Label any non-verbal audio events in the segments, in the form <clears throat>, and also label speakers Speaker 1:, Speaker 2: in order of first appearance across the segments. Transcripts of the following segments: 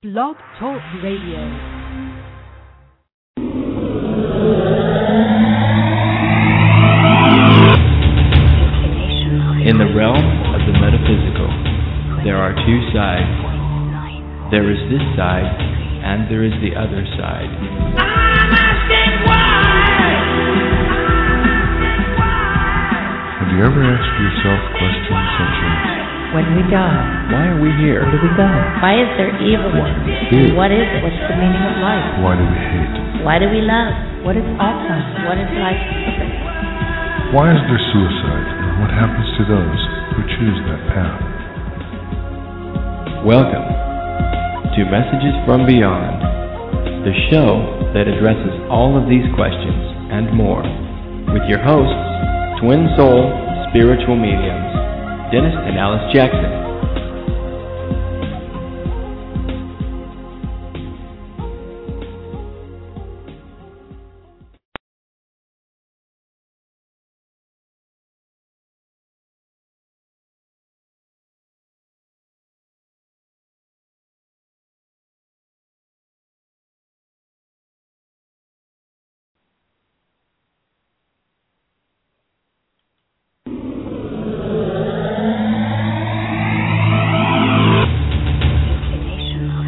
Speaker 1: Blog Talk Radio.
Speaker 2: In the realm of the metaphysical, there are two sides. There is this side, and there is the other side.
Speaker 3: Have you ever asked yourself questions such as,
Speaker 4: When we die,
Speaker 2: Why are we here?
Speaker 4: where do we go?
Speaker 5: Why is there evil?
Speaker 3: is-
Speaker 5: What is it?
Speaker 4: What's the meaning of life?
Speaker 3: why do we hate?
Speaker 5: Why do we love?
Speaker 4: What is awesome?
Speaker 5: What is life?
Speaker 3: Why is there suicide, and what happens to those who choose that path?
Speaker 2: Welcome to Messages from Beyond, the show that addresses all of these questions and more, with your hosts, Twin Soul Spiritual Mediums, Dennis and Alice Jackson.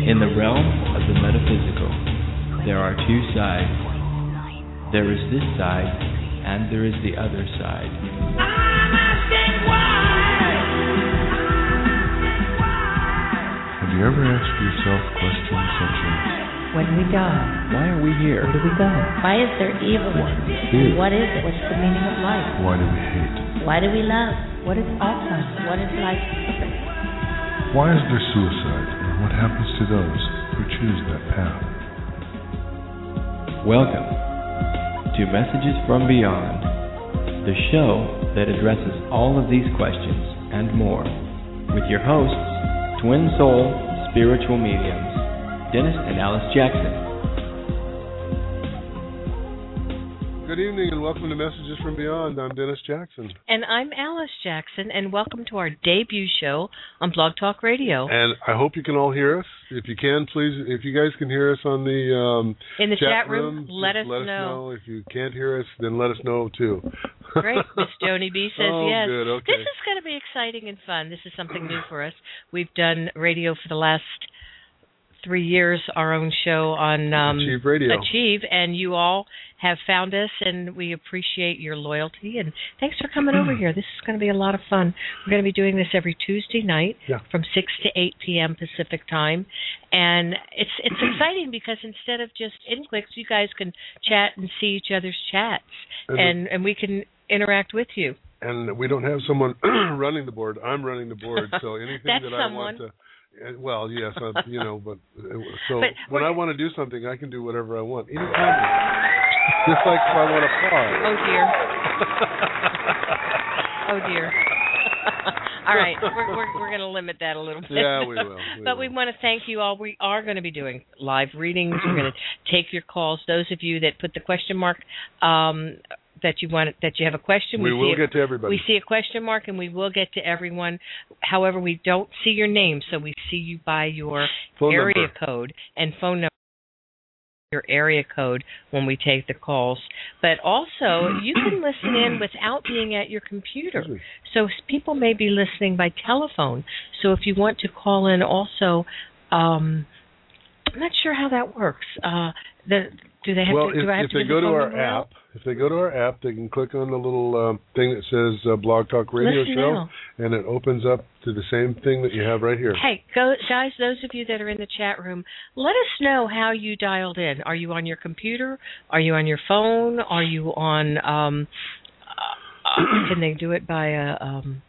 Speaker 2: In the realm of the metaphysical, there are two sides. There is this side, and there is the other side.
Speaker 3: Have you ever asked yourself questions such as,
Speaker 4: When we die,
Speaker 2: Why are we here?
Speaker 4: where do we go?
Speaker 5: Why is there evil?
Speaker 3: is-
Speaker 5: What is it?
Speaker 4: What's the meaning of life?
Speaker 3: why do we hate?
Speaker 5: Why do we love?
Speaker 4: What is awesome?
Speaker 5: What is life?
Speaker 3: Why is there suicide, and what happens to those who choose that path?
Speaker 2: Welcome to Messages from Beyond, the show that addresses all of these questions and more, with your hosts, Twin Soul Spiritual Mediums, Dennis and Alice Jackson.
Speaker 6: Good evening and welcome to Messages from Beyond. I'm Dennis Jackson.
Speaker 7: And I'm Alice Jackson, and welcome to our debut show on Blog Talk Radio.
Speaker 6: And I hope you can all hear us. If you can, please, if you guys can hear us on the um,
Speaker 7: In the
Speaker 6: chat
Speaker 7: chat room,
Speaker 6: just
Speaker 7: let us know.
Speaker 6: know. If you can't hear us, then let us know too.
Speaker 7: Great.
Speaker 6: <laughs>
Speaker 7: Miss Joni B says
Speaker 6: oh,
Speaker 7: yes.
Speaker 6: Good. Okay.
Speaker 7: This is going to be exciting and fun. This is something new for us. We've done radio for the last three years, our own show on um,
Speaker 6: Achieve Radio.
Speaker 7: Achieve, <laughs> and you all have found us, and we appreciate your loyalty. And thanks for coming
Speaker 6: <clears throat>
Speaker 7: over here. This is going to be a lot of fun. We're going to be doing this every Tuesday night
Speaker 6: Yeah.
Speaker 7: from six to eight p.m. Pacific time, and it's
Speaker 6: <clears throat>
Speaker 7: it's exciting because instead of just in clicks, you guys can chat and see each other's chats,
Speaker 6: And-
Speaker 7: and and we can interact with you.
Speaker 6: and we don't have someone <clears throat> running the board. I'm running the board,
Speaker 7: <laughs>
Speaker 6: so anything
Speaker 7: That's
Speaker 6: that I want
Speaker 7: someone.
Speaker 6: to. eh, Well, yes, I, you know, but eh, so
Speaker 7: But
Speaker 6: when
Speaker 7: we're-
Speaker 6: I want to do something, I can do whatever I want. Anytime. Just like if I want to fly.
Speaker 7: Oh dear.
Speaker 6: <laughs>
Speaker 7: Oh dear. <laughs> all right, we're we're, we're going to limit that a little bit.
Speaker 6: Yeah, we will.
Speaker 7: <laughs>
Speaker 6: We
Speaker 7: but we
Speaker 6: will.
Speaker 7: want to thank you all. We are going to be doing live readings. We're
Speaker 6: <clears throat>
Speaker 7: going to take your calls. Those of you that put the question mark um, that you want that you have a question,
Speaker 6: We
Speaker 7: see
Speaker 6: will
Speaker 7: it-
Speaker 6: get to everybody.
Speaker 7: we see a question mark and we will get to everyone. However, we don't see your name, so we see you by your
Speaker 6: Phone
Speaker 7: area
Speaker 6: number.
Speaker 7: code and phone number. Your area code when we take the calls, but also you can listen in without being at your computer.
Speaker 6: Excuse me.
Speaker 7: So s- people may be listening by telephone. So if you want to call in, also, um, I'm not sure how that works. Uh, the, do they have
Speaker 6: Well,
Speaker 7: to?
Speaker 6: if,
Speaker 7: do I have
Speaker 6: if
Speaker 7: to
Speaker 6: they
Speaker 7: give
Speaker 6: go
Speaker 7: the
Speaker 6: to
Speaker 7: phone
Speaker 6: our
Speaker 7: number out?
Speaker 6: app, if they go to our app, they can click on the little um, thing that says uh, Blog Talk Radio
Speaker 7: Listen
Speaker 6: Show,
Speaker 7: now.
Speaker 6: and it opens up to the same thing that you have right here.
Speaker 7: Hey, go, guys, those of you that are in the chat room, let us know how you dialed in. Are you on your computer? Are you on your phone? Are you on, um, uh, <coughs> can they do it by a, um,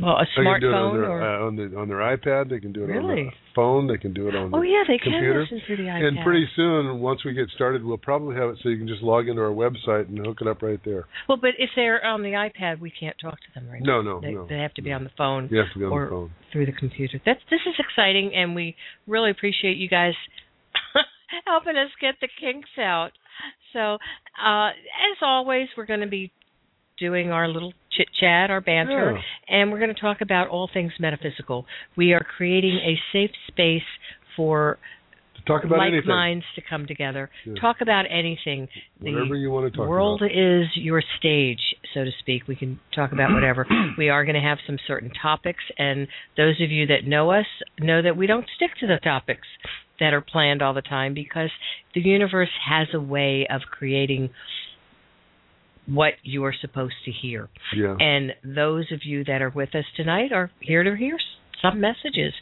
Speaker 7: well, a
Speaker 6: They can do it
Speaker 7: smartphone?
Speaker 6: on their
Speaker 7: or,
Speaker 6: uh, on, the, on their iPad. They can do it on their
Speaker 7: Really?
Speaker 6: phone. They can do it on
Speaker 7: oh,
Speaker 6: the
Speaker 7: yeah, they
Speaker 6: computer.
Speaker 7: can listen through the iPad.
Speaker 6: And pretty soon, once we get started, we'll probably have it so you can just log into our website and hook it up right there.
Speaker 7: well, but if they're on the iPad, we can't talk to them right
Speaker 6: No,
Speaker 7: now.
Speaker 6: no,
Speaker 7: They,
Speaker 6: no.
Speaker 7: they have to be on the phone.
Speaker 6: You have to be on
Speaker 7: or
Speaker 6: the phone.
Speaker 7: through the computer. That's this is exciting, and we really appreciate you guys helping us get the kinks out. So, uh, as always, we're going to be doing our little chit chat, our banter,
Speaker 6: Yeah.
Speaker 7: and we're going to talk about all things metaphysical. We are creating a safe space for
Speaker 6: Talk about
Speaker 7: like
Speaker 6: anything.
Speaker 7: minds to come together.
Speaker 6: Yeah.
Speaker 7: Talk about anything. The
Speaker 6: Whatever you want to talk
Speaker 7: world
Speaker 6: about.
Speaker 7: is your stage, so to speak. We can talk
Speaker 6: <clears throat>
Speaker 7: about whatever. we are going to have some certain topics, and those of you that know us know that we don't stick to the topics that are planned all the time because the universe has a way of creating what you are supposed to hear.
Speaker 6: Yeah.
Speaker 7: And those of you that are with us tonight are here to hear s- some messages.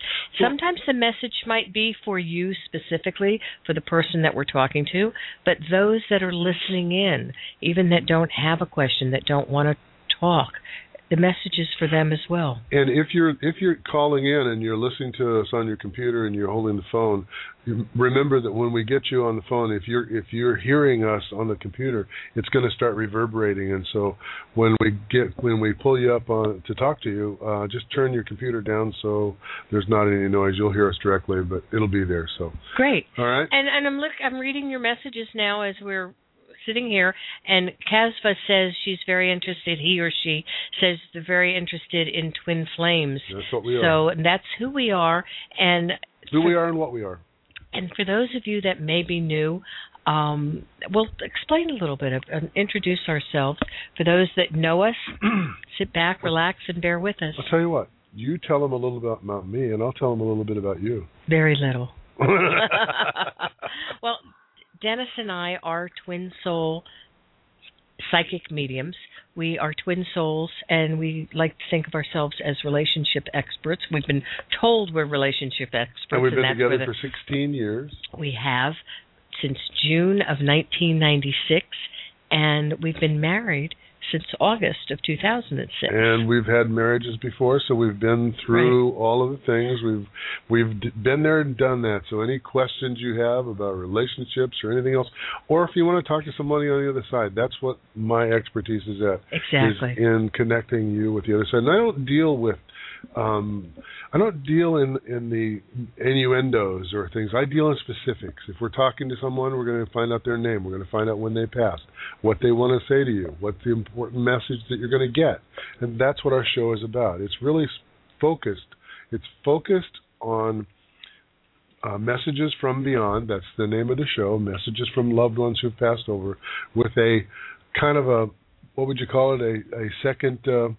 Speaker 7: Sometimes the message might be for you specifically, for the person that we're talking to, but those that are listening in, even that don't have a question, that don't want to talk, the message is for them as well.
Speaker 6: And if you're if you're calling in and you're listening to us on your computer and you're holding the phone, you- remember that when we get you on the phone, if you're if you're hearing us on the computer, it's going to start reverberating. And so when we get when we pull you up on to talk to you, uh, just turn your computer down so there's not any noise. You'll hear us directly, but it'll be there. So
Speaker 7: Great.
Speaker 6: all right,
Speaker 7: And and I'm look I'm reading your messages now as we're sitting here and Casva says she's very interested he or she says they're very interested in twin flames.
Speaker 6: that's what we are.
Speaker 7: So that's who we are, and
Speaker 6: Who we are and what we are.
Speaker 7: and for those of you that may be new, um, we'll explain a little bit of, and introduce ourselves. For those that know us, sit back, relax, and bear with us.
Speaker 6: I'll tell you what. You tell them a little bit about me, and I'll tell them a little bit about you.
Speaker 7: Very little. <laughs> well, Dennis and I are twin soul psychic mediums. We are twin souls, and we like to think of ourselves as relationship experts. We've been told we're relationship experts,
Speaker 6: and we've been
Speaker 7: that's where
Speaker 6: together
Speaker 7: the-
Speaker 6: for 16 years.
Speaker 7: We have since June of 1996, and we've been married since August of 2006.
Speaker 6: and we've had marriages before, so we've been through all of the things. We've we've d- been there and done that. So any questions you have about relationships or anything else, or if you want to talk to somebody on the other side, that's what my expertise is at.
Speaker 7: exactly.
Speaker 6: Is in connecting you with the other side. And I don't deal with um I don't deal in in the innuendos or things. I deal in specifics. If we're talking to someone, we're going to find out their name. We're going to find out when they passed, what they want to say to you, what's the important message that you're going to get. And that's what our show is about. It's really s- focused. It's focused on uh, Messages from Beyond. That's the name of the show. Messages from loved ones who've passed over, with a kind of a what would you call it? A a second uh,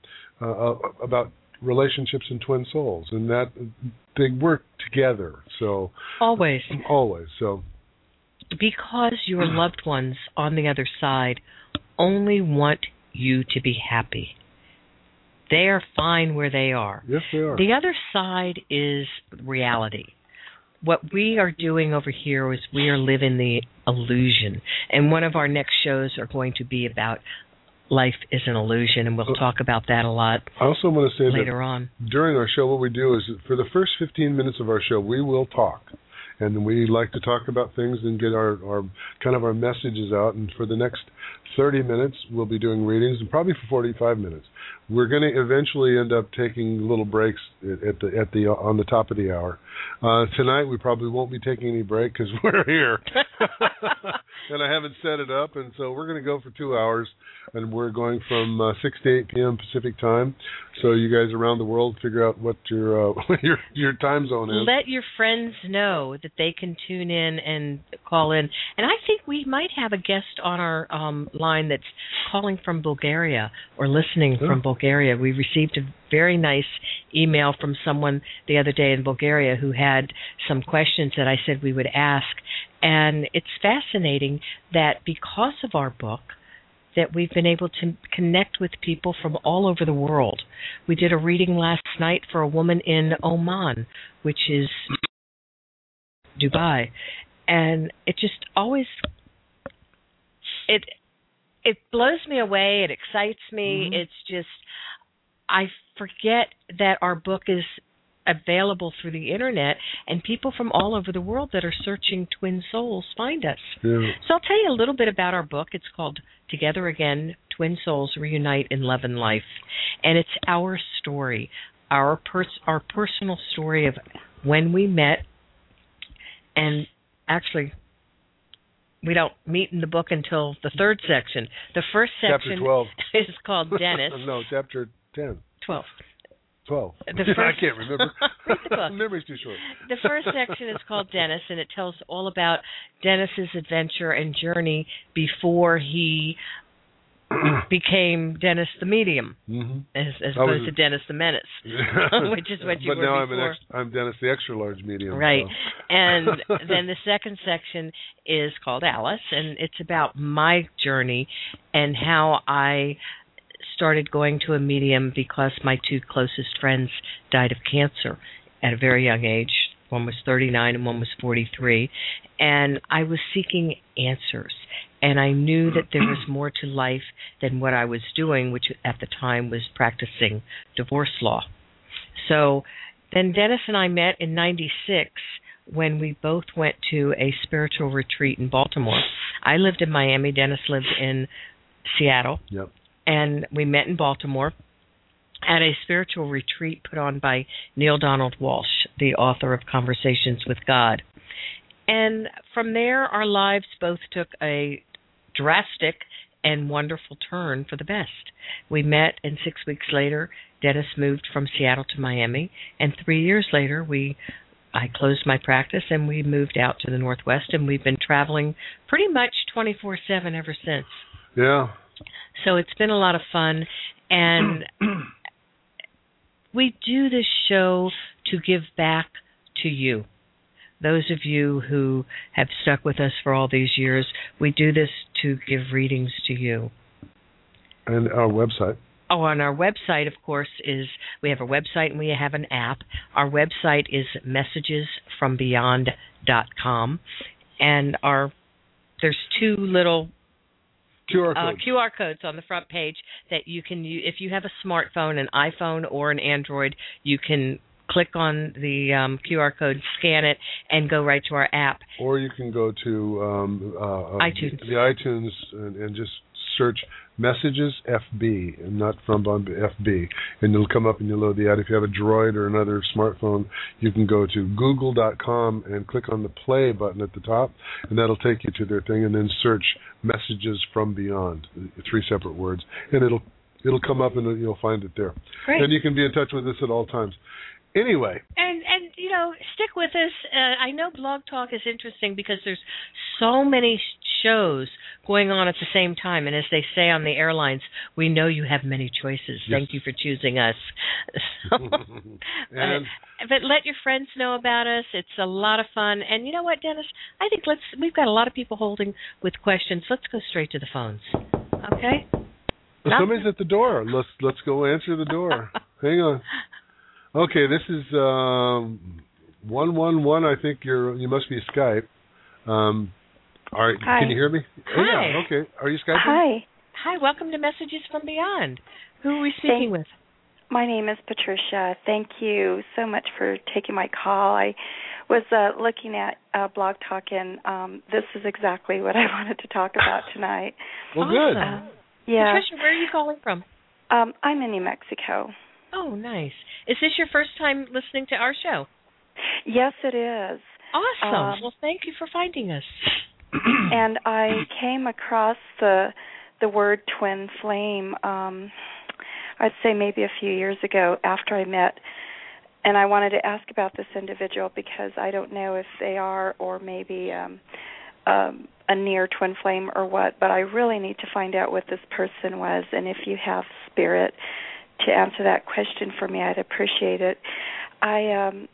Speaker 6: uh, about relationships and twin souls, and that they work together. So
Speaker 7: Always,
Speaker 6: always. So
Speaker 7: because
Speaker 6: <clears throat>
Speaker 7: your loved ones on the other side only want you to be happy. They are fine where they are.
Speaker 6: yes, they are.
Speaker 7: The other side is reality. What we are doing over here is we are living the illusion. And one of our next shows are going to be about life is an illusion, and we'll talk about that a lot
Speaker 6: Uh, I also want to say that
Speaker 7: later on.
Speaker 6: during our show, what we do is for the first 15 minutes of our show, we will talk. And we like to talk about things and get our, our kind of our messages out. And for the next 30 minutes, we'll be doing readings and probably for 45 minutes. We're going to eventually end up taking little breaks at, at the at the on the top of the hour. Uh, tonight, we probably won't be taking any break because <laughs> we're here. and I haven't set it up, and so we're going to go for two hours, and we're going from uh, six to eight p.m. Pacific time. So you guys around the world figure out what your uh, <laughs> what your your time zone is.
Speaker 7: Let your friends know that they can tune in and call in. And I think we might have a guest on our um, line that's calling from Bulgaria or listening from Bulgaria. We received a very nice email from someone the other day in Bulgaria who had some questions that I said we would ask. And it's fascinating that because of our book, that we've been able to connect with people from all over the world. We did a reading last night for a woman in Oman, which is Dubai, and it just always it it blows me away. It excites me. It's just I forget that our book is available through the internet and people from all over the world that are searching twin souls find us.
Speaker 6: Yeah.
Speaker 7: So I'll tell you a little bit about our book. It's called Together Again Twin Souls Reunite in Love and Life. And it's our story, our pers- our personal story of when we met and actually we don't meet in the book until the third section. The first <laughs>
Speaker 6: Chapter
Speaker 7: section
Speaker 6: <laughs> 12.
Speaker 7: is called Dennis
Speaker 6: no, chapter 10.
Speaker 7: 12.
Speaker 6: 12.
Speaker 7: The
Speaker 6: <laughs> I
Speaker 7: first-
Speaker 6: can't remember. <laughs>
Speaker 7: Read the <laughs> book.
Speaker 6: Memory's too short.
Speaker 7: The first section is called Dennis, and it tells all about Dennis's adventure and journey before he became Dennis the Medium,
Speaker 6: hmm
Speaker 7: as, as
Speaker 6: I was-
Speaker 7: opposed to Dennis the
Speaker 6: <laughs>
Speaker 7: Menace. <laughs> Which is what you
Speaker 6: but
Speaker 7: were
Speaker 6: now I'm an
Speaker 7: before.
Speaker 6: ex- I'm Dennis the extra large medium.
Speaker 7: Right.
Speaker 6: so. <laughs>
Speaker 7: And then the second section is called Alice, and it's about my journey and how I started going to a medium because my two closest friends died of cancer at a very young age. One was 39 and one was 43. And I was seeking answers. And I knew that there was more to life than what I was doing, which at the time was practicing divorce law. So then Dennis and I met in 96 when we both went to a spiritual retreat in Baltimore. I lived in Miami, Dennis lived in Seattle.
Speaker 6: Yep.
Speaker 7: And we met in Baltimore at a spiritual retreat put on by Neil Donald Walsh, the author of Conversations with God. And from there, our lives both took a drastic and wonderful turn for the best. We met, and six weeks later, Dennis moved from Seattle to Miami. And three years later, we I closed my practice and we moved out to the Northwest, and we've been traveling pretty much 24 7 ever since.
Speaker 6: Yeah.
Speaker 7: So it's been a lot of fun. And we do this show to give back to you. Those of you who have stuck with us for all these years, we do this to give readings to you.
Speaker 6: And our website.
Speaker 7: Oh, on our website, of course, is we have a website and we have an app. Our website is messagesfrombeyond.com, and our there's two little
Speaker 6: QR
Speaker 7: uh,
Speaker 6: code.
Speaker 7: QR codes on the front page that you can use. If you have a smartphone, an iPhone, or an Android, you can click on the um, QR code, scan it, and go right to our app.
Speaker 6: or you can go to um, uh, uh,
Speaker 7: iTunes.
Speaker 6: the iTunes and, and just search messages FB and not from Bom- FB, and it'll come up and you'll load the ad. If you have a Droid or another smartphone, you can go to Google.com and click on the play button at the top, and that'll take you to their thing, and then search messages from beyond, three separate words, and it'll it'll come up and you'll find it there.
Speaker 7: Great.
Speaker 6: And you can be in touch with us at all times. Anyway,
Speaker 7: and and you know stick with us uh, i know blog talk is interesting because there's so many shows going on at the same time and as they say on the airlines we know you have many choices thank you for choosing us uh,
Speaker 6: and
Speaker 7: <laughs> but let your friends know about us it's a lot of fun and you know what dennis i think let's we've got a lot of people holding with questions let's go straight to the phones okay
Speaker 6: Well,
Speaker 7: Knock.
Speaker 6: Somebody's at the door. Let's let's go answer the
Speaker 8: <laughs>
Speaker 6: door. Hang on. Okay, this is um, one one one. I think you're you must be Skype. Um, all right,
Speaker 8: Hi.
Speaker 6: can you hear me? Oh,
Speaker 7: Hi.
Speaker 6: yeah. Okay. Are you Skyping?
Speaker 8: Hi,
Speaker 7: hi welcome to messages from beyond who are we speaking
Speaker 8: Thank-
Speaker 7: with
Speaker 8: my name is Patricia. Thank you so much for taking my call. I was uh, looking at uh, Blog Talk, and um, this is exactly what I <laughs> wanted to talk about tonight.
Speaker 6: Well,
Speaker 7: Awesome.
Speaker 8: Uh, yeah,
Speaker 7: patricia where are you calling from
Speaker 8: um, I'm in New Mexico.
Speaker 7: Oh, nice. Is this your first time listening to our show?
Speaker 8: Yes, it is.
Speaker 7: Awesome.
Speaker 8: Um,
Speaker 7: well, thank you for finding us.
Speaker 8: <clears throat>
Speaker 7: <clears throat>
Speaker 8: and I came across the the word twin flame um I'd say maybe a few years ago after I met and I wanted to ask about this individual because I don't know if they are or maybe um um a near twin flame or what, but I really need to find out what this person was and if you have spirit to answer that question for me, I'd appreciate it. I um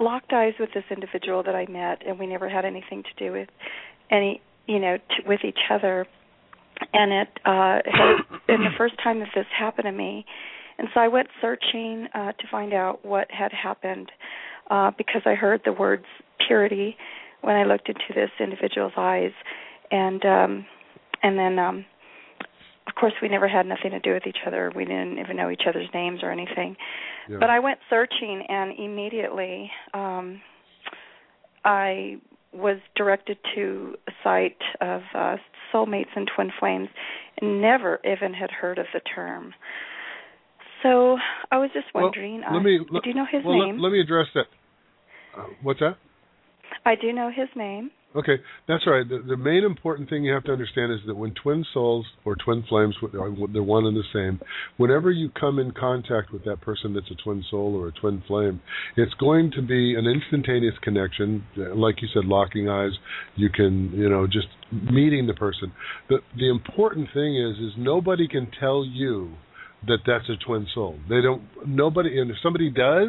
Speaker 8: locked eyes with this individual that I met and we never had anything to do with any you know t- with each other and it uh had been the first time that this happened to me and so i went searching uh to find out what had happened uh because i heard the words purity when i looked into this individual's eyes and um and then um of course we never had nothing to do with each other we didn't even know each other's names or anything
Speaker 6: Yeah.
Speaker 8: but I went searching and immediately um I was directed to a site of uh soulmates and twin flames and never even had heard of the term. So I was just
Speaker 6: Well,
Speaker 8: wondering
Speaker 6: let me-
Speaker 8: uh,
Speaker 6: let-
Speaker 8: do you know his
Speaker 6: well, let-
Speaker 8: name?
Speaker 6: Let, me address that. Uh, what's that?
Speaker 8: I do know his name.
Speaker 6: Okay, that's all right. The, the main important thing you have to understand is that when twin souls or twin flames, wh- are- wh- they're one and the same. Whenever you come in contact with that person that's a twin soul or a twin flame, it's going to be an instantaneous connection. Uh, Like you said, locking eyes. You can, you know, just meeting the person. The the important thing is, is nobody can tell you that that's a twin soul. They don't. Nobody. And if somebody does.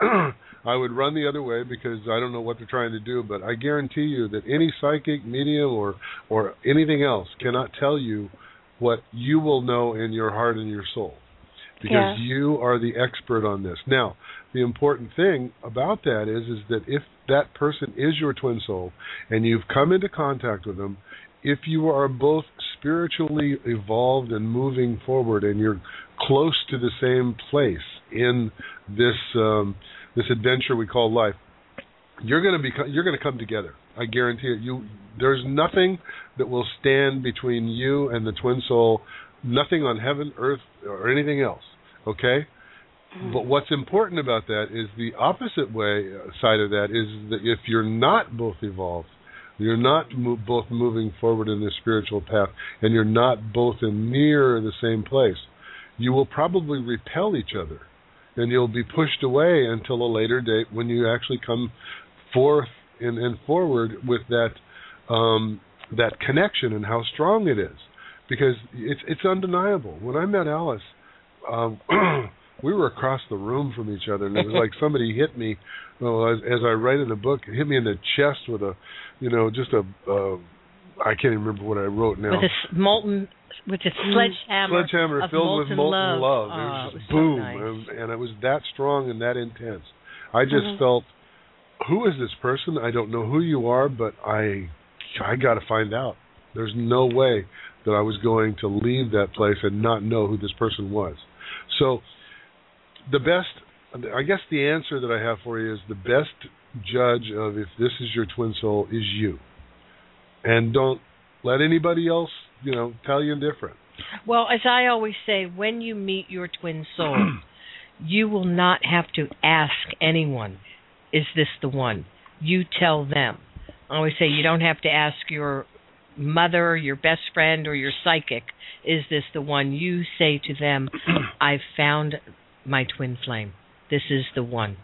Speaker 6: <clears throat> I would run the other way because I don't know what they're trying to do, but I guarantee you that any psychic, medium, or or anything else cannot tell you what you will know in your heart and your soul
Speaker 8: Yeah.
Speaker 6: because you are the expert on this. Now, the important thing about that is is that if that person is your twin soul and you've come into contact with them, if you are both spiritually evolved and moving forward and you're close to the same place in this um, this adventure we call life, you're going to be you're going to come together. I guarantee it. You there's nothing that will stand between you and the twin soul, nothing on heaven, earth, or anything else. Okay. But what's important about that is the opposite way uh, side of that is that if you're not both evolved, you're not mo- both moving forward in the spiritual path, and you're not both in near the same place, you will probably repel each other, and you'll be pushed away until a later date when you actually come forth and, and forward with that um, that connection and how strong it is, because it's it's undeniable. When I met Alice, um, <clears throat> we were across the room from each other, and it was like somebody hit me. Well, as, as I write in the book, hit me in the chest with a, you know, just a. Uh, I can't even remember what I wrote now.
Speaker 7: With a s- molten, with a
Speaker 8: Mm.
Speaker 7: sledgehammer,
Speaker 6: Sledgehammer
Speaker 7: of
Speaker 6: filled
Speaker 7: molten
Speaker 6: with
Speaker 7: love.
Speaker 6: molten love. It was
Speaker 7: Oh,
Speaker 6: just
Speaker 7: it was so
Speaker 6: boom,
Speaker 7: nice.
Speaker 6: and, and it was that strong and that intense. I just
Speaker 7: Mm-hmm.
Speaker 6: felt, who is this person? I don't know who you are, but I, I got to find out. There's no way that I was going to leave that place and not know who this person was. So, the best, I guess, the answer that I have for you is the best judge of if this is your twin soul is you, and don't let anybody else, you know, tell you different.
Speaker 7: Well, as I always say, when you meet your twin soul,
Speaker 6: <clears throat>
Speaker 7: you will not have to ask anyone, is this the one? You tell them. I always say you don't have to ask your mother, your best friend, or your psychic, is this the one? You say to
Speaker 6: <clears throat>
Speaker 7: them, I've found my twin flame. This is the one.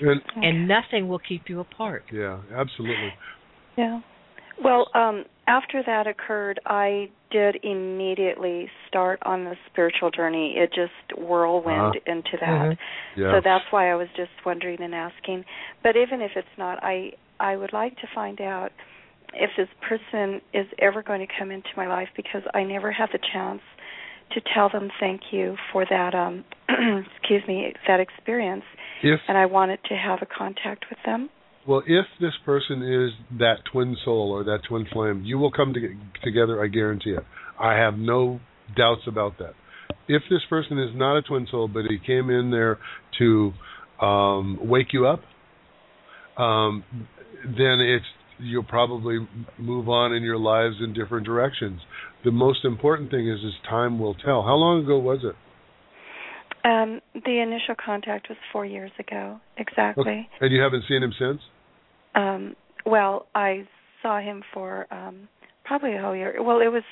Speaker 6: And
Speaker 7: And nothing will keep you apart.
Speaker 6: Yeah, absolutely.
Speaker 8: Yeah. Well, um, after that occurred, I did immediately start on the spiritual journey. It just whirlwind into that.
Speaker 6: Yeah.
Speaker 8: So that's why I was just wondering and asking. But even if it's not, I I would like to find out if this person is ever going to come into my life because I never had the chance to tell them thank you for that um <clears throat> excuse me, that experience
Speaker 6: if
Speaker 8: and I wanted to have a contact with them.
Speaker 6: well, if this person is that twin soul or that twin flame, you will come to, together. I guarantee it. I have no doubts about that. If this person is not a twin soul, but he came in there to um, wake you up, um, then it's you'll probably move on in your lives in different directions. The most important thing is is time will tell. How long ago was it?
Speaker 8: Um the initial contact was 4 years ago. Exactly.
Speaker 6: Okay. And you haven't seen him since?
Speaker 8: Um, well, I saw him for um probably a whole year. Well, it was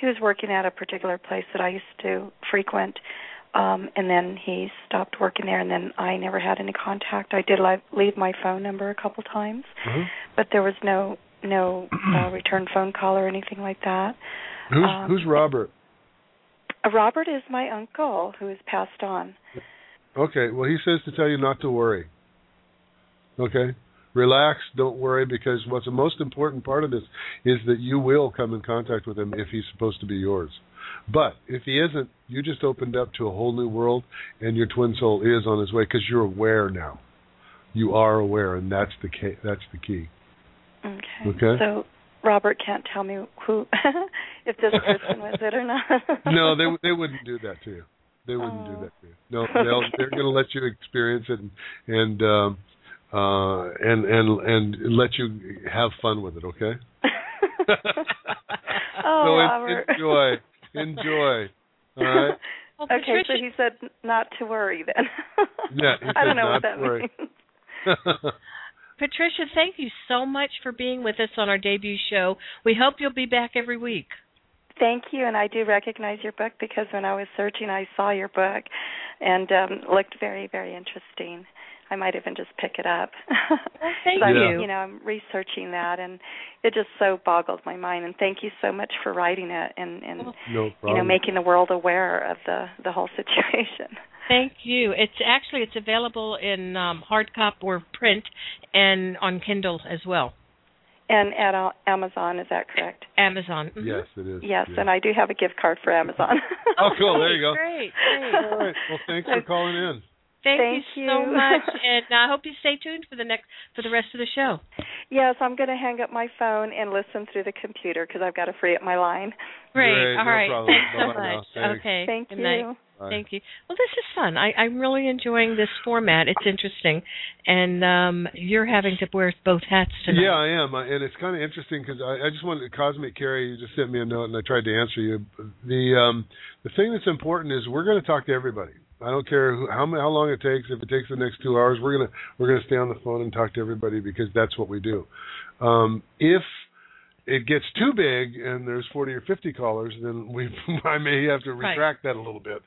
Speaker 8: he was working at a particular place that I used to frequent, um, and then he stopped working there, and then I never had any contact. I did li- leave my phone number a couple times,
Speaker 6: Mhm.
Speaker 8: but there was no no uh, return phone call or anything like that.
Speaker 6: Who's
Speaker 8: Um,
Speaker 6: who's Robert?
Speaker 8: Uh, Robert is my uncle who has passed on.
Speaker 6: Okay. Well, he says to tell you not to worry. Okay? Relax, don't worry, because what's the most important part of this is that you will come in contact with him if he's supposed to be yours. But if he isn't, you just opened up to a whole new world, and your twin soul is on his way because you're aware now. You are aware, and that's the key. That's the key.
Speaker 8: Okay.
Speaker 6: Okay.
Speaker 8: So Robert can't tell me who <laughs> if this person was it or not.
Speaker 6: <laughs> No, they they wouldn't do that to you. They wouldn't do
Speaker 8: Oh.
Speaker 6: that to you. No, they'll, they're going to let you experience it and and um, uh, and and and let you have fun with it. Okay.
Speaker 8: oh,
Speaker 6: so en- <laughs>
Speaker 8: Robert.
Speaker 6: enjoy, enjoy. All
Speaker 8: <laughs>
Speaker 6: right.
Speaker 7: Well,
Speaker 8: okay,
Speaker 7: Patricia,
Speaker 8: so he said n- not to worry then.
Speaker 6: <laughs> Yeah, he
Speaker 8: I
Speaker 6: said
Speaker 8: don't know what
Speaker 6: not to
Speaker 8: that
Speaker 6: worry.
Speaker 8: means.
Speaker 7: Patricia, thank you so much for being with us on our debut show. We hope you'll be back every week.
Speaker 8: Thank you, and I do recognize your book because when I was searching, I saw your book, and um looked very, very interesting. I might even just pick it up.
Speaker 7: Well, thank
Speaker 8: So I'm,
Speaker 7: you.
Speaker 8: You know, I'm researching that, and it just so boggled my mind. And thank you so much for writing it and and
Speaker 7: Well,
Speaker 6: No
Speaker 8: you
Speaker 6: problem.
Speaker 8: know making the world aware of the the whole situation. <laughs>
Speaker 7: Thank you. It's actually it's available in um, hard copy or print, and on Kindle as well.
Speaker 8: And at uh, Amazon, is that correct?
Speaker 7: Amazon. Mhm.
Speaker 6: yes, it is.
Speaker 8: Yes,
Speaker 6: Yeah.
Speaker 8: and I do have a gift card for Amazon.
Speaker 6: <laughs> Oh, cool. There you go.
Speaker 7: Great.
Speaker 8: Great.
Speaker 6: All right. Well, thanks for calling in.
Speaker 7: Thank,
Speaker 8: Thank
Speaker 7: you so
Speaker 8: you. <laughs>
Speaker 7: much, and I hope you stay tuned for the next for the rest of the show.
Speaker 8: <laughs> Yes, I'm going to hang up my phone and listen through the computer because I've got to free up my line.
Speaker 7: Great.
Speaker 6: Great,
Speaker 7: All
Speaker 6: no
Speaker 7: right.
Speaker 6: problem.
Speaker 7: Thanks so
Speaker 6: Bye-bye now.
Speaker 7: much.
Speaker 6: Thanks.
Speaker 7: <laughs> Okay.
Speaker 8: <laughs> Thank
Speaker 7: Good
Speaker 8: you.
Speaker 7: night.
Speaker 6: Bye.
Speaker 7: Thank
Speaker 6: <laughs>
Speaker 7: you. Well, this is fun. I, I'm really enjoying this format. It's interesting, and um, you're having to wear both hats tonight.
Speaker 6: Yeah, I am, I- and it's kind of interesting because I, I just wanted Cosmic Carrie. You just sent me a note, and I tried to answer you. The um, the thing that's important is we're going to talk to everybody. I don't care who, how ma- how long it takes. If it takes the next two hours, we're gonna we're gonna stay on the phone and talk to everybody because that's what we do. Um, if it gets too big and there's 40 or 50 callers, then we <laughs> I may have to
Speaker 7: Right.
Speaker 6: retract that a little bit.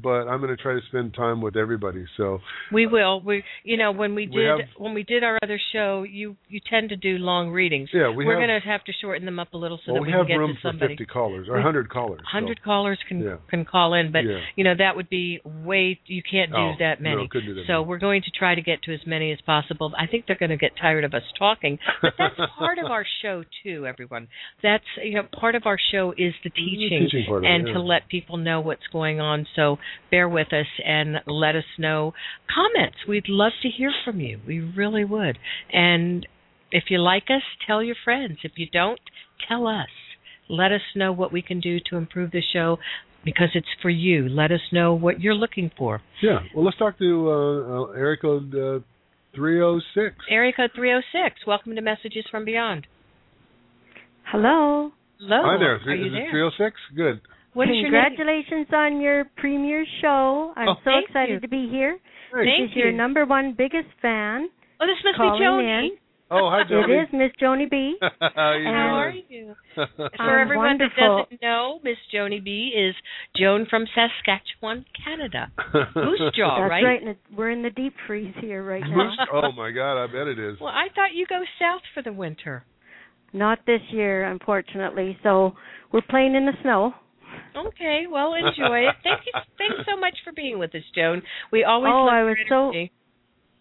Speaker 6: But I'm going to try to spend time with everybody. So
Speaker 7: We will. We, you know, when we did
Speaker 6: We have-
Speaker 7: when we did our other show, you you tend to do long readings.
Speaker 6: yeah, we
Speaker 7: are
Speaker 6: have
Speaker 7: going to have to shorten them up a little so
Speaker 6: well,
Speaker 7: that we,
Speaker 6: we have
Speaker 7: can get
Speaker 6: room
Speaker 7: to
Speaker 6: for
Speaker 7: somebody.
Speaker 6: 50 callers or
Speaker 7: We-
Speaker 6: 100 callers. so-
Speaker 7: Hundred callers can
Speaker 6: Yeah.
Speaker 7: can call in, but
Speaker 6: yeah.
Speaker 7: you know that would be way you can't do
Speaker 6: Oh,
Speaker 7: that many.
Speaker 6: No, couldn't do that
Speaker 7: So we're going to try to get to as many as possible. I think they're going to get tired of us talking, but
Speaker 6: <laughs>
Speaker 7: that's part of our show too, everyone. That's you know part of our show is the teaching
Speaker 6: part of
Speaker 7: and
Speaker 6: it,
Speaker 7: to
Speaker 6: yeah.
Speaker 7: let people know what's going on. So bear with us and let us know comments. We'd love to hear from you. We really would. And if you like us, tell your friends. If you don't, tell us. Let us know what we can do to improve the show because it's for you. Let us know what you're looking for.
Speaker 6: yeah. Well, let's talk to uh, uh, area code uh, three zero six.
Speaker 7: Area code 306, welcome to Messages from Beyond.
Speaker 5: Hello.
Speaker 7: Hello.
Speaker 6: Hi there.
Speaker 7: Are
Speaker 6: Three,
Speaker 7: you
Speaker 6: is it
Speaker 7: there?
Speaker 6: three zero six? Good.
Speaker 7: What is your name?
Speaker 5: Congratulations on your premiere show. I'm
Speaker 6: Oh.
Speaker 5: so
Speaker 7: Thank
Speaker 5: excited
Speaker 7: you.
Speaker 5: to be here.
Speaker 6: Thanks.
Speaker 5: this
Speaker 7: Thank
Speaker 5: is
Speaker 7: you.
Speaker 5: your number one biggest fan
Speaker 7: oh, this must
Speaker 5: calling
Speaker 7: be Joni.
Speaker 5: in.
Speaker 6: Oh, hi,
Speaker 5: It
Speaker 6: Jody.
Speaker 5: is Miss Joni B.
Speaker 6: <laughs> How you
Speaker 7: How are
Speaker 6: doing?
Speaker 7: you?
Speaker 5: I'm
Speaker 7: For everyone that
Speaker 5: Um, wonderful.
Speaker 7: doesn't know, Miss Joni B is Joan from Saskatchewan, Canada. Goose jaw,
Speaker 5: That's
Speaker 7: right?
Speaker 5: right. and it- We're in the deep freeze here right now.
Speaker 6: oh my God, I bet it is.
Speaker 7: Well, I thought you go south for the winter.
Speaker 5: Not this year, unfortunately. So we're playing in the snow.
Speaker 7: Okay, well, enjoy it. Thank you. Thanks so much for being with us, Joan. We always
Speaker 5: Oh,
Speaker 7: love
Speaker 5: I
Speaker 7: your
Speaker 5: was so-
Speaker 7: energy.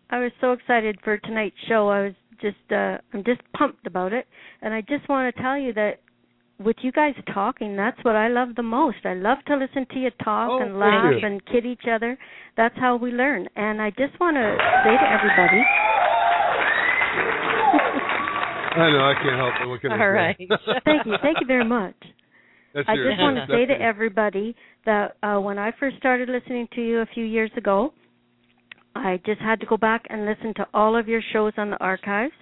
Speaker 5: I was so excited for tonight's show. I was just uh I'm just pumped about it. And I just want to tell you that with you guys talking, that's what I love the most. I love to listen to you talk
Speaker 6: Oh,
Speaker 5: and
Speaker 6: thank
Speaker 5: laugh
Speaker 6: you.
Speaker 5: and kid each other. That's how we learn. And I just want to say to everybody,
Speaker 6: I know I can't help but
Speaker 7: <laughs>
Speaker 6: look at it.
Speaker 7: All
Speaker 6: <laughs>
Speaker 7: right.
Speaker 5: <laughs> thank you. Thank you very much.
Speaker 6: That's
Speaker 5: I
Speaker 6: yours.
Speaker 5: just want to
Speaker 6: That's
Speaker 5: say to
Speaker 6: yours.
Speaker 5: everybody that uh, when I first started listening to you a few years ago, I just had to go back and listen to all of your shows on the archives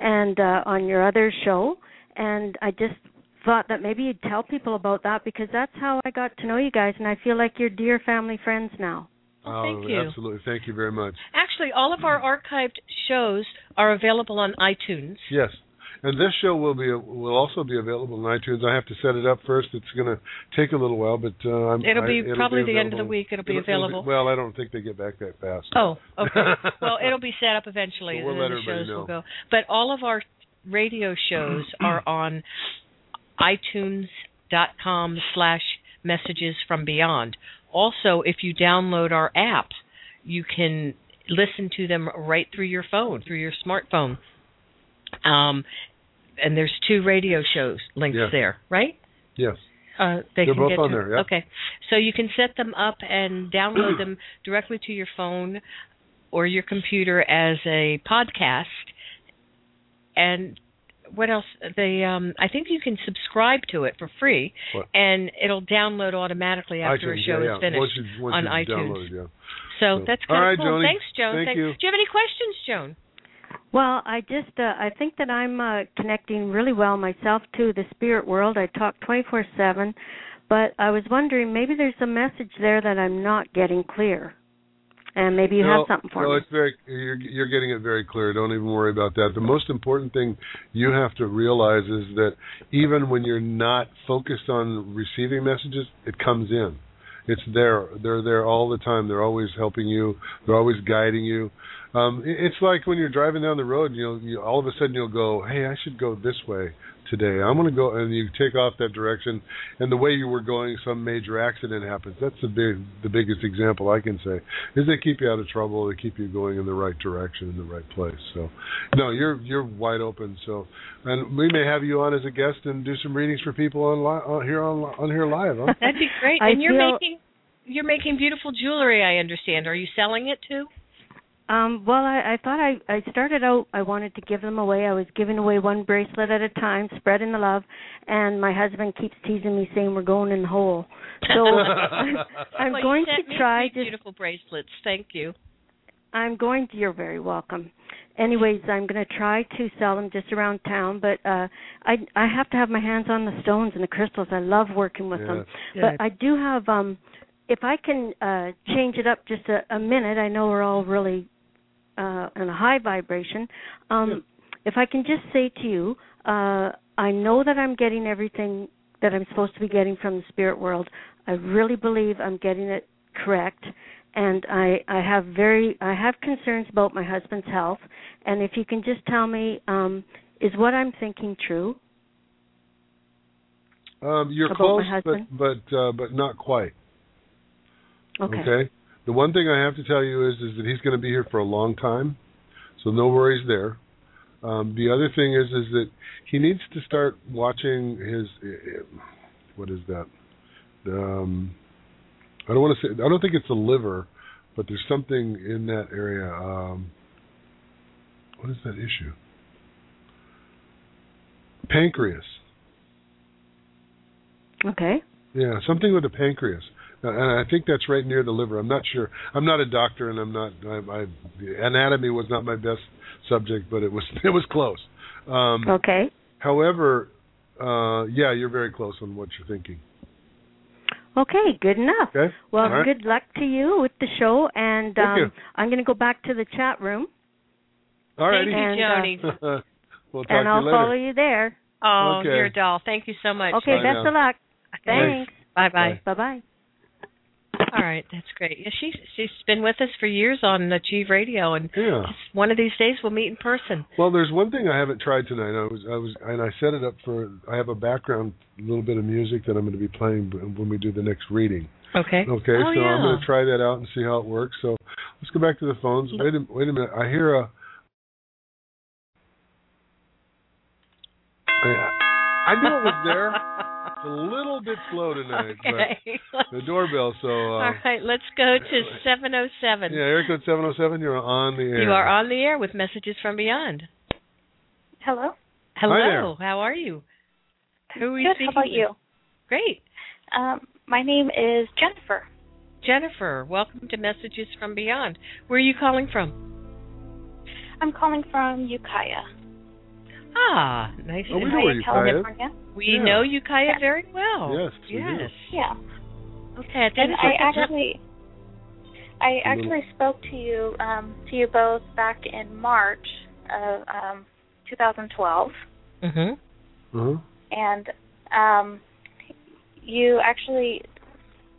Speaker 5: and uh, on your other show, and I just thought that maybe you'd tell people about that because that's how I got to know you guys, and I feel like you're dear family friends now.
Speaker 7: Well,
Speaker 6: Oh,
Speaker 7: thank you.
Speaker 6: Absolutely. Thank you very much.
Speaker 7: Actually, all of our archived shows are available on iTunes.
Speaker 6: Yes. And this show will be will also be available on iTunes. I have to set it up first. It's going to take a little while, but uh, I'm,
Speaker 7: It'll
Speaker 6: I-
Speaker 7: be probably the end of the
Speaker 6: available-
Speaker 7: week. It'll be
Speaker 6: it'll- it'll
Speaker 7: available.
Speaker 6: well, I don't think they get back that fast.
Speaker 7: Oh, okay. <laughs> well, it'll be set up eventually,
Speaker 6: We'll
Speaker 7: and then
Speaker 6: let
Speaker 7: the
Speaker 6: everybody
Speaker 7: shows
Speaker 6: know.
Speaker 7: will go. But all of our radio
Speaker 6: <clears throat>
Speaker 7: shows are on iTunes.com slash messages from beyond. Also, if you download our app, you can listen to them right through your phone, through your smartphone. Um, and there's two radio shows links
Speaker 6: Yeah.
Speaker 7: there, right?
Speaker 6: Yes.
Speaker 7: Uh, they
Speaker 6: They're
Speaker 7: can
Speaker 6: both
Speaker 7: get
Speaker 6: on
Speaker 7: to-
Speaker 6: there, yeah.
Speaker 7: Okay, so you can set them up and download them <clears throat> directly to your phone or your computer as a podcast. And what else? The um, I think you can subscribe to it for free,
Speaker 6: What?
Speaker 7: and it'll download automatically after
Speaker 6: iTunes,
Speaker 7: a show
Speaker 6: yeah,
Speaker 7: is
Speaker 6: yeah.
Speaker 7: finished.
Speaker 6: Once you, once
Speaker 7: on
Speaker 6: you've
Speaker 7: iTunes.
Speaker 6: downloaded, yeah.
Speaker 7: so
Speaker 6: so-
Speaker 7: that's
Speaker 6: All
Speaker 7: kind
Speaker 6: right,
Speaker 7: of cool.
Speaker 6: Joan.
Speaker 7: Thanks, Joan.
Speaker 6: Thank
Speaker 7: Thanks.
Speaker 6: you.
Speaker 7: Do you have any questions, Joan?
Speaker 5: Well, I just uh, I think that I'm uh, connecting really well myself to the spirit world. I talk 24/7, but I was wondering maybe there's a message there that I'm not getting clear. and maybe you
Speaker 6: no,
Speaker 5: have something for
Speaker 6: no,
Speaker 5: me.
Speaker 6: it's very. You're, you're getting it very clear. Don't even worry about that. The most important thing you have to realize is that even when you're not focused on receiving messages, it comes in. It's there. They're there all the time. They're always helping you. They're always guiding you. Um, it- it's like when you're driving down the road, you'll you, all of a sudden you'll go, "Hey, I should go this way today. I'm going to go," and you take off that direction, and the way you were going, some major accident happens. That's the big, the biggest example I can say is they keep you out of trouble. They keep you going in the right direction, in the right place. So, no, you're you're wide open. So, and we may have you on as a guest and do some readings for people on, li- on here on li- on here live. Huh?
Speaker 7: <laughs> That'd be great.
Speaker 5: I
Speaker 7: and you're
Speaker 5: feel-
Speaker 7: making you're making beautiful jewelry. I understand. Are you selling it too?
Speaker 5: Um, well, I, I thought I, I started out. I wanted to give them away. I was giving away one bracelet at a time, spreading the love. And my husband keeps teasing me, saying we're going in the hole.
Speaker 7: <laughs>
Speaker 6: <laughs>
Speaker 5: So <laughs> I'm, I'm
Speaker 7: Well, you
Speaker 5: going
Speaker 7: sent me
Speaker 5: to try.
Speaker 7: three
Speaker 5: Just
Speaker 7: beautiful bracelets. Thank you.
Speaker 5: I'm going to. You're very welcome. Anyways, I'm going to try to sell them just around town, but uh I I have to have my hands on the stones and the crystals. I love working with them, but I do have um if I can uh change it up just a, a minute. I know we're all really uh in a high vibration. Um if I can just say to you, uh I know that I'm getting everything that I'm supposed to be getting from the spirit world. I really believe I'm getting it correct and I I have very I have concerns about my husband's health and if you can just tell me um is what I'm thinking true?
Speaker 6: Um, you're
Speaker 5: About my
Speaker 6: close, but
Speaker 5: husband?
Speaker 6: but uh, but not quite.
Speaker 5: Okay.
Speaker 6: The one thing I have to tell you is is that he's going to be here for a long time, so no worries there. Um, the other thing is is that he needs to start watching his uh, what is that? Um, I don't want to say I don't think it's the liver, but there's something in that area. Um, what is that issue? Pancreas.
Speaker 5: Okay.
Speaker 6: Yeah, something with the pancreas. Uh, And I think that's right near the liver. I'm not sure. I'm not a doctor, and I'm not. I, I, anatomy was not my best subject, but it was <laughs> it was close. Um,
Speaker 5: Okay.
Speaker 6: However, uh, yeah, you're very close on what you're thinking.
Speaker 5: Okay, good enough.
Speaker 6: Okay.
Speaker 5: Well,
Speaker 6: All right.
Speaker 5: good luck to you with the show and
Speaker 6: Thank
Speaker 5: um
Speaker 6: you.
Speaker 5: I'm going to go back to the chat room
Speaker 6: All
Speaker 7: Thank
Speaker 6: righty.
Speaker 7: you,
Speaker 5: And, uh,
Speaker 7: Joni.
Speaker 6: <laughs> we'll talk
Speaker 5: and
Speaker 6: to
Speaker 5: I'll
Speaker 6: you later.
Speaker 5: follow you there.
Speaker 7: oh,
Speaker 6: okay.
Speaker 7: you're a doll. Thank you so much.
Speaker 5: Okay,
Speaker 6: Bye
Speaker 5: best
Speaker 6: now.
Speaker 5: of luck.
Speaker 6: Thanks.
Speaker 5: Thanks.
Speaker 7: Bye bye.
Speaker 6: Bye.
Speaker 5: Bye-bye.
Speaker 7: All right, that's great. Yeah, she's she's been with us for years on Achieve Radio, and
Speaker 6: Yeah.
Speaker 7: one of these days we'll meet in person.
Speaker 6: Well, there's one thing I haven't tried tonight. I was, I was, and I set it up for. I have a background, little bit of music that I'm going to be playing b- when we do the next reading.
Speaker 7: Okay.
Speaker 6: Okay,
Speaker 7: Oh,
Speaker 6: so
Speaker 7: yeah.
Speaker 6: I'm going to try that out and see how it works. So let's go back to the phones. Wait a wait a minute. I hear a. I I knew it was there. It's a little bit
Speaker 7: <laughs>
Speaker 6: slow tonight,
Speaker 7: Okay.
Speaker 6: but the doorbell.
Speaker 7: <laughs>
Speaker 6: So uh,
Speaker 7: All right, let's go to seven oh
Speaker 6: yeah,
Speaker 7: seven.
Speaker 6: Eric code seven zero seven. You're on the air.
Speaker 7: You are on the air with messages from beyond.
Speaker 9: Hello.
Speaker 7: Hello,
Speaker 6: there.
Speaker 7: how are you? Who are you
Speaker 9: Good.
Speaker 7: speaking
Speaker 9: How about
Speaker 7: with?
Speaker 9: you?
Speaker 7: Great,
Speaker 9: Um, my name is Jennifer.
Speaker 7: Jennifer. Welcome to Messages from Beyond. Where are you calling from?
Speaker 9: I'm calling from Ukiah.
Speaker 7: Ah, nice.
Speaker 6: Oh, we
Speaker 7: and-
Speaker 6: know where you
Speaker 9: Ukiah,
Speaker 6: are.
Speaker 9: California.
Speaker 7: we
Speaker 6: yeah.
Speaker 7: know Ukiah
Speaker 9: Yeah.
Speaker 7: very well.
Speaker 6: Yes, we do. <laughs>
Speaker 7: yes.
Speaker 9: Yeah.
Speaker 7: Okay,
Speaker 9: And
Speaker 7: identify
Speaker 9: I
Speaker 7: yourself.
Speaker 9: actually, I actually spoke to you um, to you both back in March of um, 2012,
Speaker 7: Mhm.
Speaker 6: Uh-huh.
Speaker 9: and um, you actually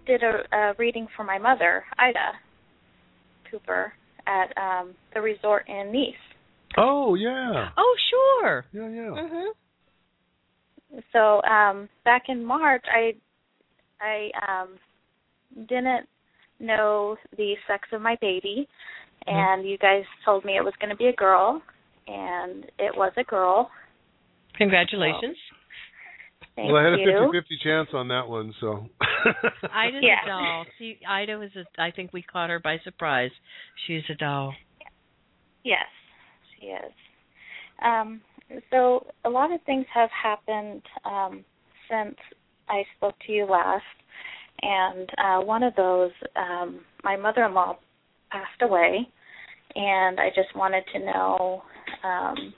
Speaker 9: did a, a reading for my mother, Ida Cooper, at um, the resort in Nice.
Speaker 6: Oh yeah,
Speaker 7: Oh, sure.
Speaker 6: yeah, yeah.
Speaker 7: Mhm.
Speaker 9: So um, back in March, I I um, didn't know the sex of my baby, and you guys told me it was going to be a girl, and it was a girl.
Speaker 7: Congratulations.
Speaker 9: Thank
Speaker 6: well, I had a
Speaker 9: you.
Speaker 6: fifty-fifty chance on that one, so.
Speaker 7: Ida's
Speaker 9: Yeah.
Speaker 7: a doll. See, Ida was a. I think we caught her by surprise. She's a doll.
Speaker 9: Yes, she is. Um, so a lot of things have happened um, since I spoke to you last, and uh, one of those, um, my mother-in-law passed away, and I just wanted to know, um,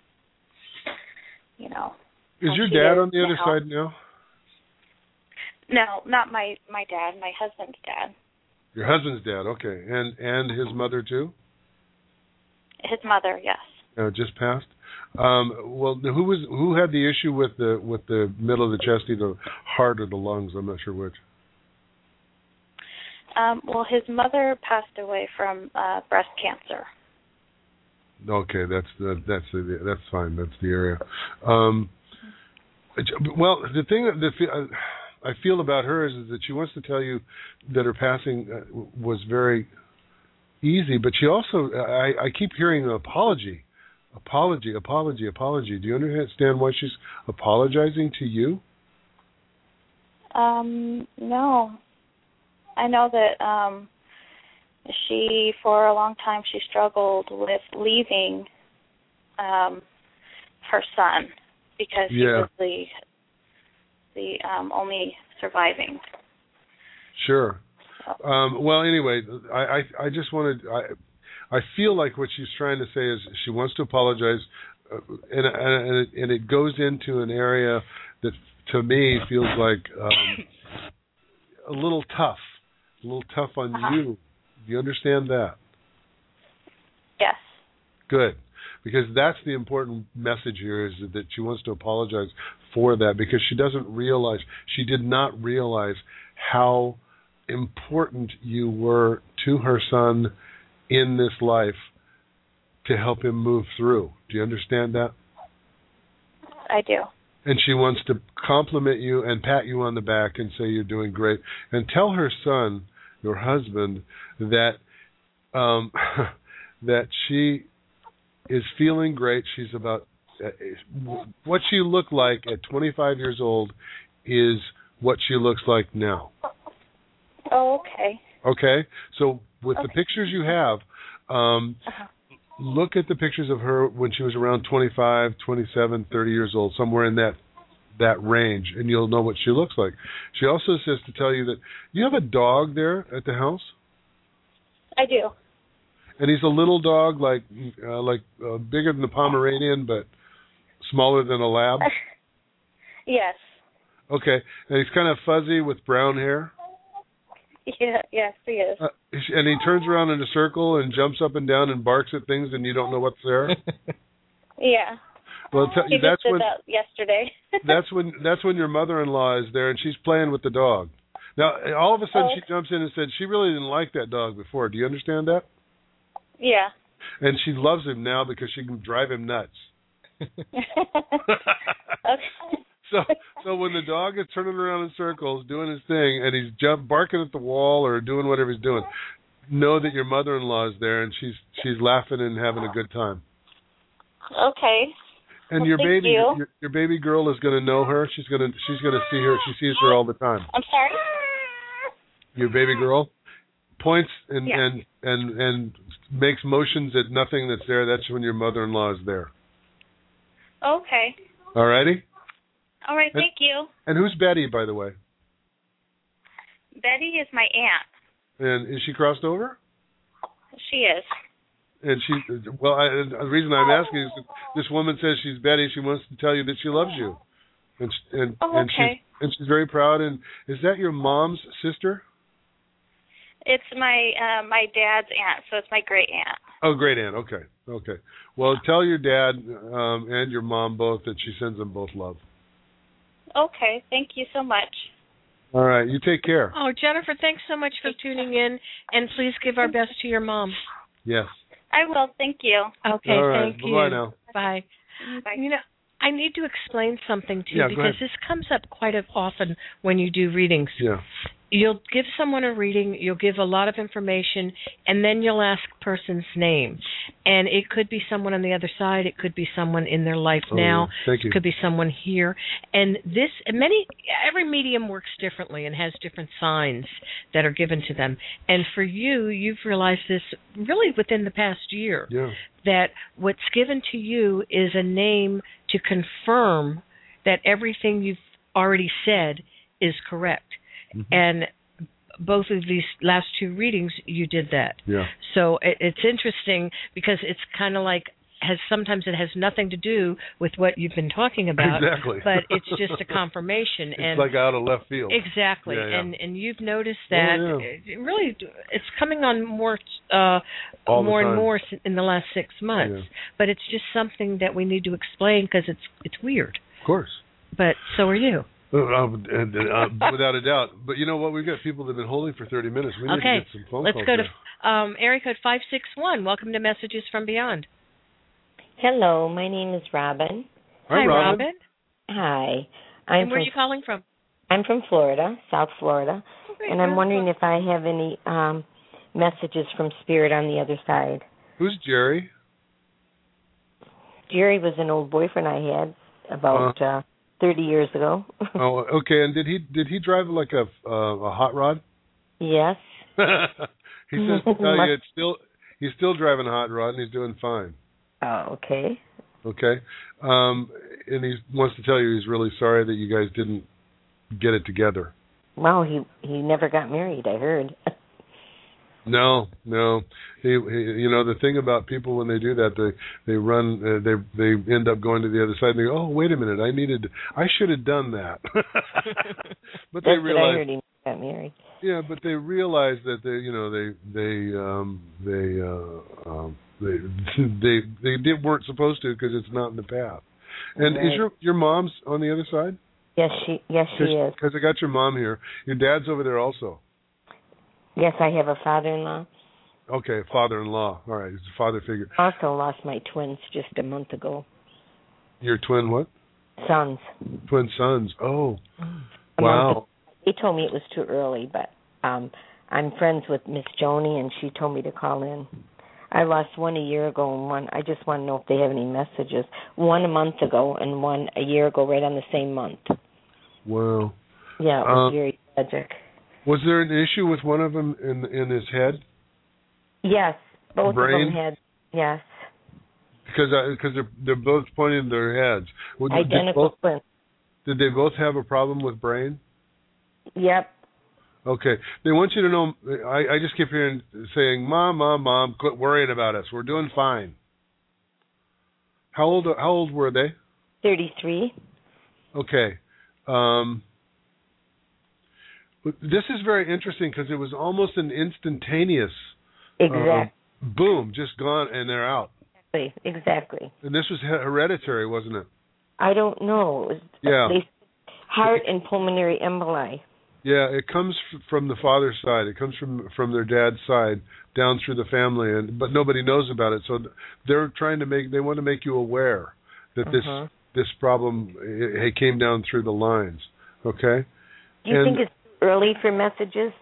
Speaker 9: you know,
Speaker 6: Is
Speaker 9: Oh,
Speaker 6: your
Speaker 9: she
Speaker 6: dad
Speaker 9: is
Speaker 6: on the other
Speaker 9: now.
Speaker 6: side now?
Speaker 9: no, not my my dad, my husband's dad.
Speaker 6: Your husband's dad, okay, and and his mother too.
Speaker 9: His mother, yes.
Speaker 6: Uh, just passed. Um, well, who was who had the issue with the with the middle of the chest, either heart or the lungs? I'm not sure which.
Speaker 9: Um, well, his mother passed away from uh, breast cancer.
Speaker 6: Okay, that's the, that's the, that's fine. That's the area. Um, well, the thing that the, fe- I feel about her is, is that she wants to tell you that her passing uh, was very easy, but she also I, I keep hearing an apology, apology, apology, apology. Do you understand why she's apologizing to you?
Speaker 9: Um, no. I know that um she for a long time she struggled with leaving um her son because he
Speaker 6: Yeah.
Speaker 9: was the the um only surviving.
Speaker 6: Sure.
Speaker 9: So,
Speaker 6: Um, well, anyway, I, I I just wanted I I feel like what she's trying to say is she wants to apologize, uh, and and and it, and it goes into an area that to me feels like um, a little tough, a little tough on
Speaker 9: Uh-huh.
Speaker 6: you. Do you understand that?
Speaker 9: yes.
Speaker 6: Good. Because that's the important message here is that she wants to apologize for that because she doesn't realize, she did not realize how important you were to her son in this life to help him move through. Do you understand that?
Speaker 9: I do.
Speaker 6: And she wants to compliment you and pat you on the back and say you're doing great and tell her son, your husband, that um, <laughs> that she is feeling great. She's about uh, what she looked like at 25 years old is what she looks like now.
Speaker 9: Oh, okay.
Speaker 6: Okay, so with the
Speaker 9: Okay.
Speaker 6: pictures you have, um,
Speaker 9: Uh-huh.
Speaker 6: look at the pictures of her when she was around 25, 27, 30 years old, somewhere in that that range, and you'll know what she looks like. She also says to tell you that you have a dog there at the house.
Speaker 9: I do.
Speaker 6: and he's a little dog, like uh, like uh, bigger than the Pomeranian, but smaller than
Speaker 9: <laughs>
Speaker 6: a lab.
Speaker 9: yes. <laughs>
Speaker 6: Okay, and he's kind of fuzzy with brown hair,
Speaker 9: Yeah, yes, he is.
Speaker 6: uh, and he turns around in a circle and jumps up and down and barks at things, and you don't know what's there.
Speaker 9: Yeah.
Speaker 6: Well, tell
Speaker 9: He
Speaker 6: you,
Speaker 9: just
Speaker 6: Uh, that's
Speaker 9: did
Speaker 6: when
Speaker 9: that <laughs> yesterday.
Speaker 6: that's when that's when your mother-in-law is there, and she's playing with the dog. Now, all of a sudden,
Speaker 9: Oh.
Speaker 6: she jumps in and said she really didn't like that dog before. Do you understand that?
Speaker 9: yeah.
Speaker 6: And she loves him now because she can drive him nuts. <laughs>
Speaker 9: okay.
Speaker 6: So so when the dog is turning around in circles, doing his thing, and he's jump barking at the wall or doing whatever he's doing, know that your mother in law is there and she's she's laughing and having a good time.
Speaker 9: Okay.
Speaker 6: And
Speaker 9: Well,
Speaker 6: your
Speaker 9: thank
Speaker 6: baby
Speaker 9: you.
Speaker 6: Your, your baby girl is gonna know her. She's gonna she's gonna see her she sees her all the time.
Speaker 9: I'm sorry.
Speaker 6: Your baby girl points and
Speaker 9: Mm-hmm. Yeah.
Speaker 6: and and and makes motions at nothing that's there. That's when your mother in law is there.
Speaker 9: Okay.
Speaker 6: All righty?
Speaker 9: All right.
Speaker 6: And-
Speaker 9: Thank you.
Speaker 6: And who's Betty by the way?
Speaker 9: Betty is my aunt.
Speaker 6: And is she crossed over?
Speaker 9: She is.
Speaker 6: and she well I, the reason i'm asking is that this woman says she's betty she wants to tell you that she loves you and sh- and
Speaker 9: Oh,
Speaker 6: and she's
Speaker 9: okay.
Speaker 6: and she's very proud and is that your mom's sister
Speaker 9: It's my uh, my dad's aunt, so it's my great aunt.
Speaker 6: oh great aunt okay okay well tell your dad um and your mom both that she sends them both love
Speaker 9: Okay. Thank you so much.
Speaker 6: all right you take care
Speaker 7: Oh, Jennifer, thanks so much for tuning in, and please give our best to your mom.
Speaker 6: yes
Speaker 9: I will. Thank you.
Speaker 7: Okay,
Speaker 6: all right
Speaker 7: thank
Speaker 6: bye
Speaker 7: you.
Speaker 6: bye now
Speaker 7: Bye.
Speaker 9: Bye.
Speaker 7: You know, I need to explain something to you
Speaker 6: Yeah, go
Speaker 7: because
Speaker 6: ahead.
Speaker 7: this comes up quite a- often when you do readings.
Speaker 6: yeah
Speaker 7: You'll give someone a reading, you'll give a lot of information, and then you'll ask person's name. And it could be someone on the other side, it could be someone in their life
Speaker 6: Oh,
Speaker 7: now,
Speaker 6: thank you
Speaker 7: could be someone here and this and many every medium works differently and has different signs that are given to them and for you you've realized this really within the past year
Speaker 6: yeah
Speaker 7: that what's given to you is a name to confirm that everything you've already said is correct
Speaker 6: Mm-hmm.
Speaker 7: and both of these last two readings you did that
Speaker 6: yeah
Speaker 7: so it, it's interesting because it's kind of like has sometimes it has nothing to do with what you've been talking about.
Speaker 6: Exactly.
Speaker 7: But it's
Speaker 6: <laughs>
Speaker 7: just a confirmation
Speaker 6: It's
Speaker 7: and
Speaker 6: like out of left field.
Speaker 7: Exactly,
Speaker 6: Yeah, yeah.
Speaker 7: and and you've noticed that
Speaker 6: Oh, yeah.
Speaker 7: it- it really it's coming on more uh
Speaker 6: All the
Speaker 7: more and
Speaker 6: time.
Speaker 7: more s- in the last six months. But it's just something that we need to explain because it's it's weird.
Speaker 6: Of course.
Speaker 7: But so are you.
Speaker 6: Uh, uh, and, uh, without a doubt. But you know what? We've got people that have been holding for 30 minutes. We need
Speaker 7: Okay,
Speaker 6: to get some phone
Speaker 7: Let's
Speaker 6: calls.
Speaker 7: go
Speaker 6: in.
Speaker 7: to um area code five six one. Welcome to Messages from Beyond.
Speaker 10: Hello, my name is Robin.
Speaker 6: Hi, Robin.
Speaker 10: Hi. I'm
Speaker 7: and where are
Speaker 10: from
Speaker 7: you calling from?
Speaker 10: I'm from Florida, South Florida,
Speaker 7: Okay,
Speaker 10: and I'm
Speaker 7: wonderful.
Speaker 10: wondering if I have any um messages from spirit on the other side.
Speaker 6: Who's
Speaker 7: <laughs>
Speaker 6: Jerry?
Speaker 10: Jerry was an old boyfriend I had
Speaker 6: Uh-huh.
Speaker 10: about uh, 30 years ago.
Speaker 6: Oh, okay. And did he did he drive like a uh, a hot rod? <laughs>
Speaker 10: yes.
Speaker 6: he
Speaker 7: <laughs>
Speaker 6: says to tell you it's still he's still driving a hot rod and he's doing fine.
Speaker 10: Oh, okay.
Speaker 6: Okay. Um, and he wants to tell you he's really sorry that you guys didn't get it together.
Speaker 10: Wow, he he never got married, I heard.
Speaker 6: No, no. He, he, you know the thing about people when they do that, they they run, uh, they they end up going to the other side. and They go, oh wait a minute, I needed, I should have done that. <laughs> but they
Speaker 10: That's what I
Speaker 6: realize,
Speaker 10: heard he never got married.
Speaker 6: yeah, but they realize that they, you know, they they um they uh, um they <laughs> they they did weren't supposed to because it's not in the path. And is
Speaker 10: Right.
Speaker 6: your your mom's on the other side?
Speaker 10: Yes, she yes she is.
Speaker 6: Because I got your mom here. Your dad's over there also.
Speaker 10: Yes, I have a father-in-law.
Speaker 6: Okay, father-in-law. All right, he's a father figure.
Speaker 10: Also lost my twins just a month ago.
Speaker 6: Your twin what?
Speaker 10: Sons.
Speaker 6: Twin sons. Oh,
Speaker 10: A
Speaker 6: wow.
Speaker 10: month They told me it was too early, but um I'm friends with Miss Joni and she told me to call in. I lost one a year ago and one I just want to know if they have any messages. One a month ago and one a year ago right on the same month.
Speaker 6: Wow.
Speaker 10: Yeah, it was
Speaker 6: Um,
Speaker 10: very tragic.
Speaker 6: Was there an issue with one of them in in his head?
Speaker 10: Yes, both
Speaker 6: brain?
Speaker 10: of them had yes,
Speaker 6: Because because they're they're both pointing their heads. Well, did-
Speaker 10: identical
Speaker 6: Did,
Speaker 10: twins.
Speaker 6: both, did they both have a problem with brain?
Speaker 10: Yep.
Speaker 6: Okay. They want you to know. I I just keep hearing saying, "Mom, mom, mom, quit worrying about us. We're doing fine." How old How old were they?
Speaker 10: Thirty three.
Speaker 6: Okay. Um, this is very interesting because it was almost an instantaneous uh, Uh-huh.
Speaker 10: Exactly.
Speaker 6: boom, just gone, and they're out.
Speaker 10: exactly.
Speaker 6: And this was he- hereditary, wasn't it?
Speaker 10: I don't know. It was
Speaker 6: Yeah.
Speaker 10: they, heart and pulmonary emboli.
Speaker 6: Yeah, it comes f- from the father's side. It comes from from their dad's side down through the family, and but nobody knows about it. So th- they're trying to make they want to make you aware that this
Speaker 3: Uh-huh.
Speaker 10: Mhm.
Speaker 6: this problem it, it came down through the lines. Okay.
Speaker 10: Do you
Speaker 6: And-
Speaker 10: think it's early for messages?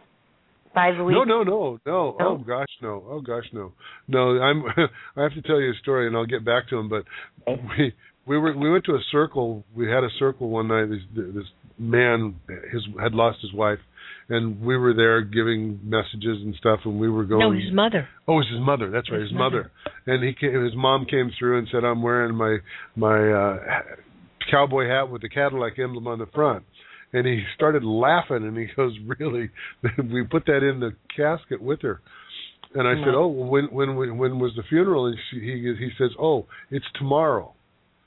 Speaker 10: Five weeks.
Speaker 6: No, no, no, no. Oh
Speaker 10: No?
Speaker 6: gosh, no. Oh gosh, no. No, I'm. <laughs> I have to tell you a story, and I'll get back to him. But we we were we went to a circle. We had a circle one night. This this man his had lost his wife, and we were there giving messages and stuff. And we were going.
Speaker 7: No, his mother.
Speaker 6: Oh, it's his mother. That's right, his,
Speaker 7: His
Speaker 6: mother. And he came, his mom came through and said, "I'm wearing my my uh, cowboy hat with the Cadillac emblem on the front." And he started laughing, and he goes, "Really? <laughs> we put that in the casket with her." And I said, "Oh, well, when when when when was the funeral?" And she, he he says, "Oh, it's tomorrow."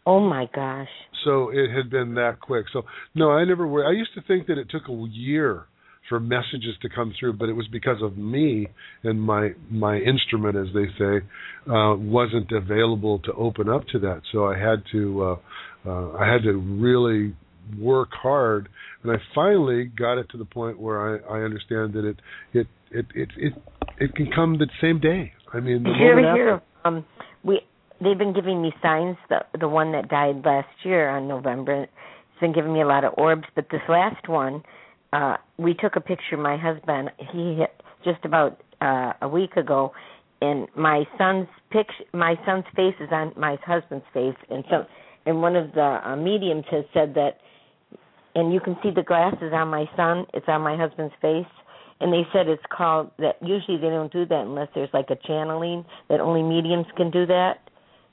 Speaker 10: Oh my gosh.
Speaker 6: So it had been that quick. So no, I never were. I used to think that it took a year for messages to come through, but it was because of me and my my instrument, as they say, uh, wasn't available to open up to that. So I had to uh, uh, I had to really work hard, and I finally got it to the point where I, I understand that it it it it it it can come the same day. I mean, the
Speaker 10: Did you
Speaker 6: moment
Speaker 10: ever
Speaker 6: after.
Speaker 10: hear of um we they've been giving me signs, the the one that died last year on November. It's been giving me a lot of orbs, but this last one, uh, we took a picture, my husband, he hit just about uh a week ago and my son's picture my son's face is on my husband's face and so and one of the uh, mediums has said that and you can see the glasses on my son. It's on my husband's face. And they said it's called that. Usually they don't do that unless there's like a channeling that only mediums can do that.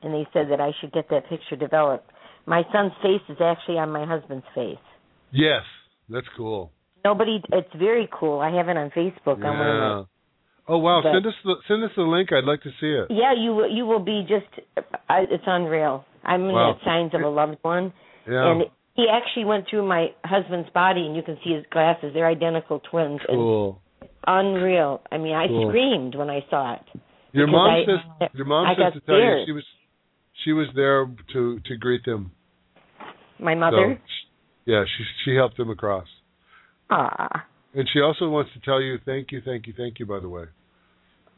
Speaker 10: And they said that I should get that picture developed. My son's face is actually on my husband's face.
Speaker 6: Yes, that's cool.
Speaker 10: Nobody, it's very cool. I have it on Facebook. I'm one of
Speaker 6: Yeah.
Speaker 10: my
Speaker 6: Oh wow!
Speaker 10: But-
Speaker 6: send us the send us the link. I'd like to see it.
Speaker 10: Yeah, you will- you will be just. I, it's unreal. I'm in
Speaker 6: Wow.
Speaker 10: that signs of a loved one,
Speaker 6: Yeah.
Speaker 10: and he actually went through my husband's body, and you can see his glasses. They're identical twins.
Speaker 6: cool.
Speaker 10: And unreal. I mean, I
Speaker 6: Cool.
Speaker 10: screamed when I saw it.
Speaker 6: Your
Speaker 10: because
Speaker 6: mom
Speaker 10: I-
Speaker 6: says your mom
Speaker 10: I
Speaker 6: says
Speaker 10: got
Speaker 6: to tell you
Speaker 10: scared.
Speaker 6: she was she was there to to greet them.
Speaker 10: My mother.
Speaker 6: So, sh- yeah, she she helped them across,
Speaker 10: Ah.
Speaker 6: and she also wants to tell you thank you, thank you, thank you. By the way,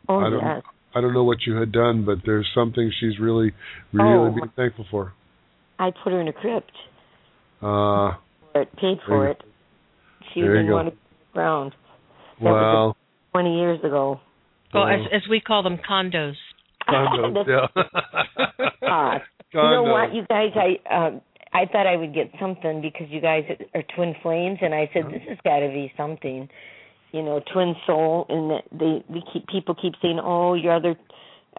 Speaker 10: Oh
Speaker 6: I don't-
Speaker 10: yes.
Speaker 6: I don't know what you had done, but there's something she's really really
Speaker 10: Oh.
Speaker 6: being thankful for.
Speaker 10: I put her in a crypt.
Speaker 6: Uh,
Speaker 10: For it, paid
Speaker 6: There
Speaker 10: for
Speaker 6: you-
Speaker 10: it. She
Speaker 6: there you
Speaker 10: didn't
Speaker 6: go.
Speaker 10: want to be around. was a-
Speaker 6: well,
Speaker 10: Twenty years ago.
Speaker 7: Well,
Speaker 6: Oh.
Speaker 7: as as we call them, condos.
Speaker 10: <laughs>
Speaker 6: condos,
Speaker 10: That's
Speaker 6: yeah. <laughs>
Speaker 10: odd. You know what,
Speaker 6: condos.
Speaker 10: you guys? I um, I thought I would get something because you guys are twin flames, and I said this has got to be something. You know, twin soul, and that they we keep people keep saying, "Oh, your other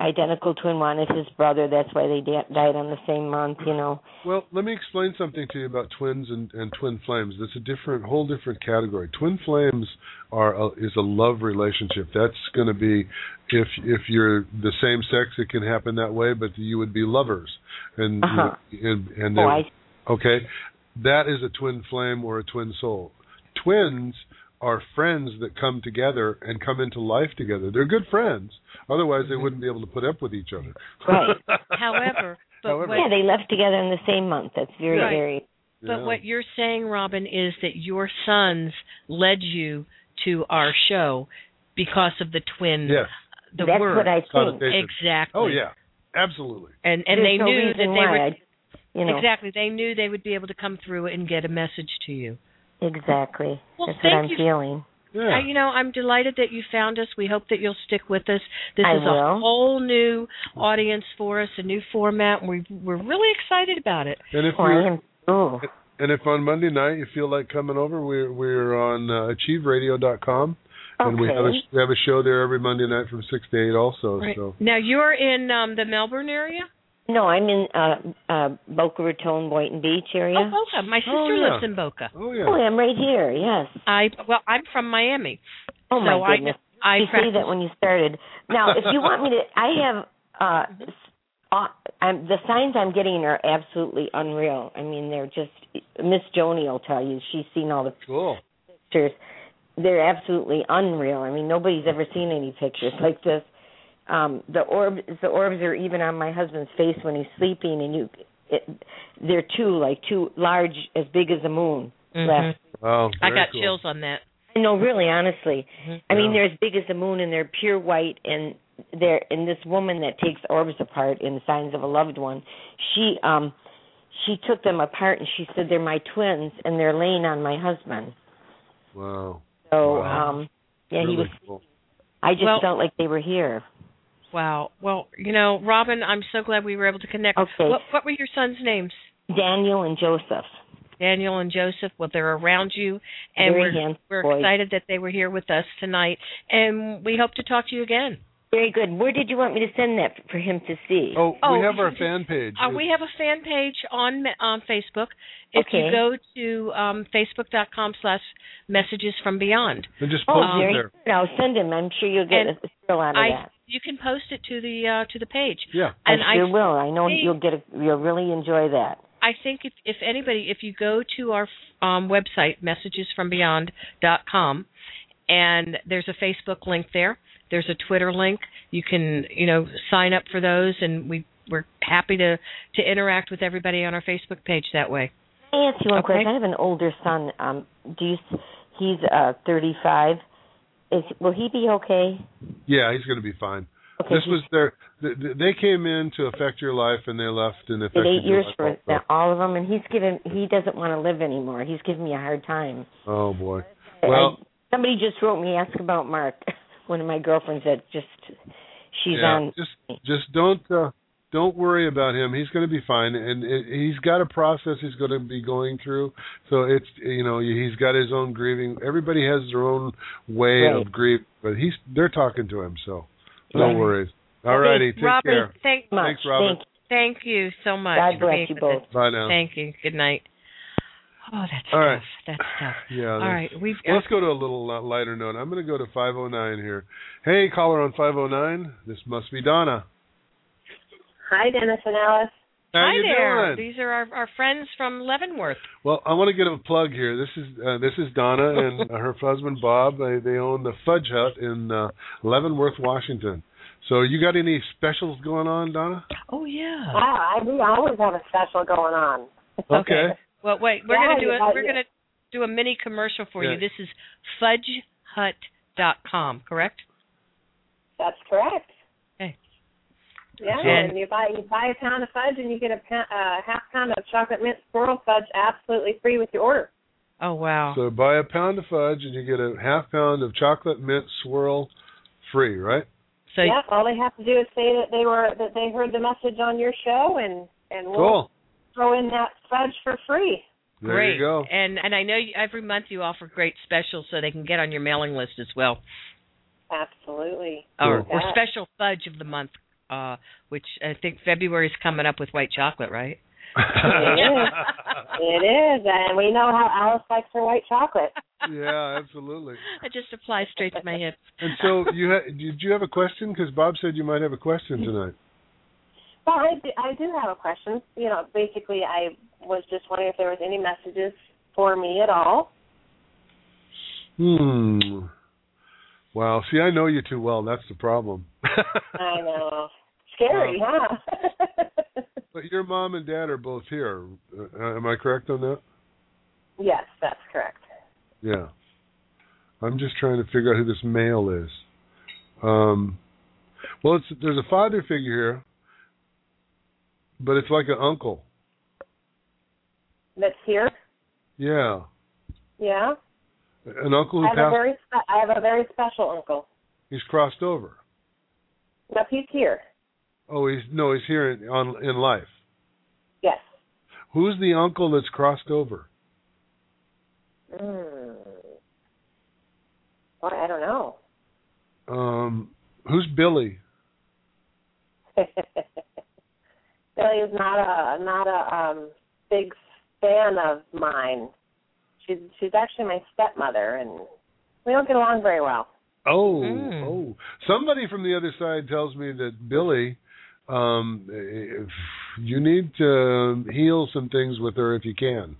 Speaker 10: identical twin one is his brother. That's why they di- died on the same month." You know.
Speaker 6: Well, let me explain something to you about twins and, and twin flames. That's a different, whole different category. Twin flames are a, is a love relationship. That's going to be, if if you're the same sex, it can happen that way. But you would be lovers, and you know, and and they
Speaker 10: Oh,
Speaker 6: would-
Speaker 10: I
Speaker 6: Okay. That is a twin flame or a twin soul. Twins are friends that come together and come into life together. They're good friends. Otherwise, they wouldn't be able to put up with each other. <laughs>
Speaker 10: Right.
Speaker 7: However, but
Speaker 6: However.
Speaker 7: what
Speaker 10: yeah, they left together in the same month. That's very
Speaker 7: Right.
Speaker 10: very
Speaker 7: But
Speaker 6: Yeah.
Speaker 7: what you're saying, Robin, is that your sons led you to our show because of the twin,
Speaker 6: Yes.
Speaker 7: the
Speaker 10: that's
Speaker 7: word.
Speaker 10: what I think.
Speaker 6: Connotation.
Speaker 7: exactly.
Speaker 6: Oh yeah.
Speaker 11: <laughs>
Speaker 6: Absolutely.
Speaker 7: And and
Speaker 10: There's
Speaker 7: they
Speaker 10: no
Speaker 7: knew that
Speaker 10: reason
Speaker 7: they
Speaker 10: why
Speaker 7: would
Speaker 10: I- you know
Speaker 7: exactly. They knew they would be able to come through and get a message to you.
Speaker 10: exactly.
Speaker 7: Well,
Speaker 10: that's what
Speaker 7: thank
Speaker 10: I'm
Speaker 7: you.
Speaker 10: feeling.
Speaker 6: Yeah.
Speaker 7: Uh, you know, I'm delighted that you found us. We hope that you'll stick with us. This
Speaker 10: I
Speaker 7: is a
Speaker 10: will.
Speaker 7: whole new audience for us, a new format. and We we're really excited about it.
Speaker 6: and if
Speaker 10: Oh,
Speaker 6: you're-
Speaker 10: I am. Oh,
Speaker 6: And if on Monday night you feel like coming over, we're we're on uh, achieveradio.com, and we have a
Speaker 10: Okay.
Speaker 6: we have a show there every Monday night from six to eight also.
Speaker 7: Right.
Speaker 6: So
Speaker 7: Now you're in um the Melbourne area.
Speaker 10: no, I'm in uh uh Boca Raton, Boynton Beach area.
Speaker 7: Oh, Boca. My sister
Speaker 6: Oh, yeah.
Speaker 7: lives in Boca.
Speaker 6: oh
Speaker 10: Oh,
Speaker 6: yeah,
Speaker 10: I'm right here. Yes.
Speaker 7: I well, I'm from Miami.
Speaker 10: Oh
Speaker 7: so
Speaker 10: my
Speaker 7: I,
Speaker 10: goodness.
Speaker 7: I
Speaker 10: you say
Speaker 7: practice-
Speaker 10: that when you started. Now, if you want me to, I have uh, s- uh I'm, the signs I'm getting are absolutely unreal. I mean, they're just Miss Joni will tell you she's seen all the
Speaker 6: cool.
Speaker 10: pictures. They're absolutely unreal. I mean, nobody's ever seen any pictures like this. Um, the orbs, the orbs are even on my husband's face when he's sleeping, and you, it, they're two like two large, as big as the moon.
Speaker 7: Mhm.
Speaker 6: Wow,
Speaker 7: I
Speaker 6: very
Speaker 7: got
Speaker 6: cool.
Speaker 7: chills on that.
Speaker 10: No, really, honestly.
Speaker 7: Mhm.
Speaker 10: I mean,
Speaker 6: Yeah.
Speaker 10: they're as big as the moon, and they're pure white. And they're and this woman that takes orbs apart in Signs of a Loved One, she um, she took them apart, and she said they're my twins, and they're laying on my husband.
Speaker 6: Wow,
Speaker 10: So,
Speaker 6: Wow.
Speaker 10: um, yeah,
Speaker 6: really
Speaker 10: he was.
Speaker 6: cool.
Speaker 10: I just
Speaker 7: Well-
Speaker 10: felt like they were here.
Speaker 7: Wow. Well, you know, Robin, I'm so glad we were able to connect.
Speaker 10: Okay.
Speaker 7: What, what were your sons' names?
Speaker 10: Daniel and Joseph.
Speaker 7: Daniel and Joseph. Well, they're around you, and
Speaker 10: Very
Speaker 7: we're,
Speaker 10: handsome
Speaker 7: we're
Speaker 10: boys.
Speaker 7: excited that they were here with us tonight, and we hope to talk to you again.
Speaker 10: Very good. Where did you want me to send that for him to see?
Speaker 6: Oh,
Speaker 7: Oh,
Speaker 6: we have our
Speaker 7: you-
Speaker 6: fan page.
Speaker 7: Uh, we have a fan page on um, Facebook. If you
Speaker 10: Okay.
Speaker 7: go to um, facebook.com slash messages from beyond,
Speaker 6: and just
Speaker 10: Oh,
Speaker 6: post it
Speaker 10: very
Speaker 6: there.
Speaker 10: good. I'll send him. I'm sure you'll get
Speaker 7: And
Speaker 10: a thrill out of
Speaker 7: I
Speaker 10: that.
Speaker 7: you can post it to the uh, to the page.
Speaker 6: Yeah,
Speaker 7: And
Speaker 10: I sure will. I know
Speaker 7: think-
Speaker 10: you'll get. A, you'll really enjoy that.
Speaker 7: I think if, if anybody, if you go to our um, website, messagesfrombeyond.com, and there's a Facebook link there, there's a Twitter link. You can, you know, sign up for those, and we we're happy to to interact with everybody on our Facebook page that way.
Speaker 10: Can I ask you one
Speaker 7: Okay.
Speaker 10: question? I have an older son. Um, do you? He's uh, 35. Is will he be okay?
Speaker 6: yeah, he's going to be fine.
Speaker 10: Okay.
Speaker 6: this was their th- th- they came in to affect your life, and they left and
Speaker 10: he's
Speaker 6: affected
Speaker 10: been eight
Speaker 6: your
Speaker 10: years
Speaker 6: life
Speaker 10: for
Speaker 6: also.
Speaker 10: now, all of them, and he's given. He doesn't want to live anymore. He's giving me a hard time.
Speaker 6: Oh boy,
Speaker 10: I-
Speaker 6: Well-
Speaker 10: I- somebody just wrote me ask about Mark. <laughs> One of my girlfriends that just she's
Speaker 6: yeah,
Speaker 10: on.
Speaker 6: just just don't uh, don't worry about him. He's going to be fine, and it, he's got a process he's going to be going through. So it's you know he's got his own grieving. Everybody has their own way of
Speaker 10: Right.
Speaker 6: grief, but he's they're talking to him, so no
Speaker 10: Right.
Speaker 6: worries. All righty, take
Speaker 7: Robin,
Speaker 6: care.
Speaker 7: thank
Speaker 10: much.
Speaker 6: Thanks, Robin.
Speaker 10: Thank you.
Speaker 7: thank you so much.
Speaker 10: God
Speaker 7: for
Speaker 10: bless
Speaker 7: being
Speaker 10: you
Speaker 7: with
Speaker 10: both.
Speaker 7: us.
Speaker 6: Bye now.
Speaker 7: Thank you. Good night. Oh, that's
Speaker 6: All
Speaker 7: tough.
Speaker 6: right.
Speaker 7: That's tough.
Speaker 6: Yeah.
Speaker 7: All
Speaker 6: that's-
Speaker 7: right, we've
Speaker 6: well, let's go to a little uh, lighter note. I'm going to go to 509 here. Hey, caller on 509. This must be Donna.
Speaker 12: Hi, Dennis and Alice.
Speaker 6: How
Speaker 7: Hi
Speaker 6: you
Speaker 7: there.
Speaker 6: doing?
Speaker 7: These are our, our friends from Leavenworth.
Speaker 6: Well, I want to give a plug here. This is uh, this is Donna and uh, her husband Bob. They they own the Fudge Hut in uh, Leavenworth, Washington. So you got any specials going on, Donna?
Speaker 7: Oh yeah.
Speaker 12: Wow, I, we always have a special going on.
Speaker 6: Okay.
Speaker 7: Well, wait. We're
Speaker 12: Yeah,
Speaker 7: gonna do
Speaker 12: you
Speaker 7: a
Speaker 12: got-
Speaker 7: we're gonna do a mini commercial for
Speaker 6: Yeah.
Speaker 7: you. This is FudgeHut.com, correct?
Speaker 12: That's correct.
Speaker 7: Okay.
Speaker 12: Yeah,
Speaker 7: So-
Speaker 12: and you buy you buy a pound of fudge and you get a pa- uh, half pound of chocolate mint swirl fudge absolutely free with your order.
Speaker 7: Oh wow.
Speaker 6: So buy a pound of fudge and you get a half pound of chocolate mint swirl free, right?
Speaker 7: So
Speaker 12: yep, all they have to do is say that they were that they heard the message on your show and and we'll
Speaker 6: Cool.
Speaker 12: throw in that fudge for free.
Speaker 6: There
Speaker 7: great.
Speaker 6: you go.
Speaker 7: And and I know you, every month you offer great specials, so they can get on your mailing list as well,
Speaker 12: Absolutely.
Speaker 7: or,
Speaker 6: Cool.
Speaker 7: or Oh, special
Speaker 6: <laughs>
Speaker 7: fudge of the month, uh, which I think February's coming up with white chocolate, right? <laughs>
Speaker 12: It is, and we know how Alice likes her white chocolate.
Speaker 6: <laughs> yeah, absolutely.
Speaker 7: I just apply straight to my
Speaker 12: <laughs>
Speaker 7: hips.
Speaker 6: And so you ha- did you have a question? Because Bob said you might have a question tonight.
Speaker 12: Well, I do, I do have a question. You know, basically, I was just wondering if there was any messages for me at all.
Speaker 6: Hmm. Wow. See, I know you too well. That's the problem.
Speaker 12: I know, scary, huh?
Speaker 6: but your mom and dad are both here. Uh, am I correct on that?
Speaker 12: <laughs> yes, that's correct.
Speaker 6: Yeah. I'm just trying to figure out who this male is. Um, well, it's, there's a father figure here, but it's like an uncle.
Speaker 12: That's here.
Speaker 6: Yeah,
Speaker 12: Yeah,
Speaker 6: an uncle
Speaker 12: I
Speaker 6: who
Speaker 12: have a
Speaker 6: passed.
Speaker 12: very spe- I have a very special uncle.
Speaker 6: He's crossed over.
Speaker 12: Nope, he's here.
Speaker 6: Oh, he's no, he's here in on in life.
Speaker 12: Yes.
Speaker 6: Who's the uncle that's crossed over?
Speaker 12: Mm. Well, I don't know.
Speaker 6: Um, who's Billy?
Speaker 12: Billy is not a not a um big fan of mine. She's she's actually my stepmother and we don't get along very well. <laughs>
Speaker 6: Oh,
Speaker 7: Mm.
Speaker 6: oh! Somebody from the other side tells me that Billy, um, if you need to heal some things with her if you can.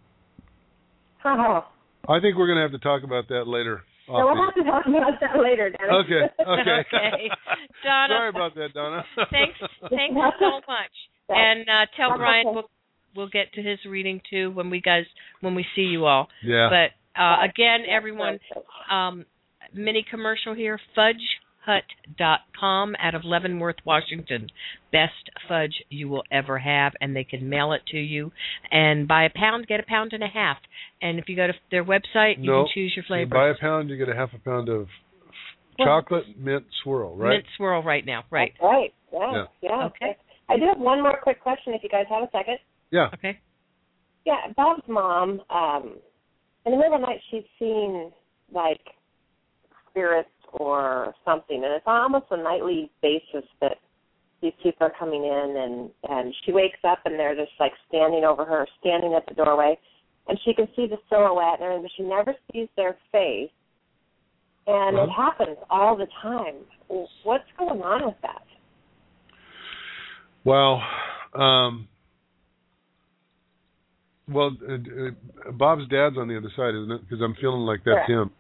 Speaker 12: Oh.
Speaker 6: I think we're going to have to talk about that later.
Speaker 12: So we'll
Speaker 6: off
Speaker 12: have to talk about that later,
Speaker 6: the-
Speaker 12: Dennis.
Speaker 6: Okay,
Speaker 12: <laughs>
Speaker 7: Okay.
Speaker 6: okay.
Speaker 7: <laughs> Donna.
Speaker 6: Sorry about that, Donna. <laughs>
Speaker 7: Thanks, thanks <laughs> so much. And uh, tell
Speaker 12: That's
Speaker 7: Brian
Speaker 12: okay.
Speaker 7: we'll we'll get to his reading too when we guys when we see you all.
Speaker 6: Yeah.
Speaker 7: But uh, again, everyone,
Speaker 12: Sounds
Speaker 7: um, mini commercial here, fudgehut.com out of Leavenworth, Washington. Best fudge you will ever have, and they can mail it to you. And buy a pound, get a pound and a half. And if you go to their website, you
Speaker 6: No,
Speaker 7: can choose your
Speaker 6: you
Speaker 7: flavor.
Speaker 6: buy a pound, you get a half a pound of
Speaker 7: Well-
Speaker 6: chocolate mint swirl, right?
Speaker 7: Mint swirl right now, right?
Speaker 12: That's Right. Yeah.
Speaker 6: Yeah.
Speaker 12: Yeah.
Speaker 7: Okay.
Speaker 12: I do have one more quick question if you guys have a second.
Speaker 6: Yeah.
Speaker 7: Okay.
Speaker 12: Yeah, Bob's mom, um, in the middle of the night, she's seen like spirits or something, and it's on almost a nightly basis that these people are coming in, and and she wakes up and they're just like standing over her, standing at the doorway, and she can see the silhouette and everything, but she never sees their face, and it
Speaker 6: Uh-huh.
Speaker 12: happens all the time. What's going on with that?
Speaker 6: Well, um, well, uh, uh, Bob's dad's on the other side, isn't it? Because I'm feeling like that's
Speaker 12: Correct.
Speaker 6: him.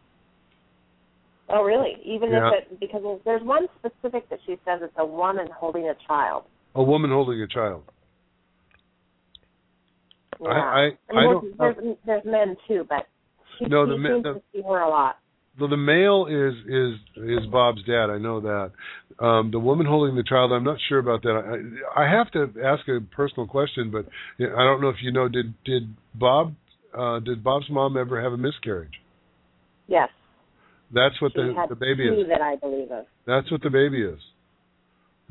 Speaker 12: Oh, really? Even
Speaker 6: Yeah.
Speaker 12: if it because there's- there's one specific that she says it's a woman holding a child.
Speaker 6: A woman holding a child.
Speaker 12: Yeah.
Speaker 6: I, I,
Speaker 12: mean,
Speaker 6: I
Speaker 12: there's,
Speaker 6: don't.
Speaker 12: There's, there's men too, but she,
Speaker 6: No, the
Speaker 12: she
Speaker 6: men-
Speaker 12: seems
Speaker 6: the-
Speaker 12: to see her a lot.
Speaker 6: the, the male is is is Bob's dad. I know that. Um, the woman holding the child, I'm not sure about that. I, I have to ask a personal question, but I don't know if you know. Did did Bob uh, did Bob's mom ever have a miscarriage?
Speaker 12: Yes,
Speaker 6: That's what
Speaker 12: she
Speaker 6: the,
Speaker 12: had
Speaker 6: the baby
Speaker 12: two
Speaker 6: is.
Speaker 12: that I believe of.
Speaker 6: That's what the baby is.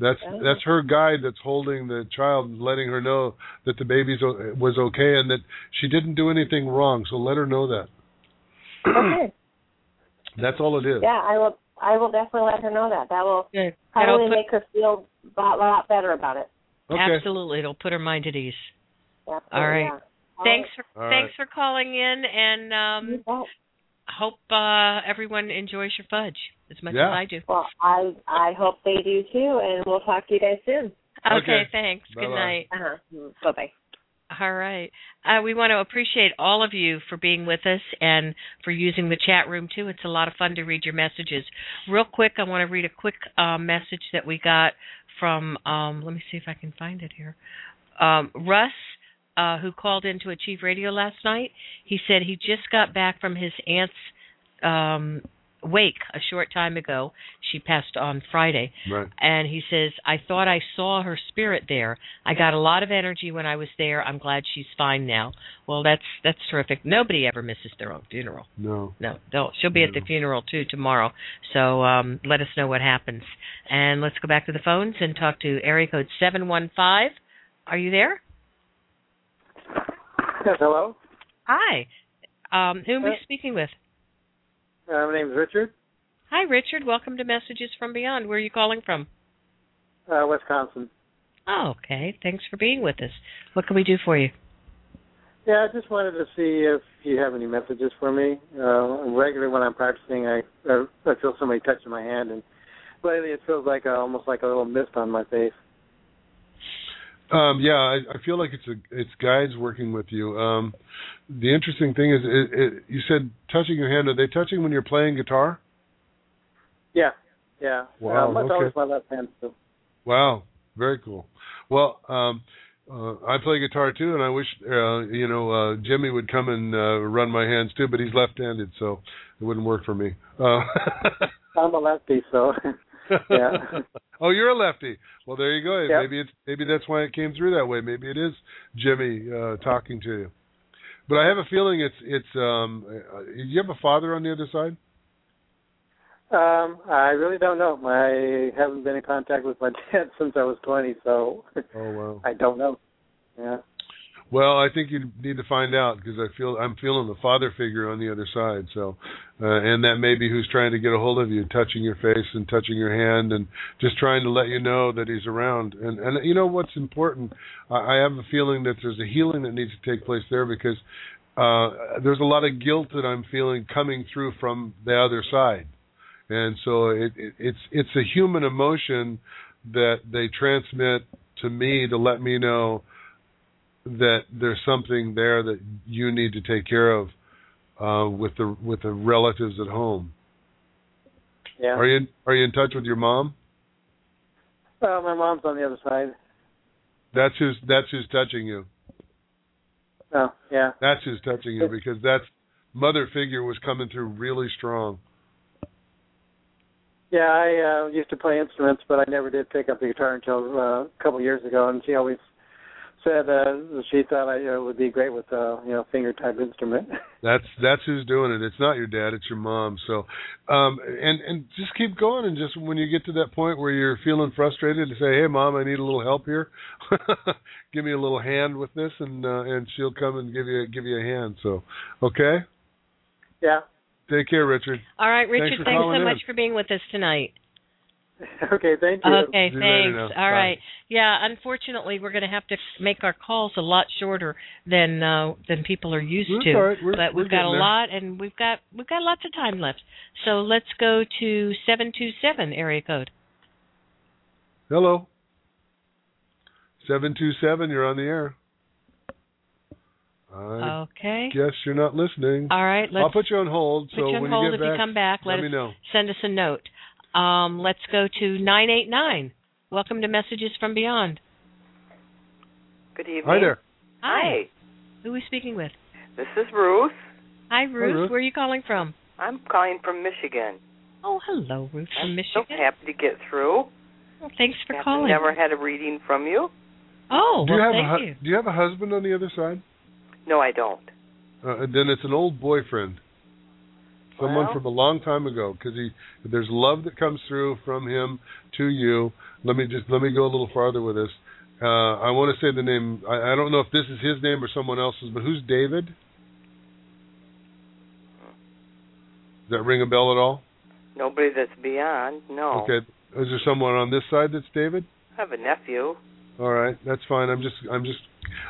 Speaker 6: That's
Speaker 12: Oh.
Speaker 6: that's her guide that's holding the child, letting her know that the baby was okay and that she didn't do anything wrong. So let her know that.
Speaker 12: Okay,
Speaker 6: <clears throat> That's all it is.
Speaker 12: yeah, I will. I will definitely let her know that. That will
Speaker 7: Good. That'll
Speaker 12: probably
Speaker 7: put-
Speaker 12: make her feel a lot, lot better about it.
Speaker 6: Okay.
Speaker 7: Absolutely, it'll put her mind at ease.
Speaker 12: Absolutely,
Speaker 7: All right.
Speaker 12: yeah.
Speaker 7: Thanks for
Speaker 6: All
Speaker 7: thanks for calling in, and um, hope uh, everyone enjoys your fudge as much
Speaker 6: Yeah.
Speaker 7: as I do.
Speaker 12: Well, I I hope they do too, and we'll talk to you guys soon.
Speaker 7: Okay, thanks. Good night.
Speaker 12: Uh-huh. Bye bye.
Speaker 7: All right. Uh, we want to appreciate all of you for being with us and for using the chat room too. It's a lot of fun to read your messages. Real quick, I want to read a quick uh, message that we got from. Um, let me see if I can find it here. Um, Russ, uh, who called in to Achieve Radio last night, he said he just got back from his aunt's um, wake a short time ago. She passed on Friday.
Speaker 6: Right.
Speaker 7: And he says, I thought I saw her spirit there. I got a lot of energy when I was there. I'm glad she's fine now. Well, that's that's terrific. Nobody ever misses their own funeral.
Speaker 6: No.
Speaker 7: No, no. She'll be at the funeral too tomorrow. So um, let us know what happens. And let's go back to the phones and talk to area code seven one five. Are you there?
Speaker 13: Yes, hello.
Speaker 7: Hi. Um, who am I
Speaker 13: Uh,
Speaker 7: speaking with?
Speaker 13: Uh, my name is Richard,
Speaker 7: Hi, Richard. Welcome to Messages from Beyond. Where are you calling from?
Speaker 13: uh, Wisconsin.
Speaker 7: Oh, okay. Thanks for being with us. What can we do for you?
Speaker 13: Yeah, I just wanted to see if you have any messages for me. Uh, regularly, when I'm practicing, I, I I feel somebody touching my hand, and lately it feels like a, almost like a little mist on my face.
Speaker 6: Um, yeah, I, I feel like it's a, it's guides working with you. Um, the interesting thing is, it, it, you said touching your hand. Are they touching when you're playing guitar?
Speaker 13: Yeah, yeah.
Speaker 6: Wow,
Speaker 13: Uh, much
Speaker 6: okay.
Speaker 13: always my left hand. So.
Speaker 6: Wow, very cool. Well, um, uh, I play guitar too, and I wish uh, you know uh, Jimmy would come and uh, run my hands too, but he's left-handed, so it wouldn't work for me. Uh, <laughs>
Speaker 13: I'm a lefty, so <laughs> yeah.
Speaker 6: oh, you're a lefty. Well, there you go.
Speaker 13: Yep.
Speaker 6: Maybe it's maybe that's why it came through that way. Maybe it is Jimmy uh, talking to you. But I have a feeling it's it's. Um, uh, you have a father on the other side.
Speaker 13: Um, I really don't know. I haven't been in contact with my <laughs> dad since I was 20, so
Speaker 6: Oh wow.
Speaker 13: <laughs> I don't know. Yeah.
Speaker 6: Well, I think you need to find out because I feel I'm feeling the father figure on the other side. So, uh, and that may be who's trying to get a hold of you, touching your face and touching your hand, and just trying to let you know that he's around. And and you know what's important? I, I have a feeling that there's a healing that needs to take place there because uh, there's a lot of guilt that I'm feeling coming through from the other side, and so it, it, it's it's a human emotion that they transmit to me to let me know that there's something there that you need to take care of uh, with the with the relatives at home.
Speaker 13: Yeah.
Speaker 6: Are you are you in touch with your mom?
Speaker 13: Well, my mom's on the other side.
Speaker 6: That's who's that's who's touching you.
Speaker 13: Oh, yeah.
Speaker 6: That's who's touching you because that's mother figure was coming through really strong.
Speaker 13: Yeah, I uh, used to play instruments, but I never did pick up the guitar until uh, a couple years ago. And she always said uh, she thought I uh, would be great with uh, you know finger type instrument.
Speaker 6: That's that's who's doing it. It's not your dad, it's your mom. So um and and just keep going and just when you get to that point where you're feeling frustrated to say, "Hey mom, I need a little help here. <laughs> give me a little hand with this." And uh, and she'll come and give you give you a hand. So, okay?
Speaker 13: yeah.
Speaker 6: Take care, Richard.
Speaker 7: All right, Richard.
Speaker 6: for
Speaker 7: Thanks,
Speaker 6: calling
Speaker 7: so
Speaker 6: in.
Speaker 7: much for being with us tonight.
Speaker 13: <laughs> okay. Thank you.
Speaker 7: Okay,
Speaker 6: See you later
Speaker 7: thanks.
Speaker 6: now.
Speaker 7: All
Speaker 6: Bye.
Speaker 7: right. Yeah, unfortunately, we're going to have to make our calls a lot shorter than uh, than people are used
Speaker 1: That's
Speaker 7: to.
Speaker 1: all right. We're-
Speaker 7: but
Speaker 1: we're
Speaker 7: we've got a
Speaker 1: getting there.
Speaker 7: lot, and we've got we've got lots of time left. So let's go to seven two seven area code.
Speaker 6: Hello. 727, you're on the air. I
Speaker 7: Okay.
Speaker 6: guess you're not listening.
Speaker 7: All right. Let's
Speaker 6: I'll put you on hold.
Speaker 7: put
Speaker 6: so
Speaker 7: you on
Speaker 6: when
Speaker 7: hold
Speaker 6: you
Speaker 7: if
Speaker 6: get back,
Speaker 7: you come back.
Speaker 6: let
Speaker 7: let
Speaker 6: me
Speaker 7: us,
Speaker 6: know.
Speaker 7: Send us a note. Um, let's go to nine eight nine. Welcome to Messages from Beyond.
Speaker 14: Good evening.
Speaker 6: Hi there.
Speaker 7: Hi. Who are we speaking with?
Speaker 14: This is Ruth.
Speaker 7: Hi, Ruth.
Speaker 14: Ruth.
Speaker 7: Where are you calling from?
Speaker 14: I'm calling from Michigan.
Speaker 7: Oh, hello, Ruth from Michigan.
Speaker 14: So happy to get through.
Speaker 7: Well, thanks for
Speaker 14: Haven't
Speaker 7: calling.
Speaker 14: Never had a reading from you.
Speaker 7: Oh,
Speaker 6: do you
Speaker 7: well,
Speaker 6: have a
Speaker 7: thank
Speaker 6: hu-
Speaker 7: you.
Speaker 6: Do you have a husband on the other side?
Speaker 14: No, I don't.
Speaker 6: Uh, then it's an old boyfriend, someone
Speaker 14: Well.
Speaker 6: from a long time ago. Because he, there's love that comes through from him to you. Let me just let me go a little farther with this. Uh, I want to say the name. I, I don't know if this is his name or someone else's, but who's David? Does that ring a bell at all?
Speaker 14: Nobody that's beyond. No.
Speaker 6: Okay. Is there someone on this side that's David?
Speaker 14: I have a nephew.
Speaker 6: All right, that's fine. I'm just I'm just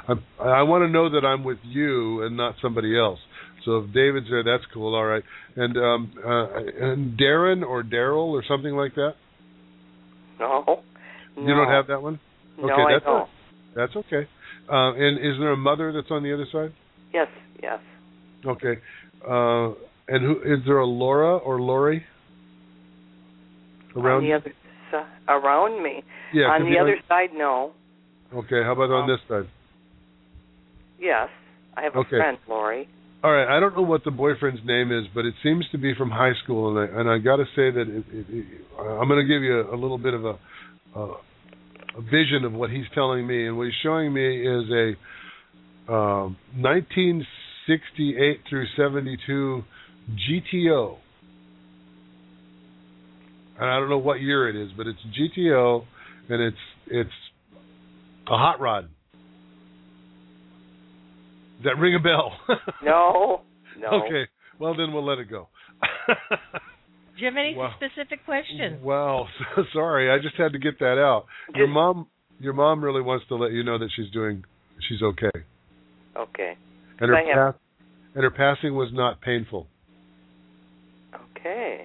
Speaker 6: I'm, I want to know that I'm with you and not somebody else. So if David's there, that's cool. All right, and um, uh, and Darren or Daryl or something like that.
Speaker 14: No.
Speaker 6: You don't have that one.
Speaker 14: No,
Speaker 6: Okay,
Speaker 14: I
Speaker 6: that's
Speaker 14: don't.
Speaker 6: all. That's okay. Uh, and is there a mother that's on the other side?
Speaker 14: Yes, yes.
Speaker 6: Okay. Uh, and who is there a Laura or Lori around?
Speaker 14: on the other si- around me.
Speaker 6: Yeah, it
Speaker 14: on
Speaker 6: could
Speaker 14: the
Speaker 6: be
Speaker 14: other Um, side, no.
Speaker 6: Okay. How about on this side?
Speaker 14: Yes, I have a
Speaker 6: Okay.
Speaker 14: friend, Lori.
Speaker 6: All right. I don't know what the boyfriend's name is, but it seems to be from high school, and I and I got to say that it, it, it, I'm going to give you a, a little bit of a, a a vision of what he's telling me, and what he's showing me is a um, 1968 through 72 GTO. And I don't know what year it is, but it's GTO, and it's it's a hot rod. Does that ring a bell? <laughs>
Speaker 14: No, no.
Speaker 6: Okay. Well, then we'll let it go.
Speaker 7: Do you have any
Speaker 6: Wow.
Speaker 7: specific question?
Speaker 6: Wow. <laughs> So sorry. I just had to get that out. Your
Speaker 7: Just-
Speaker 6: mom, your mom really wants to let you know that she's doing, she's okay,
Speaker 14: Okay.
Speaker 6: and her
Speaker 14: I have-
Speaker 6: pass, and her passing was not painful.
Speaker 14: Okay.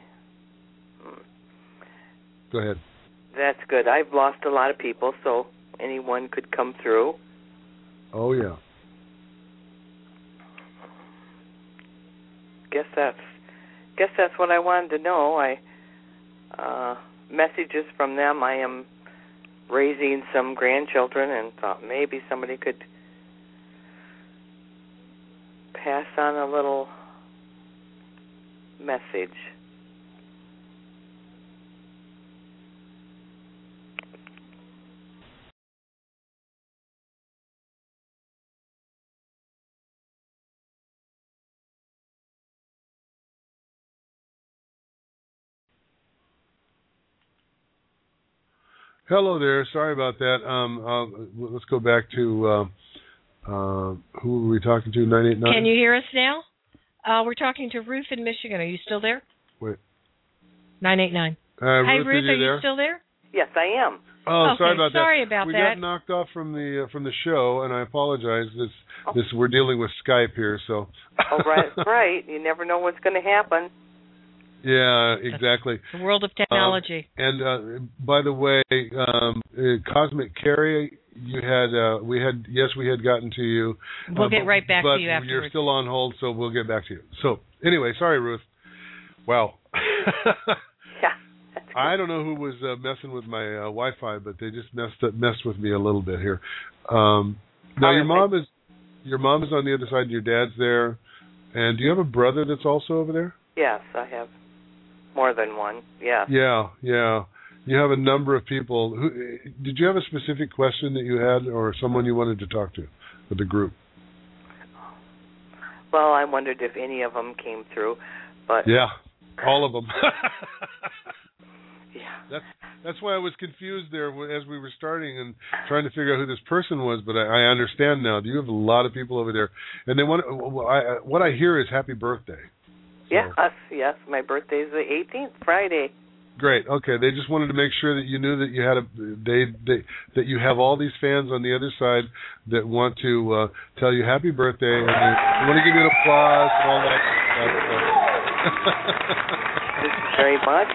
Speaker 6: Go ahead.
Speaker 14: That's good. I've lost a lot of people, so anyone could come through.
Speaker 6: Oh yeah.
Speaker 14: Guess that's guess that's what I wanted to know. I uh messages from them. I am raising some grandchildren and thought maybe somebody could pass on a little message.
Speaker 6: Hello there. Sorry about that. Um, uh, let's go back to uh, uh, who were we talking to? Nine eight nine.
Speaker 7: Can you hear us now? Uh, we're talking to Ruth in Michigan. Are you still there?
Speaker 6: Wait.
Speaker 7: Nine eight nine.
Speaker 6: Uh,
Speaker 7: hey
Speaker 6: Ruth,
Speaker 7: Ruth,
Speaker 6: are you there?
Speaker 7: still there?
Speaker 14: Yes, I am.
Speaker 6: Oh,
Speaker 7: Okay,
Speaker 6: sorry about that.
Speaker 7: sorry about
Speaker 6: we
Speaker 7: that.
Speaker 6: got knocked off from the uh, from the show, and I apologize. This
Speaker 7: Oh.
Speaker 6: this we're dealing with Skype here, so <laughs>
Speaker 14: Oh, right, right. You never know what's going to happen.
Speaker 6: yeah, exactly.
Speaker 7: The world of technology.
Speaker 6: And uh, by the way, um, uh, Cosmic Carrie, you had uh, we had yes, we had gotten to you.
Speaker 7: We'll
Speaker 6: Uh,
Speaker 7: get
Speaker 6: but-
Speaker 7: right back to
Speaker 6: but
Speaker 7: you
Speaker 6: You're
Speaker 7: afterwards.
Speaker 6: still on hold, so we'll get back to you. So anyway, sorry, Ruth. Wow. <laughs> I don't know who was uh, messing with my uh, Wi-Fi, but they just messed up, messed with me a little bit here. Um, now your mom is your mom is on the other side, and your dad's there. And do you have a brother that's also over there?
Speaker 14: Yes, I have more than one. Yes.
Speaker 6: Yeah, yeah. You have a number of people. Who, did you have a specific question that you had, or someone you wanted to talk to, with the group?
Speaker 14: Well, I wondered if any of them came through, but
Speaker 6: Yeah, all <laughs> of them.
Speaker 14: yeah.
Speaker 6: That's that's why I was confused there wh- as we were starting and trying to figure out who this person was. But I, I understand now. You have a lot of people over there, and they want. wh- wh- I, I- what I hear is happy birthday.
Speaker 14: Yes, yes. My birthday is the 18th, Friday.
Speaker 6: Great. Okay, they just wanted to make sure that you knew that you had a they, they that you have all these fans on the other side that want to uh, tell you happy birthday and they, they want to give you an applause and all that. Thank
Speaker 14: you very much.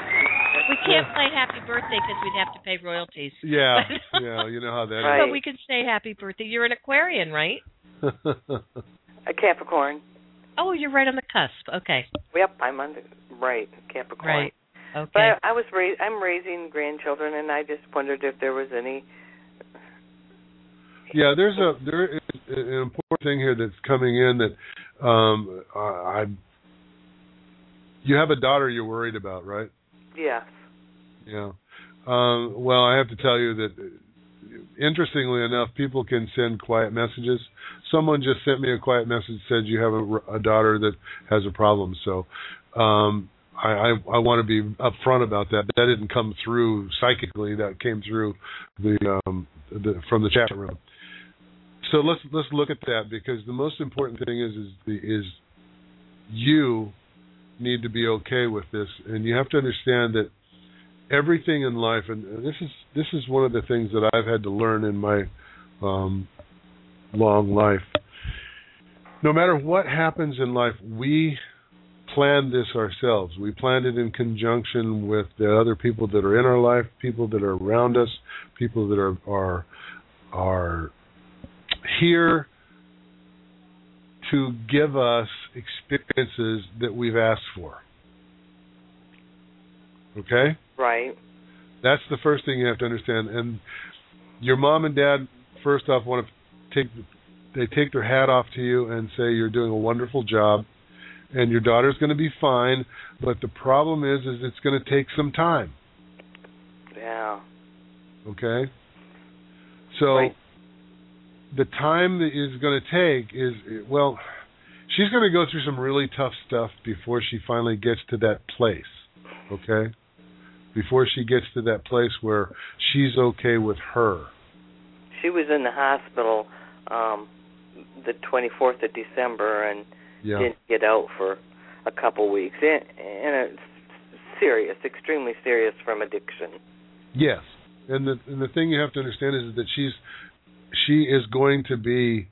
Speaker 7: We can't play Happy Birthday because we'd have to pay royalties.
Speaker 6: <laughs> Yeah, yeah, you know how that
Speaker 7: But we can say Happy Birthday. You're an Aquarian, right?
Speaker 6: is.
Speaker 14: A Capricorn.
Speaker 7: Oh, you're right on the cusp. Okay.
Speaker 14: Yep, I'm on the right Capricorn.
Speaker 7: <laughs> Right. Okay.
Speaker 14: But I, I was ra- I'm raising grandchildren, and I just wondered if there was any.
Speaker 6: Yeah, there's a there is an important thing here that's coming in that um I I you have a daughter you're worried about, right?
Speaker 14: Yes.
Speaker 6: Yeah. Um well, I have to tell you that uh, interestingly enough, people can send quiet messages. Someone just sent me a quiet message said you have a, a daughter that has a problem, so um I, I, I want to be upfront about that. That didn't come through psychically. That came through the um, the from the chat room. So let's let's look at that because the most important thing is is the, is you need to be okay with this, and you have to understand that everything in life, and this is this is one of the things that I've had to learn in my um, long life. No matter what happens in life, we plan this ourselves. We plan it in conjunction with the other people that are in our life, people that are around us, people that are are are here to give us experiences that we've asked for. Okay?
Speaker 14: Right.
Speaker 6: That's the first thing you have to understand. And your mom and dad, first off, want to take they take their hat off to you and say you're doing a wonderful job, and your daughter's going to be fine. But the problem is, is it's going to take some time.
Speaker 14: Yeah.
Speaker 6: Okay. So the time that is going to take is well, she's going to go through some really tough stuff before she finally gets to that place. Okay. Before she gets to that place where she's okay with her.
Speaker 14: She was in the hospital um the 24th of December and
Speaker 6: Yeah.
Speaker 14: didn't get out for a couple weeks. And, and it's serious, extremely serious from addiction.
Speaker 6: Yes, and the and the thing you have to understand is that she's she is going to be.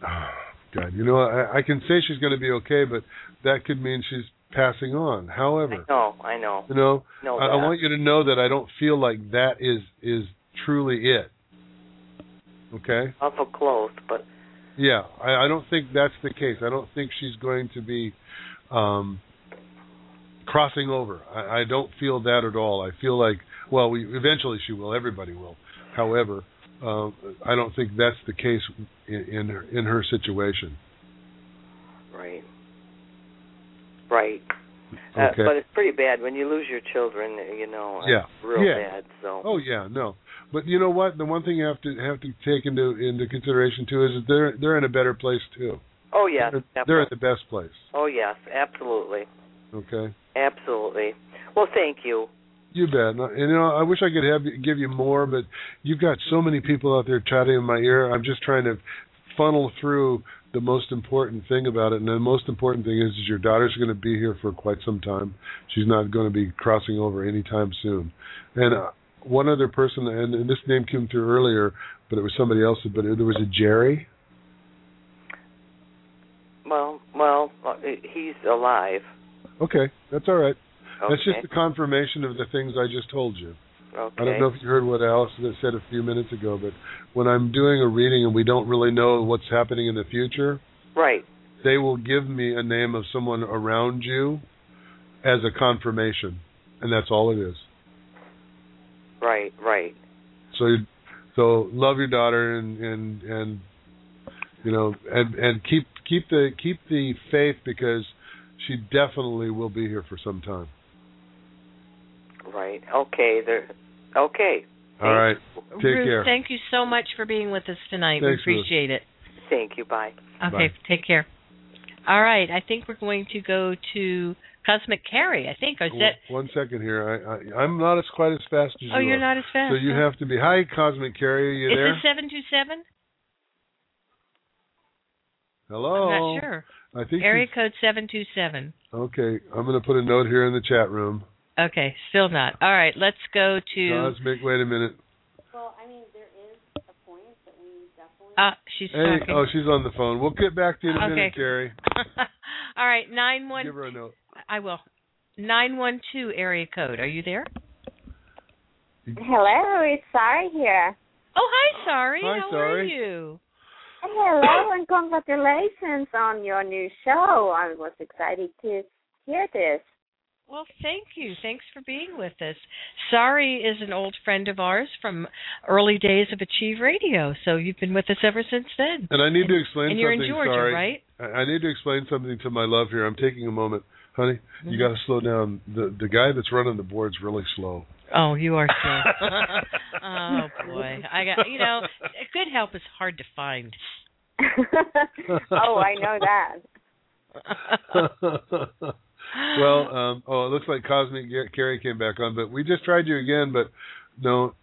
Speaker 6: <sighs> Oh, God, you know, I, I can say she's going to be okay, but that could mean she's passing on. However,
Speaker 14: No, I know.
Speaker 6: you know,
Speaker 14: Know
Speaker 6: I, I
Speaker 14: that.
Speaker 6: want you to know that I don't feel like that is is truly it. Okay.
Speaker 14: Awful close, but
Speaker 6: Yeah, I, I don't think that's the case. I don't think she's going to be um, crossing over. I, I don't feel that at all. I feel like, well, we, eventually she will. Everybody will. However, um, I don't think that's the case in, in her in her situation.
Speaker 14: right, right. Uh,
Speaker 6: Okay.
Speaker 14: but it's pretty bad when you lose your children. You know, it's
Speaker 6: Yeah.
Speaker 14: real
Speaker 6: Yeah.
Speaker 14: bad. So
Speaker 6: Oh yeah, no. But you know what? The one thing you have to have to take into into consideration too is that they're they're in a better place too.
Speaker 14: Oh, yes,
Speaker 6: They're- they're
Speaker 14: definitely.
Speaker 6: at the best place.
Speaker 14: Oh yes, absolutely,
Speaker 6: Okay.
Speaker 14: absolutely. Well, thank you.
Speaker 6: You bet. And, uh, you know, I wish I could have you- give you more, but you've got so many people out there chatting in my ear. I'm just trying to funnel through the most important thing about it. And the most important thing is, is your daughter's going to be here for quite some time. She's not going to be crossing over anytime soon. And uh, one other person, and, and this name came through earlier, but it was somebody else. But it, there was a Jerry.
Speaker 14: Well, well, uh, he's alive.
Speaker 6: Okay, that's all right. That's just
Speaker 14: Okay.
Speaker 6: the confirmation of the things I just told you.
Speaker 14: Okay.
Speaker 6: I don't know if you heard what Allison said a few minutes ago, but when I'm doing a reading and we don't really know what's happening in the future,
Speaker 14: Right.
Speaker 6: they will give me a name of someone around you as a confirmation, and that's all it is.
Speaker 14: Right. Right.
Speaker 6: So, you- so love your daughter and and and you know and and keep keep the keep the faith because she definitely will be here for some time.
Speaker 14: Right. Okay. There. Okay.
Speaker 6: All right, take
Speaker 7: Ruth,
Speaker 6: care.
Speaker 7: thank you so much for being with us tonight.
Speaker 6: Thanks,
Speaker 7: we
Speaker 6: Ruth.
Speaker 7: appreciate it.
Speaker 14: Thank you. Bye.
Speaker 7: Okay,
Speaker 6: Bye.
Speaker 7: take care. All right, I think we're going to go to Cosmic Carrie. I think is
Speaker 6: One-
Speaker 7: that?
Speaker 6: one second here. I, I I'm not as quite as fast as you.
Speaker 7: Oh, you're
Speaker 6: are.
Speaker 7: not as fast.
Speaker 6: So you
Speaker 7: huh?
Speaker 6: have to be. Hi, Cosmic Carrier. Are you
Speaker 7: is
Speaker 6: there?
Speaker 7: this seven two seven?
Speaker 6: Hello.
Speaker 7: I'm not sure.
Speaker 6: I think.
Speaker 7: Area code seven two seven.
Speaker 6: you- Okay, I'm going to put a note here in the chat room.
Speaker 7: Okay, still not. All right, let's go to.
Speaker 6: Cosmic, wait a minute.
Speaker 11: Well, I mean, there is a point that we definitely.
Speaker 7: Uh, she's
Speaker 6: Hey,
Speaker 7: talking.
Speaker 6: oh, she's on the phone. We'll get back to you in a
Speaker 7: Okay.
Speaker 6: minute, Carrie.
Speaker 7: All right, nine one.
Speaker 6: Give her a note.
Speaker 7: I will. Nine one two area code. Are you there?
Speaker 11: Hello, it's Sari here.
Speaker 7: Oh, hi, sorry.
Speaker 11: Hi,
Speaker 7: How are
Speaker 11: Sari.
Speaker 7: you?
Speaker 11: Hello, and congratulations on your new show. I was excited to hear
Speaker 7: <gasps>
Speaker 11: this.
Speaker 7: Well, thank you. Thanks for being with us. Sari is an old friend of ours from early days of Achieve Radio, so you've been with us ever since then.
Speaker 6: And I need to explain
Speaker 7: and
Speaker 6: something.
Speaker 7: you're in Georgia,
Speaker 6: sorry.
Speaker 7: right?
Speaker 6: I, I need to explain something to my love here. I'm taking a moment, honey.
Speaker 7: Mm-hmm.
Speaker 6: You got to slow down. The the guy that's running the board's really slow.
Speaker 7: <laughs>
Speaker 6: <laughs>
Speaker 7: Oh, you are
Speaker 11: <laughs>
Speaker 7: slow. oh boy, I got you know, good help is hard to find.
Speaker 11: <laughs> oh, I know that.
Speaker 6: well, um, oh, it looks like Cosmic Gar- Carrie came back on, but we just tried you again, but no,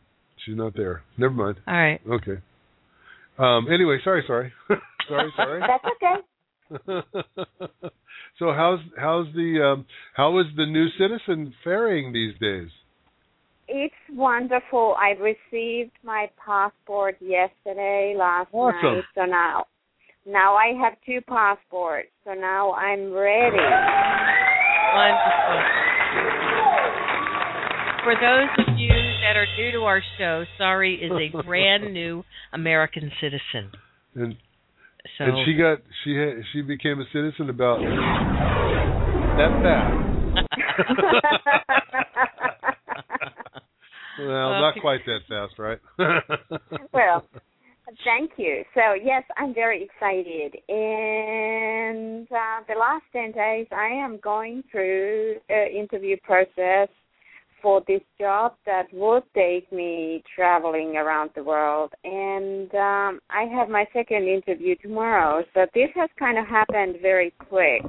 Speaker 6: she's not there. Never mind.
Speaker 7: All right.
Speaker 6: Okay. Um, anyway, sorry, sorry, <laughs> sorry, sorry.
Speaker 11: That's okay.
Speaker 6: so how's how's the um, how is the new citizen faring these days?
Speaker 11: It's wonderful. I received my passport yesterday, last
Speaker 6: Awesome.
Speaker 11: night. So now, now I have two passports. So now I'm ready.
Speaker 7: Wonderful. For those of you that are new to our show, Sari is a brand
Speaker 11: <laughs>
Speaker 7: new American citizen.
Speaker 6: And
Speaker 7: So
Speaker 6: and she got she had, she became a citizen about that
Speaker 7: <laughs>
Speaker 6: fast. <laughs> well, not
Speaker 11: Okay.
Speaker 6: quite that fast, right?
Speaker 11: well, thank you. So yes, I'm very excited, and uh, the last ten days I am going through uh, interview process for this job that would take me traveling around the world, and um, I have my second interview tomorrow. So this has kind of happened very quick.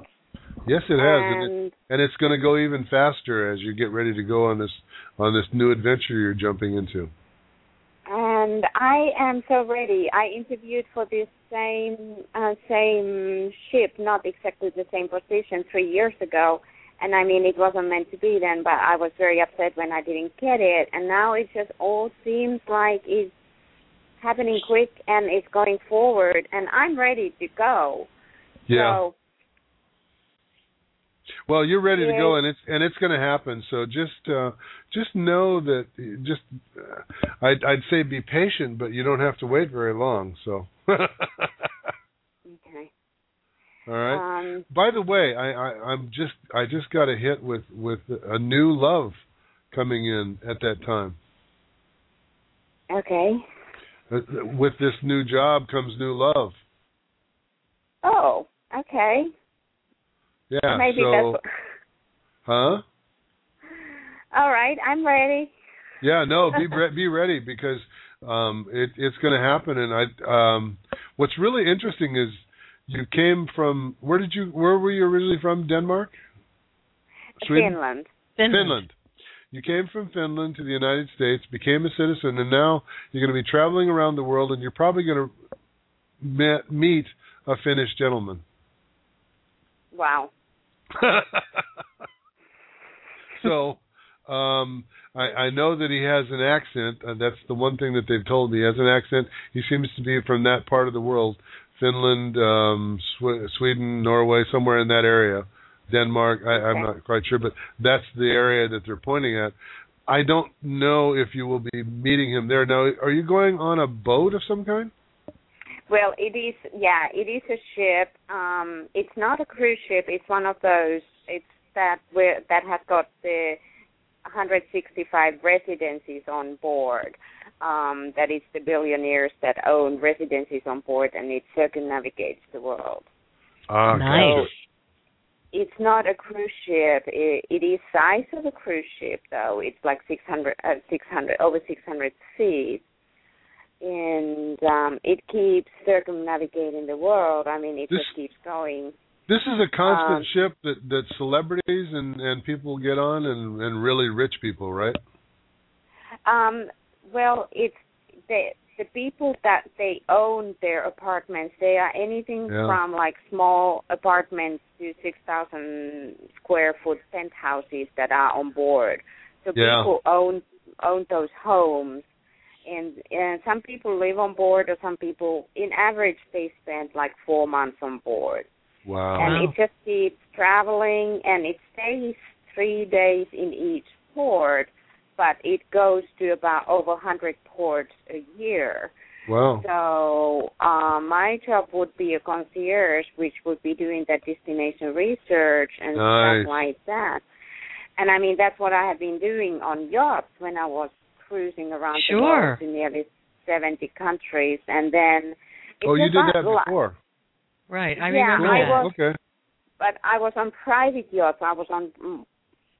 Speaker 6: yes, it has, and,
Speaker 11: And-
Speaker 6: it, and it's going to go even faster as you get ready to go on this on this new adventure you're jumping into.
Speaker 11: and I am so ready. I interviewed for this same uh, same ship, not exactly the same position, three years ago. And I mean, it wasn't meant to be then, but I was very upset when I didn't get it. And now it just all seems like it's happening quick and it's going forward. And I'm ready to go.
Speaker 6: Yeah.
Speaker 11: So
Speaker 6: Well, you're ready to go,
Speaker 11: Yeah.
Speaker 6: and it's and it's going to happen. So just uh, just know that just uh, I'd, I'd say be patient, but you don't have to wait very long. So. <laughs> All
Speaker 11: okay.
Speaker 6: right.
Speaker 11: Um,
Speaker 6: By the way, I, I I'm just I just got a hit with with a new love coming in at that time.
Speaker 11: okay.
Speaker 6: Uh, With this new job comes new love.
Speaker 11: Oh, okay.
Speaker 6: Yeah.
Speaker 11: Maybe
Speaker 6: so,
Speaker 11: that's.
Speaker 6: huh?
Speaker 11: All right, I'm ready.
Speaker 6: Yeah, no,
Speaker 11: <laughs>
Speaker 6: be re- be ready because um it it's going to happen and I um what's really interesting is you came from where did you where were you originally from? Denmark?
Speaker 11: Finland.
Speaker 6: Finland. You came from Finland to the United States, became a citizen, and now you're going to be traveling around the world and you're probably going to met, meet a Finnish gentleman.
Speaker 11: Wow.
Speaker 6: <laughs> so um I, I know that he has an accent. Uh, that's the one thing that they've told me. He has an accent. He seems to be from that part of the world Finland, um, Sw- Sweden, Norway, somewhere in that area. Denmark, I, I'm not quite sure, but that's the area that they're pointing at. I don't know if you will be meeting him there. Now, are you going on a boat of some kind?
Speaker 11: Well, it is. Yeah, it is a ship. Um, it's not a cruise ship. It's one of those. It's that where that has got the 165 residencies on board. Um, that is the billionaires that own residencies on board, and it circumnavigates the world.
Speaker 6: Ah,
Speaker 7: Nice.
Speaker 11: It's not a cruise ship. It, it is size of a cruise ship, though. It's like 600, uh, 600 over 600 feet, and um, it keeps circumnavigating the world. I mean, it
Speaker 6: This-
Speaker 11: just keeps going.
Speaker 6: This is a constant
Speaker 11: Um,
Speaker 6: ship that that celebrities and and people get on and and really rich people, right?
Speaker 11: Um, well, it's the the people that they own their apartments. They are anything
Speaker 6: Yeah.
Speaker 11: from like small apartments to six thousand square foot penthouses that are on board. So
Speaker 15: Yeah.
Speaker 11: people own own those homes, and and some people live on board, or some people, in average, they spend like four months on board.
Speaker 6: Oh, Wow.
Speaker 11: And it just keeps traveling and it stays three days in each port, but it goes to about over 100 ports a year.
Speaker 6: Wow.
Speaker 11: So uh, my job would be a concierge, which would be doing that destination research and
Speaker 15: Nice.
Speaker 11: stuff like that. And I mean, that's what I have been doing on yachts when I was cruising around the
Speaker 15: Sure.
Speaker 11: world to nearly 70 countries. And then it
Speaker 6: oh, you
Speaker 11: took
Speaker 6: did
Speaker 11: a
Speaker 6: that
Speaker 11: lot-
Speaker 6: before.
Speaker 7: Right, I
Speaker 11: Yeah,
Speaker 7: remember
Speaker 11: I
Speaker 7: that.
Speaker 11: was-
Speaker 6: Okay.
Speaker 11: but I was on private yachts. I was on mm,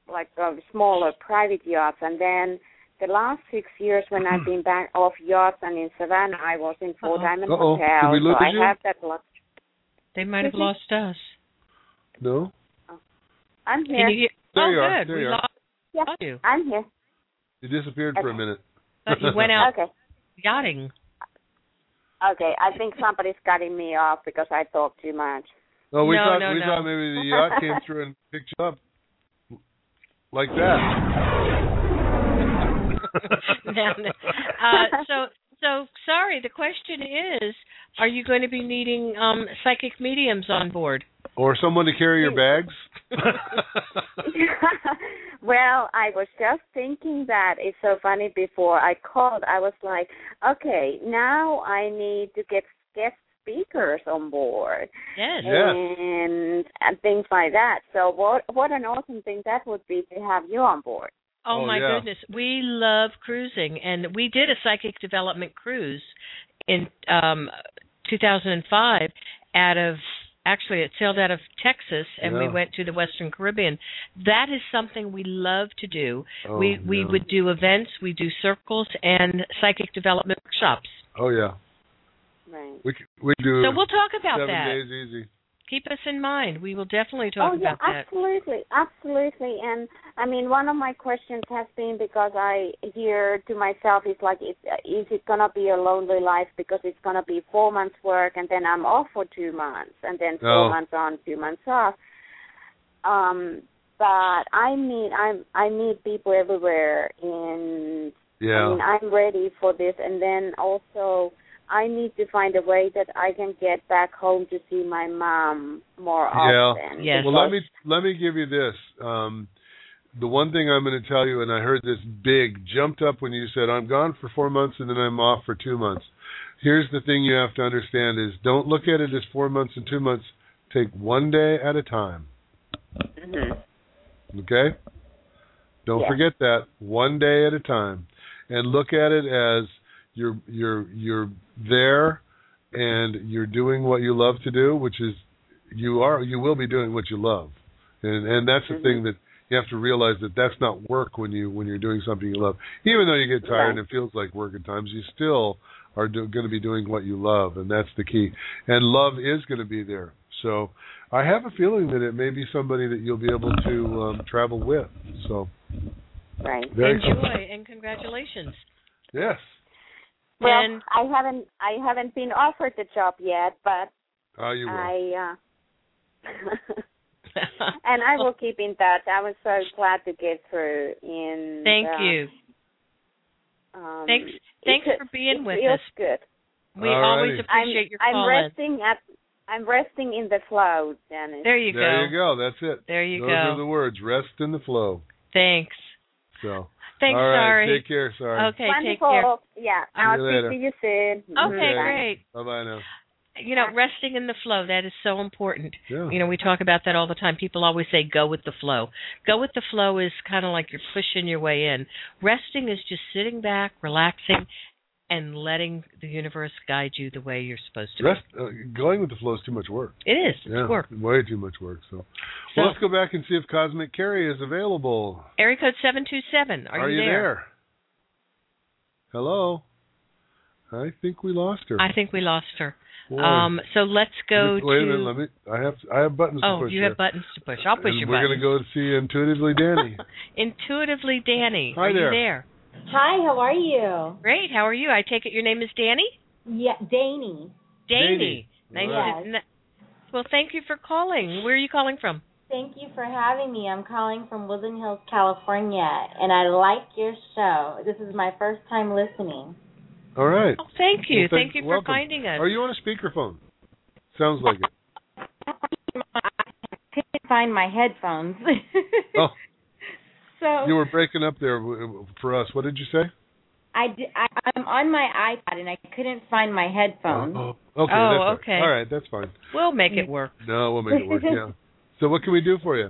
Speaker 11: like uh, smaller private yachts, and then the last six years when
Speaker 7: Hmm.
Speaker 11: I've been back off yachts and in Savannah, I was in Four Diamond
Speaker 6: Uh-oh.
Speaker 11: Hotel.
Speaker 6: Did we lose
Speaker 11: so I
Speaker 6: you?
Speaker 11: have that luck.
Speaker 7: They might have
Speaker 11: Excuse me?
Speaker 7: lost us.
Speaker 6: No.
Speaker 11: I'm
Speaker 7: Can
Speaker 11: here.
Speaker 7: you hear-
Speaker 6: There
Speaker 7: oh,
Speaker 6: you are.
Speaker 7: good.
Speaker 6: There
Speaker 7: we
Speaker 6: you are.
Speaker 7: lost you.
Speaker 11: I'm here.
Speaker 6: You disappeared for a minute.
Speaker 7: But you went
Speaker 6: <laughs>
Speaker 7: out
Speaker 11: <laughs> Okay.
Speaker 7: yachting.
Speaker 11: Okay, I think somebody's cutting me off because I talk too much.
Speaker 6: Oh, we
Speaker 11: No,
Speaker 6: thought
Speaker 11: no,
Speaker 6: we
Speaker 11: no.
Speaker 6: thought maybe the
Speaker 7: <laughs>
Speaker 6: yacht came
Speaker 7: <laughs>
Speaker 6: through and picked you up like that.
Speaker 7: Down there. Uh, so so sorry. The question is, are you going to be needing um, psychic mediums on board?
Speaker 6: Or someone to carry your bags?
Speaker 11: <laughs> well, I was just thinking that it's so funny. Before I called, I was like, okay, now I need to get guest speakers on board
Speaker 7: Yes.
Speaker 11: and and things like that. So what what an awesome thing that would be to have you on board.
Speaker 7: Oh,
Speaker 11: Oh,
Speaker 7: my
Speaker 11: yeah.
Speaker 7: goodness, we love cruising, and we did a psychic development cruise in um 2005 out of actually it sailed out of Texas and we
Speaker 15: Yeah.
Speaker 7: went to the Western Caribbean. That is something we love to do. <laughs>
Speaker 6: Oh,
Speaker 7: we we
Speaker 6: yeah.
Speaker 7: would do events, we do circles and psychic development workshops.
Speaker 6: oh yeah.
Speaker 11: Right.
Speaker 6: We c- we do.
Speaker 7: So we'll talk about
Speaker 6: seven
Speaker 7: that.
Speaker 6: days easy.
Speaker 7: Keep us in mind. We will definitely talk
Speaker 11: oh yeah,
Speaker 7: about that.
Speaker 11: absolutely, absolutely. And I mean, one of my questions has been because I hear to myself, it's like, is, is it gonna be a lonely life because it's gonna be four months work and then I'm off for two months and then four
Speaker 16: No.
Speaker 11: months on, two months off. Um, but I meet I'm I meet people everywhere and I mean, I'm ready for this, and then also I need to find a way that I can get back home to see my mom more often.
Speaker 6: Yeah. Well, let me let me give you this. Um, the one thing I'm going to tell you, and I heard this big jumped up when you said, "I'm gone for four months and then I'm off for two months." Here's the thing you have to understand: is don't look at it as four months and two months. Take one day at a time. Okay. Don't
Speaker 17: Yeah.
Speaker 6: forget that one day at a time, and look at it as you're you're you're there, and you're doing what you love to do, which is you are you will be doing what you love, and and that's the thing that you have to realize that that's not work when you when you're doing something you love. Even though you get tired and it feels like work at times, you still are do, going to be doing what you love, and that's the key. And love is going to be there. So I have a feeling that it may be somebody that you'll be able to um, travel with. So
Speaker 11: right.
Speaker 6: very
Speaker 7: Enjoy and congratulations.
Speaker 6: Yes.
Speaker 11: Well,
Speaker 7: And-
Speaker 11: I haven't I haven't been offered the job yet, but
Speaker 6: Oh, you will.
Speaker 11: I uh, <laughs> and I will keep in touch. I was so glad to get through. In
Speaker 7: <laughs> Thank you.
Speaker 11: Um,
Speaker 7: Thanks- thanks
Speaker 11: it-
Speaker 7: for being
Speaker 11: it
Speaker 7: with
Speaker 11: feels
Speaker 7: us.
Speaker 11: Good.
Speaker 7: We All always righty. appreciate
Speaker 11: I'm,
Speaker 7: your
Speaker 11: I'm
Speaker 7: call in.
Speaker 11: resting at I'm resting in the flow, Dennis.
Speaker 7: There you
Speaker 6: there you go. That's it.
Speaker 7: There you
Speaker 6: Those
Speaker 7: go.
Speaker 6: are the words. Rest in the flow.
Speaker 7: Thanks.
Speaker 6: So
Speaker 7: Thanks,
Speaker 6: all right,
Speaker 7: sorry.
Speaker 6: Take care. Sorry.
Speaker 7: Okay, take
Speaker 11: Wonderful.
Speaker 7: care.
Speaker 11: Yeah,
Speaker 6: See I'll you speak later. to
Speaker 11: you soon.
Speaker 7: Okay,
Speaker 6: Okay.
Speaker 7: great.
Speaker 6: Bye bye now.
Speaker 7: You know, resting in the flow, that is so important.
Speaker 6: Yeah.
Speaker 7: You know, we talk about that all the time. People always say go with the flow. Go with the flow is kind of like you're pushing your way in. Resting is just sitting back, relaxing, and letting the universe guide you the way you're supposed to.
Speaker 6: Rest, uh, going with the flow is too much work.
Speaker 7: It is. It's
Speaker 6: yeah,
Speaker 7: work.
Speaker 6: Way too much work. So.
Speaker 7: So-
Speaker 6: well, let's go back and see if Cosmic Carrie is available.
Speaker 7: Area code 727. Are,
Speaker 6: you
Speaker 7: there?
Speaker 6: Hello. I think we lost her.
Speaker 7: I think we lost her.
Speaker 6: Boy.
Speaker 7: Um, so let's go
Speaker 6: Wait a
Speaker 7: to.
Speaker 6: minute. Let me. I have. I have buttons
Speaker 7: oh,
Speaker 6: to push.
Speaker 7: you
Speaker 6: here.
Speaker 7: have buttons to push. I'll push
Speaker 6: and
Speaker 7: your
Speaker 6: We're
Speaker 7: buttons.
Speaker 6: gonna go see intuitively
Speaker 7: <laughs>
Speaker 6: Danny.
Speaker 7: Intuitively Danny.
Speaker 6: Hi
Speaker 7: are
Speaker 6: there.
Speaker 7: you there?
Speaker 18: Hi, how are you?
Speaker 7: Great. How are you? I take it your name is Danny?
Speaker 18: Yeah, Danny.
Speaker 7: Danny. Nice
Speaker 18: Right.
Speaker 7: to, n- Well, thank you for calling. Where are you calling from?
Speaker 18: Thank you for having me. I'm calling from Woodland Hills, California, and I like your show. This is my first time listening.
Speaker 6: All right.
Speaker 7: Oh, thank you.
Speaker 6: Well,
Speaker 7: Thank you for
Speaker 6: welcome.
Speaker 7: finding us.
Speaker 6: Are you on a speakerphone? Sounds like it.
Speaker 7: <laughs>
Speaker 18: Couldn't find my headphones.
Speaker 6: <laughs> Oh,
Speaker 18: so
Speaker 6: you were breaking up there w- for us. What did you say?
Speaker 18: I, di- I I'm on my iPod and I couldn't find my headphones.
Speaker 6: Oh, okay.
Speaker 18: Oh,
Speaker 6: that's
Speaker 18: okay.
Speaker 6: All right. All right, that's fine.
Speaker 7: We'll make it work.
Speaker 6: No, we'll make it
Speaker 7: <laughs>
Speaker 6: work. Yeah. So what can we do for you?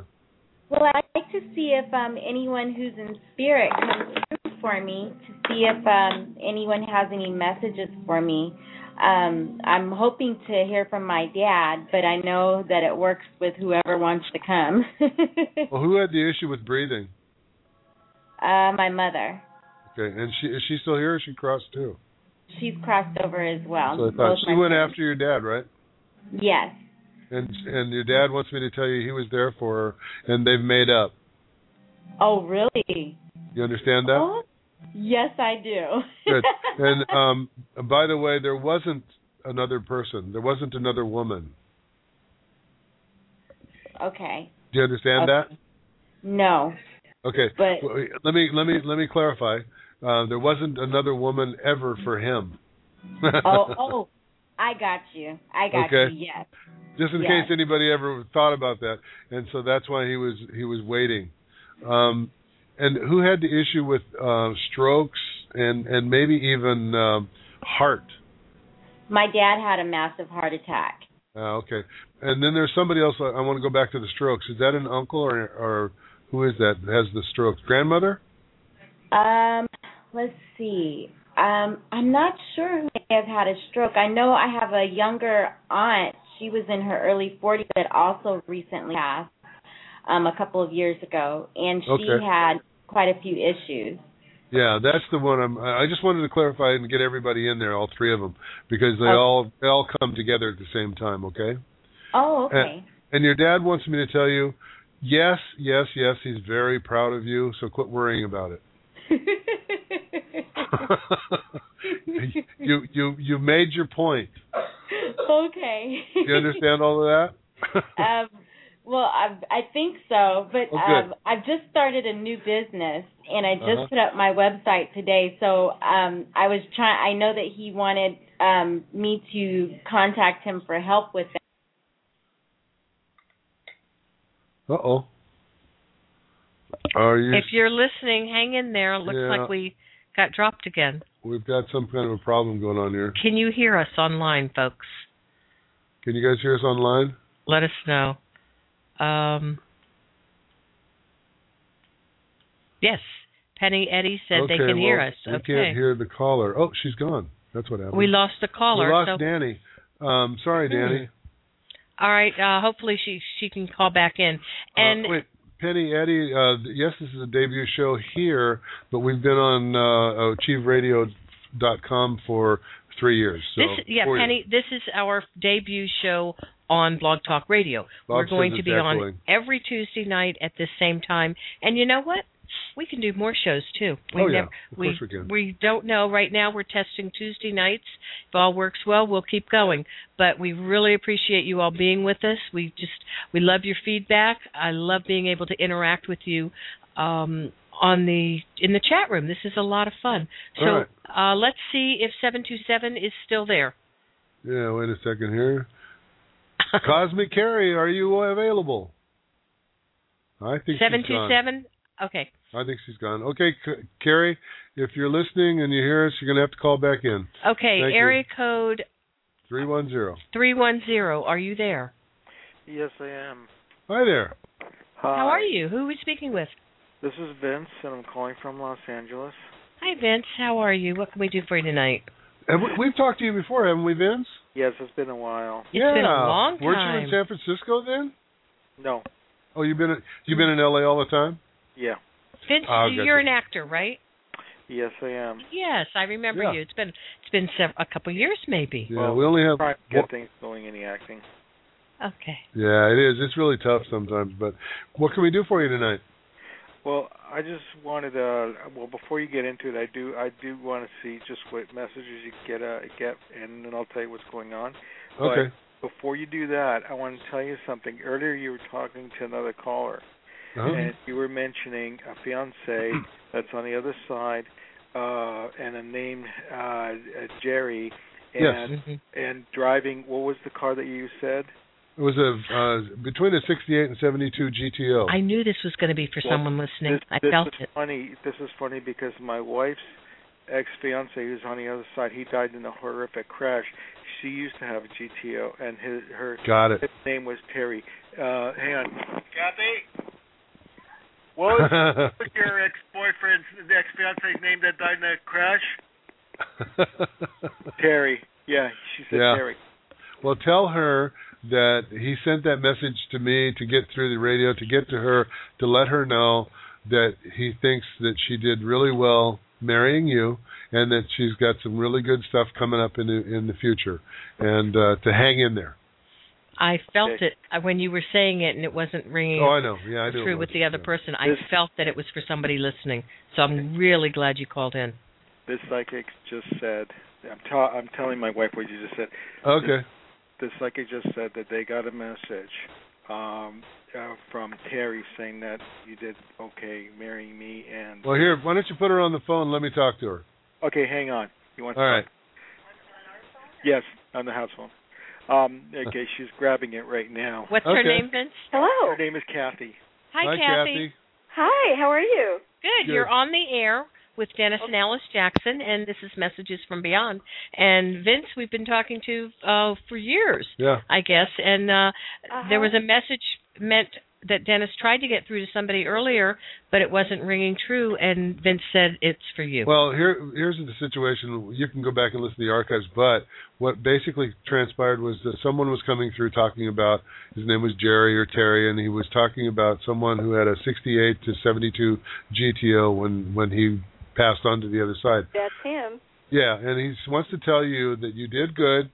Speaker 18: Well, I'd like to see if um anyone who's in spirit comes through for me to see if um anyone has any messages for me. Um, I'm hoping to hear from my dad, but I know that it works with whoever wants to come. <laughs>
Speaker 6: Well, who had the issue with breathing?
Speaker 18: uh, my mother,
Speaker 6: Okay, and she is she still here? Or she crossed too.
Speaker 18: she's crossed over as well.
Speaker 6: so I
Speaker 18: Both
Speaker 6: thought
Speaker 18: my
Speaker 6: she went
Speaker 18: parents.
Speaker 6: after your dad, right?
Speaker 18: Yes.
Speaker 6: And and your dad wants me to tell you he was there for her, and they've made up.
Speaker 18: Oh, really?
Speaker 6: You understand that?
Speaker 18: Oh. <laughs> Yes, I do.
Speaker 6: Good.
Speaker 18: <laughs>
Speaker 6: And um, by the way, there wasn't another person. There wasn't another woman.
Speaker 18: okay.
Speaker 6: Do you understand that?
Speaker 18: No.
Speaker 6: <laughs> Okay.
Speaker 18: But-
Speaker 6: Wait, let me let me let me clarify. Uh, there wasn't another woman ever for him.
Speaker 18: oh, oh, I got you. I got
Speaker 6: Okay.
Speaker 18: you. Yes.
Speaker 6: <laughs> Just in
Speaker 18: Yes.
Speaker 6: case anybody ever thought about that, and so that's why he was he was waiting. Um, and who had the issue with uh, strokes and and maybe even um, heart?
Speaker 18: My dad had a massive heart attack.
Speaker 6: Uh, okay. And then there's somebody else. I, I want to go back to the strokes. Is that an uncle or or who is that that has the strokes? Grandmother?
Speaker 18: Um, let's see. Um, I'm not sure who may have had a stroke. I know I have a younger aunt. She was in her early 40s that also recently passed um, a couple of years ago, and she
Speaker 6: Okay.
Speaker 18: had quite a few issues.
Speaker 6: Yeah, that's the one. I'm. I I just wanted to clarify and get everybody in there, all three of them, because they all they all come together at the same time. Okay.
Speaker 18: Oh,
Speaker 6: okay. And your dad wants me to tell you, yes, yes, yes. He's very proud of you. So quit worrying about it. you you you made your point.
Speaker 18: <laughs> okay. <laughs>
Speaker 6: You understand all of that?
Speaker 18: um, well, I, I think so, but
Speaker 6: Oh, good.
Speaker 18: um, I've just started a new business and I just
Speaker 6: Uh-huh.
Speaker 18: put up my website today. So um, I was trying. I know that he wanted um, me to contact him for help with that.
Speaker 6: Uh oh. <laughs> Are you?
Speaker 7: If you're listening, hang in there. It looks
Speaker 6: Yeah.
Speaker 7: like we got dropped again.
Speaker 6: We've got some kind of a problem going on here.
Speaker 7: Can you hear us online, folks?
Speaker 6: Can you guys hear us online?
Speaker 7: Let us know. Um, yes, Penny Eddie said they
Speaker 6: Okay,
Speaker 7: can hear
Speaker 6: well,
Speaker 7: us.
Speaker 6: We
Speaker 7: Okay,
Speaker 6: can't hear the caller. Oh, she's gone. That's what happened.
Speaker 7: we lost the caller.
Speaker 6: We lost
Speaker 7: so,
Speaker 6: Danny. Um, sorry,
Speaker 7: Hmm.
Speaker 6: Danny.
Speaker 7: all right. Uh, hopefully she she can call back in. And
Speaker 6: uh, wait, Penny, Eddie. Uh, yes, this is a debut show here, but we've been on uh, AchieveRadio.com for three years. So
Speaker 7: this, yeah,
Speaker 6: four
Speaker 7: Penny, this is our debut show on Blog Talk Radio.
Speaker 6: Bob
Speaker 7: We're going
Speaker 6: says
Speaker 7: to
Speaker 6: it's
Speaker 7: be
Speaker 6: echoing.
Speaker 7: on every Tuesday night at this same time. And you know what? We can do more shows too. We
Speaker 6: Oh, yeah.
Speaker 7: never-
Speaker 6: Of
Speaker 7: we,
Speaker 6: course we can.
Speaker 7: don't know right now. We're testing Tuesday nights. If all works well, we'll keep going. But we really appreciate you all being with us. We just we love your feedback. I love being able to interact with you um, on the in the chat room. This is a lot of fun. So
Speaker 6: All
Speaker 7: uh, let's see if seven two seven is still there.
Speaker 6: years. Yeah. Wait a second here. Cosmic Carrie, are you available? I think she's
Speaker 7: Seven two
Speaker 6: gone.
Speaker 7: seven. Okay.
Speaker 6: I think she's gone. Okay, C- Carrie, if you're listening and you hear us, you're going to have to call back in.
Speaker 7: Okay.
Speaker 6: Thank you.
Speaker 7: area code
Speaker 6: 310.
Speaker 7: three one zero. Are you there?
Speaker 15: Yes, I am.
Speaker 6: Hi there.
Speaker 15: Hi.
Speaker 7: How are you? Who are we speaking with?
Speaker 15: This is Vince, and I'm calling from Los Angeles.
Speaker 7: Hi Vince. How are you? What can we do for you tonight?
Speaker 6: Have we, we've talked to you before, haven't we, Vince?
Speaker 15: Yes, it's been a while.
Speaker 7: It's been a long
Speaker 6: Weren't you
Speaker 7: time.
Speaker 6: in San Francisco then?
Speaker 15: No.
Speaker 6: Oh, you've been you've been in L.A. all the time.
Speaker 15: Yeah.
Speaker 7: Vince,
Speaker 6: Oh,
Speaker 7: you-
Speaker 6: gotcha.
Speaker 7: you're an actor, right?
Speaker 15: Yes, I am.
Speaker 7: Yes, I remember
Speaker 15: Yeah.
Speaker 7: you. It's been it's been sev- a couple years maybe.
Speaker 6: Yeah, we only have.
Speaker 15: Try to
Speaker 6: one-
Speaker 15: get things going any acting.
Speaker 7: Okay.
Speaker 6: yeah, it is. It's really tough sometimes. But what can we do for you tonight?
Speaker 15: Well, I just wanted uh well before you get into it, I do I do want to see just what messages you get uh get and then I'll tell you what's going on. But
Speaker 6: Okay.
Speaker 15: before you do that, I want to tell you something. Earlier you were talking to another caller
Speaker 6: Uh-huh.
Speaker 15: and you were mentioning
Speaker 6: <clears throat>
Speaker 15: a fiance that's on the other side uh and a named uh uh, Jerry
Speaker 6: Yes. Mm-hmm.
Speaker 15: and and driving what was the car that you said?
Speaker 6: It was a uh, between a '68 and '72 GTO.
Speaker 7: I knew this was going to be for
Speaker 15: Well,
Speaker 7: someone listening.
Speaker 15: This,
Speaker 7: I
Speaker 15: this
Speaker 7: felt
Speaker 15: is funny. This is funny because my wife's ex fiance, who's on the other side, he died in a horrific crash. She used to have a GTO, and his her
Speaker 6: Got it.
Speaker 15: his name was Terry. Uh, hang on. Kathy,
Speaker 16: What was, what
Speaker 6: <laughs>
Speaker 16: was your ex-boyfriend's, the ex-fiance's name that died in that
Speaker 6: <laughs>
Speaker 16: crash?
Speaker 15: Terry. Yeah, she said
Speaker 6: Yeah.
Speaker 15: Terry.
Speaker 6: <laughs> Well, tell her that he sent that message to me to get through the radio, to get to her, to let her know that he thinks that she did really well marrying you, and that she's got some really good stuff coming up in the in the future, and uh, to hang in there.
Speaker 7: I felt it uh, when you were saying it, and it wasn't ringing.
Speaker 6: Oh, I know. Yeah, I knew it
Speaker 7: Through with
Speaker 6: wasn't,
Speaker 7: the other person, I felt that it was for somebody listening. So I'm really glad you called in.
Speaker 15: This psychic just said. I'm ta- I'm telling my wife what you just said.
Speaker 6: Okay.
Speaker 15: The psychic just said that they got a message um, uh, from Terry saying that you did okay marrying me and.
Speaker 6: Well, here, why don't you put her on the phone? Let me talk to her.
Speaker 15: Okay, hang on. You want?
Speaker 6: All right.
Speaker 15: Yes, on the house phone. Um, okay, she's grabbing it right now.
Speaker 7: What's her name, Vince?
Speaker 11: Hello.
Speaker 15: Her name is Kathy.
Speaker 7: Hi,
Speaker 15: Hi,
Speaker 7: Kathy.
Speaker 15: Kathy.
Speaker 11: Hi, how are you?
Speaker 7: Good.
Speaker 15: Good.
Speaker 7: You're on the air with Dennis and Alice Jackson, and this is Messages from Beyond. And Vince, we've been talking to uh, for years,
Speaker 6: Yeah.
Speaker 7: I guess. And uh,
Speaker 17: Uh-huh.
Speaker 7: there was a message meant that Dennis tried to get through to somebody earlier, but it wasn't ringing true. And Vince said it's for you.
Speaker 6: Well, here here's the situation. You can go back and listen to the archives, but what basically transpired was that someone was coming through talking about his name was Jerry or Terry, and he was talking about someone who had a 68 to 72 GTO when when he passed on to the other side.
Speaker 17: That's him.
Speaker 6: Yeah, and he s- wants to tell you that you did good,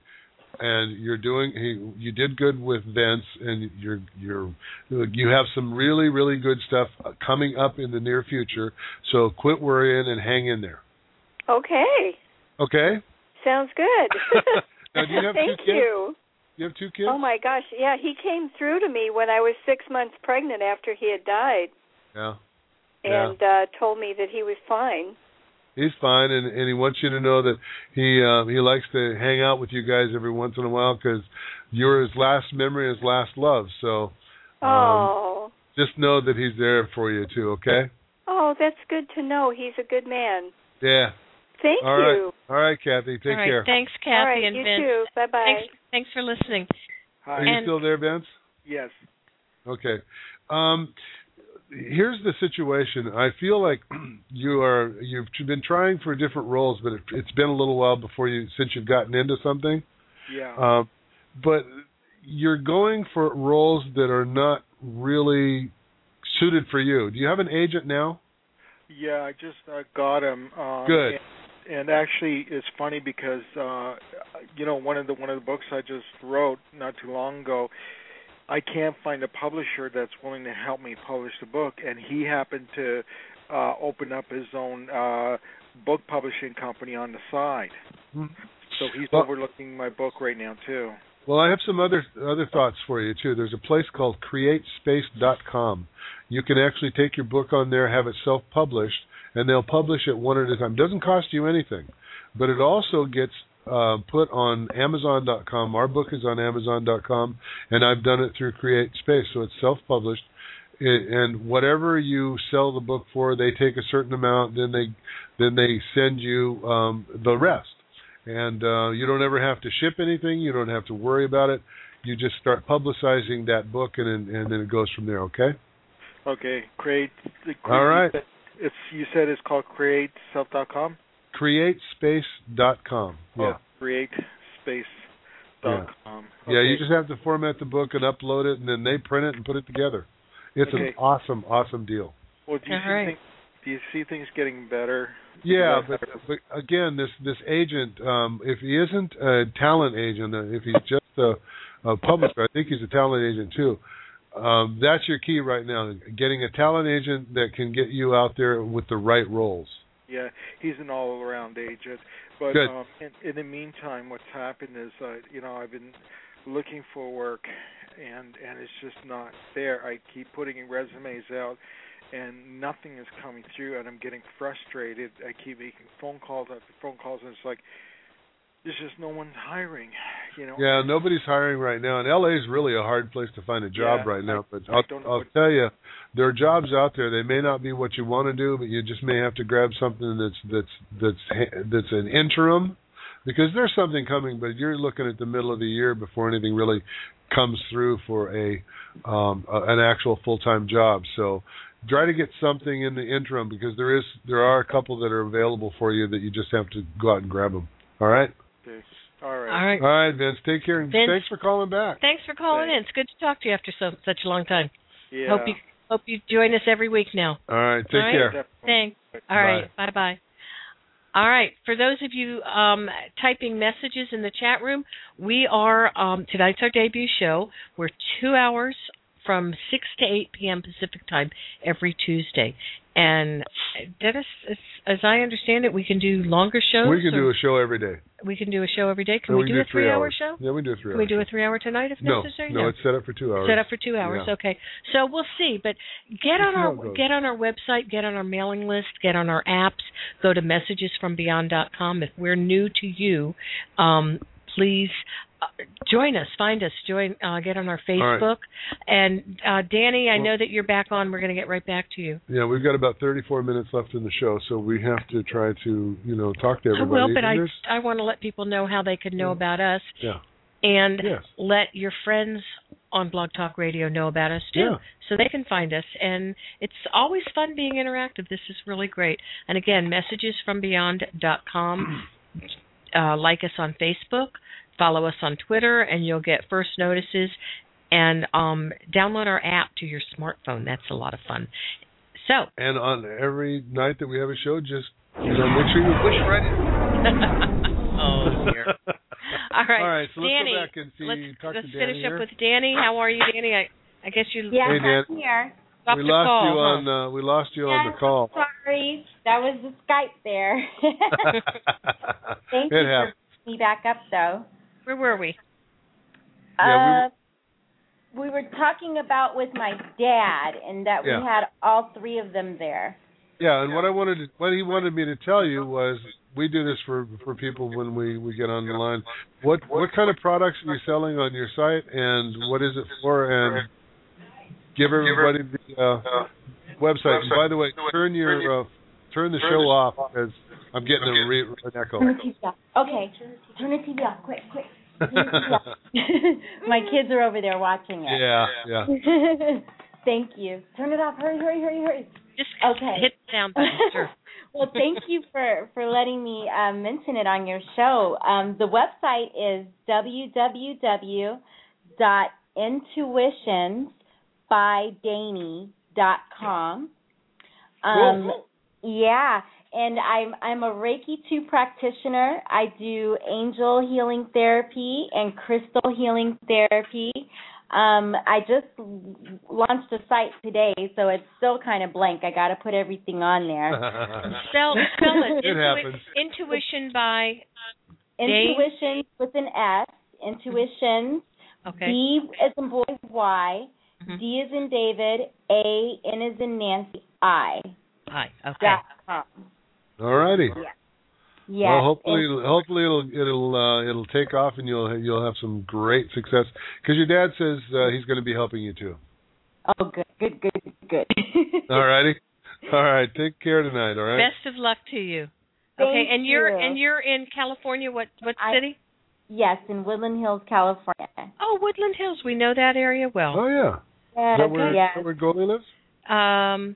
Speaker 6: and you're doing he, you did good with Vince, and you're you're you have some really really good stuff uh, coming up in the near future. So quit worrying and hang in there.
Speaker 17: Okay.
Speaker 6: Okay.
Speaker 17: Sounds
Speaker 6: <laughs>
Speaker 17: good.
Speaker 6: Now,
Speaker 8: <laughs>
Speaker 6: do you
Speaker 17: <laughs>
Speaker 6: have
Speaker 17: Thank
Speaker 6: two kids?
Speaker 17: you.
Speaker 6: You have two kids.
Speaker 17: Oh my gosh, yeah, he came through to me when I was 6 months pregnant after he had died
Speaker 6: Yeah. Yeah.
Speaker 17: and uh told me that he was fine.
Speaker 6: He's fine, and and he wants you to know that he uh, he likes to hang out with you guys every once in a while because you're his last memory, his last love. So
Speaker 17: Oh.
Speaker 6: just know that he's there for you too. Okay.
Speaker 17: oh, that's good to know. He's a good man.
Speaker 6: Yeah.
Speaker 17: Thank
Speaker 6: All right.
Speaker 17: you.
Speaker 6: All right, Kathy. Take
Speaker 7: All right.
Speaker 6: care.
Speaker 7: Thanks, Kathy
Speaker 17: All right,
Speaker 7: and
Speaker 17: you
Speaker 7: Vince.
Speaker 17: too. Bye-bye.
Speaker 7: Thanks, thanks for listening.
Speaker 6: Are you
Speaker 7: And-
Speaker 6: still there, Vince?
Speaker 15: Yes.
Speaker 6: Okay. Um, here's the situation. I feel like <clears throat> you are you've been trying for different roles, but it, it's been a little while before you since you've gotten into something.
Speaker 15: Yeah.
Speaker 6: Um, but you're going for roles that are not really suited for you. Do you have an agent now?
Speaker 15: Yeah, I just uh, got him. Um,
Speaker 6: Good.
Speaker 15: And, and actually, it's funny because uh you know one of the one of the books I just wrote not too long ago. I can't find a publisher that's willing to help me publish the book, and he happened to uh open up his own uh book publishing company on the side. So he's
Speaker 6: Hmm. Well-
Speaker 15: overlooking my book right now too.
Speaker 6: Well, I have some other other thoughts for you too. There's a place called CreateSpace.com. You can actually take your book on there, have it self-published, and they'll publish it one at a time. Doesn't cost you anything, but it also gets uh, put on Amazon.com. Our book is on Amazon.com, and I've done it through CreateSpace, so it's self-published. It, and whatever you sell the book for, they take a certain amount, then they then they send you um, the rest and uh, you don't ever have to ship anything. You don't have to worry about it. You just start publicizing that book, and then- and then it goes from there. Okay.
Speaker 15: Okay, create. The,
Speaker 6: All right.
Speaker 15: It's you said it's called createself.com.
Speaker 6: CreateSpace.com. Yeah.
Speaker 15: Oh, create space. Dot com.
Speaker 6: Yeah.
Speaker 15: Okay.
Speaker 6: You just have to format the book and upload it, and then they print it and put it together. It's an
Speaker 15: Okay.
Speaker 6: awesome, awesome deal.
Speaker 15: Well, do you
Speaker 6: All
Speaker 15: see
Speaker 6: right.
Speaker 15: things, do you see things getting better?
Speaker 6: Yeah, but, but again, this this agent, um, if he isn't a talent agent, uh, if he's just a, a publisher, I think he's a talent agent too. Um, that's your key right now: getting a talent agent that can get you out there with the right roles.
Speaker 15: Yeah, he's an all-around agent. But
Speaker 6: Good.
Speaker 15: um, in, in the meantime, what's happened is, uh, you know, I've been looking for work, and and it's just not there. I keep putting in resumes out, and nothing is coming through, and I'm getting frustrated. I keep making phone calls after phone calls, and it's like there's just no one hiring. You know.
Speaker 6: Yeah, nobody's hiring right now, and LA is really a hard place to find a job
Speaker 15: Yeah,
Speaker 6: right now. But
Speaker 15: I
Speaker 6: I'll,
Speaker 15: don't know
Speaker 6: I'll
Speaker 15: what-
Speaker 6: tell you, there are jobs out there. They may not be what you want to do, but you just may have to grab something that's that's that's ha- that's an interim, because there's something coming. But you're looking at the middle of the year before anything really comes through for a um a, an actual full time job. So try to get something in the interim because there is there are a couple that are available for you that you just have to go out and grab them. All right.
Speaker 15: Okay. All right.
Speaker 7: All right.
Speaker 6: All right, Vince. Take care and
Speaker 7: Vince.
Speaker 6: thanks for calling back.
Speaker 7: Thanks for calling in. It's good to talk to you after so such a long time.
Speaker 6: Yeah.
Speaker 7: Hope you hope you join us every week now.
Speaker 6: All right. Take
Speaker 7: All right?
Speaker 6: care.
Speaker 7: Thanks. All right. Bye bye. All right. For those of you um, typing messages in the chat room, we are um, tonight's our debut show. We're two hours from 6 to 8 p.m. Pacific time every Tuesday. And Dennis, as, as I understand it, we can do longer shows.
Speaker 6: we can
Speaker 7: or
Speaker 6: do a show every day.
Speaker 7: we can do a show every day. Can
Speaker 6: No,
Speaker 7: we, do a three-hour
Speaker 6: hours.
Speaker 7: show?
Speaker 6: Yeah, we do a three
Speaker 7: Can
Speaker 6: hour
Speaker 7: we do a three-hour tonight if
Speaker 6: no,
Speaker 7: necessary?
Speaker 6: no, it's set up for two hours.
Speaker 7: Set up for two hours.
Speaker 6: Yeah.
Speaker 7: Okay. So we'll see. But get
Speaker 6: We'll
Speaker 7: on
Speaker 6: see how
Speaker 7: our
Speaker 6: it goes.
Speaker 7: get on our website, get on our mailing list, get on our apps. Go to messagesfrombeyond.com. If we're new to you, um, please. Uh, join us, find us, join, uh, get on our
Speaker 6: right.
Speaker 7: Facebook, and uh, Danny, I
Speaker 6: Well-
Speaker 7: know that you're back on. We're going to get right back to you.
Speaker 6: Yeah, we've got about 34 minutes left in the show, so we have to try to, you know, talk to
Speaker 7: I
Speaker 6: everybody.
Speaker 7: will, but
Speaker 6: And
Speaker 7: I
Speaker 6: there's-
Speaker 7: I want to let people know how they can know
Speaker 6: Yeah.
Speaker 7: about us
Speaker 6: Yeah.
Speaker 7: and
Speaker 6: Yes.
Speaker 7: let your friends on Blog Talk Radio know about us too,
Speaker 6: Yeah.
Speaker 7: so they can find us. And it's always fun being interactive. This is really great. And again, messagesfrombeyond.com. Uh, like us on Facebook, follow us on Twitter, and you'll get first notices. And um, download our app to your smartphone. That's a lot of fun. <laughs> So
Speaker 6: And on every night that we have a show, just, you know, make sure you push
Speaker 7: <laughs>
Speaker 6: right in.
Speaker 7: oh, dear. <laughs> All right,
Speaker 6: All right, so let's
Speaker 7: Danny,
Speaker 6: go back and see.
Speaker 7: let's-
Speaker 6: talk
Speaker 7: let's
Speaker 6: to Danny
Speaker 7: finish
Speaker 6: here.
Speaker 7: up with Danny. How are you, Danny? I, I guess you
Speaker 18: Yeah,
Speaker 6: Hey, Dan.
Speaker 18: I'm here.
Speaker 6: we lost you on uh, we lost you on the call.
Speaker 7: <laughs>
Speaker 18: Sorry, that was the Skype
Speaker 6: <laughs>
Speaker 18: there. Thank
Speaker 6: It
Speaker 18: you
Speaker 6: happens.
Speaker 18: for bringing me back up, though.
Speaker 7: Where were we?
Speaker 6: Yeah,
Speaker 18: Uh, we were talking about with my dad, and that
Speaker 6: Yeah.
Speaker 18: we had all three of them there.
Speaker 6: Yeah, and what I wanted to, what he wanted me to tell you was we do this for for people when we we get on the line. What what kind of products are you selling on your site and what is it for and give everybody the uh, website. And by the way, turn your uh, turn the show off because I'm getting a re- an echo.
Speaker 18: Turn the TV off. Okay, turn the TV off, quick, quick.
Speaker 7: <laughs>
Speaker 18: my kids are over there watching it.
Speaker 6: yeah, yeah.
Speaker 18: <laughs> thank you. Turn it off. Hurry, hurry, hurry, hurry.
Speaker 7: Just
Speaker 18: okay.
Speaker 7: hit the down button,
Speaker 18: <laughs>
Speaker 7: sure.
Speaker 18: well, thank you for for letting me um, mention it on your show. Um, the website is www.intuitionsbydany.com. Um, yeah, and I'm I'm a Reiki 2 practitioner. I do angel healing therapy and crystal healing therapy. Um, I just launched a site today, so it's still kind of blank. I got to put everything on
Speaker 6: Uh-huh.
Speaker 18: there.
Speaker 7: Um,
Speaker 6: <laughs>
Speaker 7: Spell, spell it.
Speaker 18: It
Speaker 7: Intui-
Speaker 18: happens.
Speaker 7: Intuition by Dane.
Speaker 18: Intuition with an S. Intuition.
Speaker 7: Mm-hmm. Okay.
Speaker 18: D is in boy Y.
Speaker 7: Mhm.
Speaker 18: D is in David. A N is in Nancy. I.
Speaker 7: Hi. Okay.
Speaker 18: Dot com.
Speaker 6: <laughs> All righty.
Speaker 18: Yes.
Speaker 6: Well, hopefully,
Speaker 18: and-
Speaker 6: hopefully it'll it'll uh, it'll take off and you'll you'll have some great success because your dad says uh, he's going to be helping you too.
Speaker 18: Oh, good, good, good, good. <laughs>
Speaker 6: All righty. All right. Take care tonight. All right.
Speaker 7: Best of luck to you.
Speaker 18: Thank
Speaker 7: okay, and you're
Speaker 18: you.
Speaker 7: and you're in California. What what
Speaker 18: I-
Speaker 7: city?
Speaker 18: Yes, in Woodland Hills, California.
Speaker 7: Oh, Woodland Hills. We know that area well.
Speaker 6: Oh yeah.
Speaker 18: Yeah,
Speaker 6: Is that where,
Speaker 18: yeah.
Speaker 6: that where Goldie lives?
Speaker 7: Um,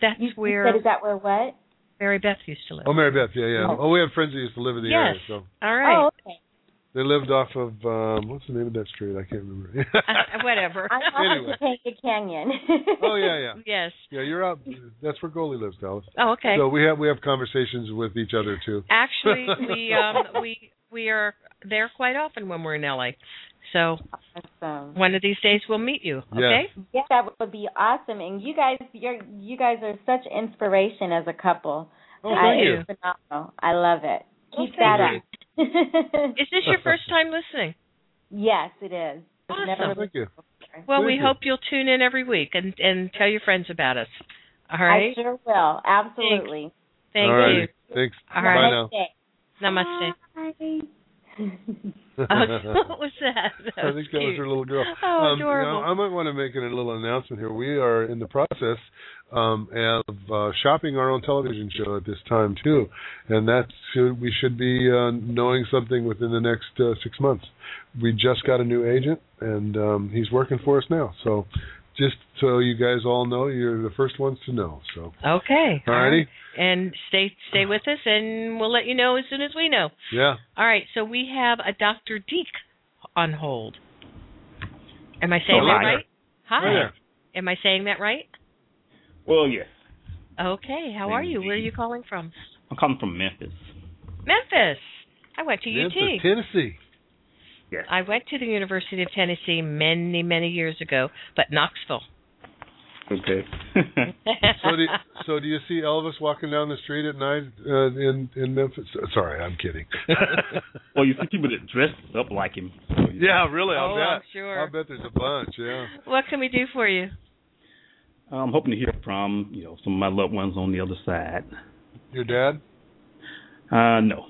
Speaker 7: that's where
Speaker 18: You said, is that where what?
Speaker 7: Mary Beth used to live.
Speaker 6: Oh, Mary Beth. Yeah, yeah. Oh, we had friends that used to live in the
Speaker 7: Yes.
Speaker 6: area, so
Speaker 7: All right.
Speaker 18: Oh, okay.
Speaker 6: they lived off of um, what's the name of that street? I can't remember. <laughs>
Speaker 7: Uh, <laughs> whatever.
Speaker 18: I'm off
Speaker 6: Anyway.
Speaker 18: of Topanga Canyon.
Speaker 6: <laughs> oh yeah, yeah.
Speaker 7: Yes.
Speaker 6: Yeah, you're out. That's where Goldie lives, Dallas.
Speaker 7: Oh, okay.
Speaker 6: So we have we have conversations with each other too. <laughs>
Speaker 7: Actually, we um we we are there quite often when we're in LA. So
Speaker 18: Awesome.
Speaker 7: one of these days we'll meet you. Okay.
Speaker 18: Yeah, that would be awesome. And you guys, you're you guys are such inspiration as a couple.
Speaker 6: Oh,
Speaker 18: I,
Speaker 6: thank
Speaker 18: it's phenomenal. I love it. Keep
Speaker 7: Okay.
Speaker 18: that up. <laughs>
Speaker 7: Is this your first time listening?
Speaker 18: yes, it is. It's never
Speaker 7: Awesome.
Speaker 18: really-
Speaker 6: Thank you.
Speaker 7: Well,
Speaker 18: Thank
Speaker 7: we
Speaker 18: you.
Speaker 7: hope you'll tune in every week and and tell your friends about us. All right.
Speaker 18: I sure will. Absolutely.
Speaker 7: Thank
Speaker 6: All righty.
Speaker 7: you.
Speaker 6: Thanks.
Speaker 7: All
Speaker 6: Bye
Speaker 7: right.
Speaker 6: now.
Speaker 7: Namaste. <laughs> what was
Speaker 6: <laughs>
Speaker 7: that? That
Speaker 6: I
Speaker 7: was
Speaker 6: think that was
Speaker 7: cute.
Speaker 6: her little girl.
Speaker 7: <laughs> Oh,
Speaker 6: um, you know,
Speaker 7: adorable.
Speaker 6: I might want to make a little announcement here. We are in the process um, of uh, shopping our own television show at this time too, and that should we should be uh, knowing something within the next uh, six months. We just got a new agent, and um, he's working for us now. So, just so you guys all know, you're the first ones to know. So,
Speaker 7: Okay.
Speaker 6: all righty,
Speaker 7: And stay stay with us, and we'll let you know as soon as we know.
Speaker 6: yeah.
Speaker 7: All right. So we have a Dr. Deek on hold. Am I saying
Speaker 19: Oh,
Speaker 7: that
Speaker 19: hi.
Speaker 7: right? Hi.
Speaker 19: Hi there.
Speaker 7: Am I saying that right?
Speaker 19: Well, yes.
Speaker 7: Okay. How are you? Where are you calling from?
Speaker 19: I'm calling from Memphis.
Speaker 7: Memphis. I went to
Speaker 19: Memphis,
Speaker 7: UT.
Speaker 6: Tennessee.
Speaker 16: Yes.
Speaker 7: I went to the University of Tennessee many, many years ago, but Knoxville.
Speaker 19: Okay.
Speaker 6: so do so do you see Elvis walking down the street at night uh, in in Memphis? Sorry, I'm kidding.
Speaker 19: <laughs>
Speaker 7: <laughs>
Speaker 19: well, you see people that dress up like him.
Speaker 6: yeah, really. I'll
Speaker 7: Oh,
Speaker 6: bet.
Speaker 7: I'm sure.
Speaker 6: I bet there's a bunch. Yeah.
Speaker 7: What can we do for you?
Speaker 19: I'm hoping to hear from you know some of my loved ones on the other side.
Speaker 6: Your dad?
Speaker 19: Uh, no.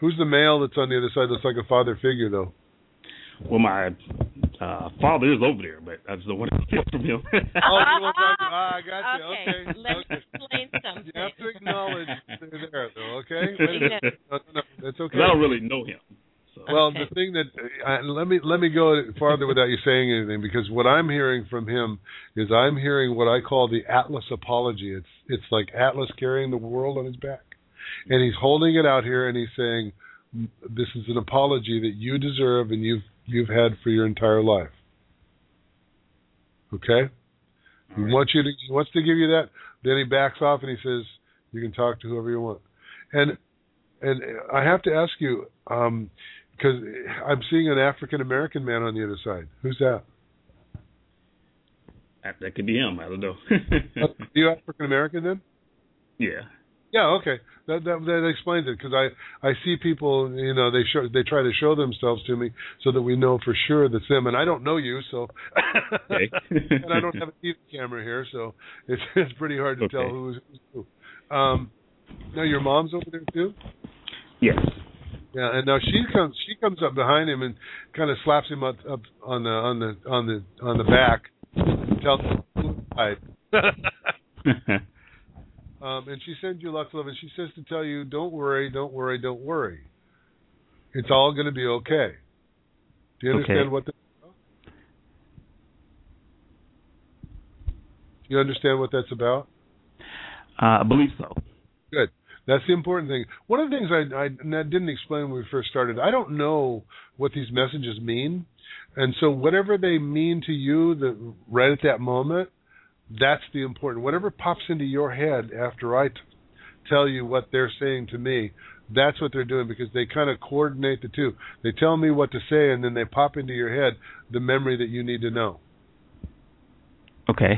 Speaker 6: Who's the male that's on the other side that's like a father figure though?
Speaker 19: Well, my uh, father is over there, but I just don't want to <laughs> hear from him.
Speaker 6: Oh, you look like ah, I got you.
Speaker 7: <laughs> Okay,
Speaker 6: Okay.
Speaker 7: let's explain
Speaker 6: <laughs>
Speaker 7: something.
Speaker 6: You have to acknowledge they're there though.
Speaker 19: <laughs>
Speaker 6: Okay.
Speaker 19: Yeah.
Speaker 6: Wait a minute. No, no, no, That's okay.
Speaker 19: 'Cause I don't really know him.
Speaker 6: Well,
Speaker 19: Okay.
Speaker 6: the thing that uh, I, let me let me go farther without you saying anything because what I'm hearing from him is I'm hearing what I call the Atlas apology. It's it's like Atlas carrying the world on his back, and he's holding it out here and he's saying, "This is an apology that you deserve and you've you've had for your entire life." Okay, he wants you to he wants to give you that. Then he backs off and he says, "You can talk to whoever you want," and and I have to ask you. um because I'm seeing an African American man on the other side. Who's that?
Speaker 19: <laughs> That- That could be him. I don't know.
Speaker 6: Are Oh, you African American then?
Speaker 19: yeah.
Speaker 6: Yeah, okay. That that, that explains it because I I see people you know they show they try to show themselves to me so that we know for sure that's them and I don't know you so
Speaker 19: Okay.
Speaker 6: <laughs> <laughs> and I don't have a TV camera here so it's it's pretty hard to tell
Speaker 19: Okay.
Speaker 6: who's who's who. Um, now your mom's over there too.
Speaker 19: Yes.
Speaker 6: Yeah, and now she comes she comes up behind him and kind of slaps him up, up on the on the on the on the back. and Tells him um, and she sends you lots of love, and she says to tell you, don't worry, don't worry, don't worry. It's all going to be okay. Do you
Speaker 19: Okay.
Speaker 6: understand what? The, do you understand what that's about?
Speaker 19: Uh, I believe so.
Speaker 6: Good. That's the important thing. One of the things I, I, and I didn't explain when we first started, I don't know what these messages mean. And so, whatever they mean to you the, right at that moment, that's the important. Whatever pops into your head after I t- tell you what they're saying to me, that's what they're doing because they kind of coordinate the two. They tell me what to say, and then they pop into your head the memory that you need to know
Speaker 19: Okay.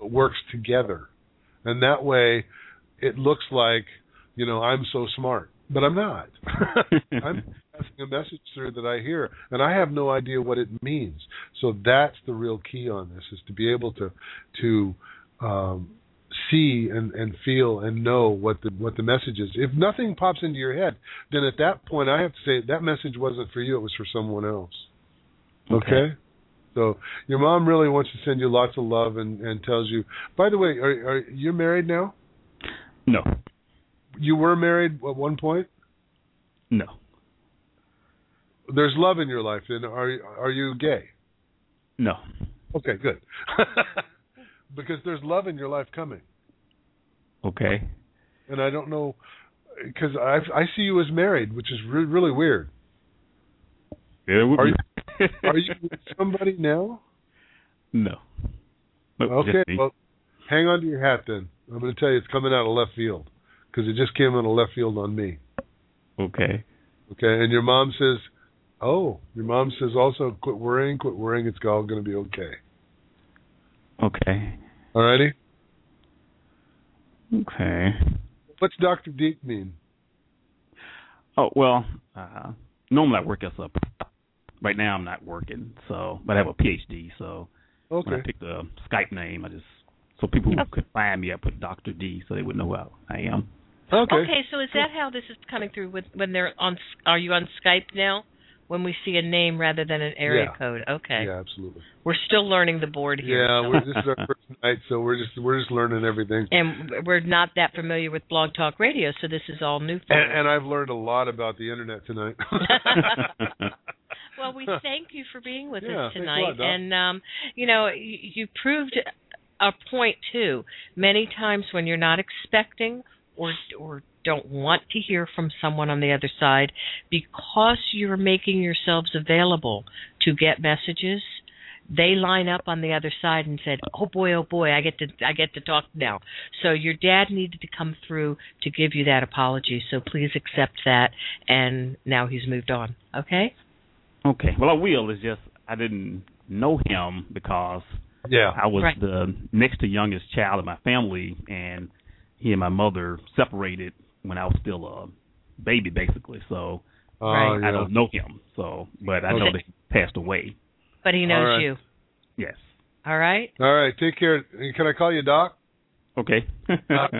Speaker 6: works together. And that way it looks like, you know, I'm so smart. But
Speaker 19: <laughs>
Speaker 6: I'm not. I'm passing a message through that I hear and I have no idea what it means. So that's the real key on this is to be able to to um see and, and feel and know what the what the message is. If nothing pops into your head, then at that point I have to say that message wasn't for you, it was for someone else. Okay? So your mom really wants to send you lots of love and, and tells you by the way, are are you married now?
Speaker 19: No.
Speaker 6: You were married at one point?
Speaker 19: No.
Speaker 6: There's love in your life, then are are you gay?
Speaker 19: No.
Speaker 6: Okay,
Speaker 19: <laughs>
Speaker 6: good. because there's love in your life coming.
Speaker 19: Okay.
Speaker 6: and I don't know because I I see you as married, which is re- really weird.
Speaker 19: Yeah, it would
Speaker 6: Are
Speaker 19: be-
Speaker 6: you are you
Speaker 19: <laughs>
Speaker 6: with somebody now?
Speaker 19: No. Nope,
Speaker 6: Okay,
Speaker 19: just me.
Speaker 6: well, hang on to your hat then. I'm going to tell you it's coming out of left field because it just came out of left field on me.
Speaker 19: okay.
Speaker 6: Okay, and your mom says, "Oh, your mom says also quit worrying, quit worrying. It's all going to be okay."
Speaker 19: Okay.
Speaker 6: Alrighty.
Speaker 19: Okay.
Speaker 6: What's Doctor Deep mean?
Speaker 19: Oh well, uh, normally I work as a. Right now I'm not working, so but I have a PhD, so when
Speaker 6: Okay.
Speaker 19: I picked the Skype name, I just so people who could find me, I put Doctor D, so they would know who I am.
Speaker 7: Okay, so is that how this is coming through when, when they're on S- are you on Skype now? When we see a name rather than an area
Speaker 6: Yeah.
Speaker 7: code. Okay.
Speaker 6: Yeah, absolutely.
Speaker 7: We're still learning the board here.
Speaker 6: Yeah,
Speaker 7: so-
Speaker 6: we're, this is our first night, so we're just we're just learning everything.
Speaker 7: <laughs> and we're not that familiar with Blog Talk Radio, so this is all new for us.
Speaker 6: And, and I've learned a lot about the internet tonight.
Speaker 7: Well, we thank you for being with
Speaker 6: Yeah,
Speaker 7: us
Speaker 6: thanks a
Speaker 7: tonight,
Speaker 6: lot, Doc.
Speaker 7: and um, you know, you, you proved a point too. Many times when you're not expecting or or don't want to hear from someone on the other side, because you're making yourselves available to get messages, they line up on the other side and said, "Oh boy, oh boy, I get to I get to talk now." So your dad needed to come through to give you that apology. So please accept that and now he's moved on, okay?
Speaker 19: Okay. Well, I will. It's just I didn't know him because
Speaker 6: yeah,
Speaker 19: I was
Speaker 7: Right.
Speaker 19: the next to youngest child in my family, and he and my mother separated when I was still a baby, basically. So
Speaker 7: Oh,
Speaker 19: I
Speaker 7: yeah.
Speaker 19: don't know him. So, but I know
Speaker 7: Okay.
Speaker 19: that he passed away.
Speaker 7: But <laughs> he knows
Speaker 6: All right.
Speaker 7: you.
Speaker 19: Yes.
Speaker 7: All right?
Speaker 6: All right. Take care. Can I call you Doc?
Speaker 19: Okay.
Speaker 7: Okay, Doc.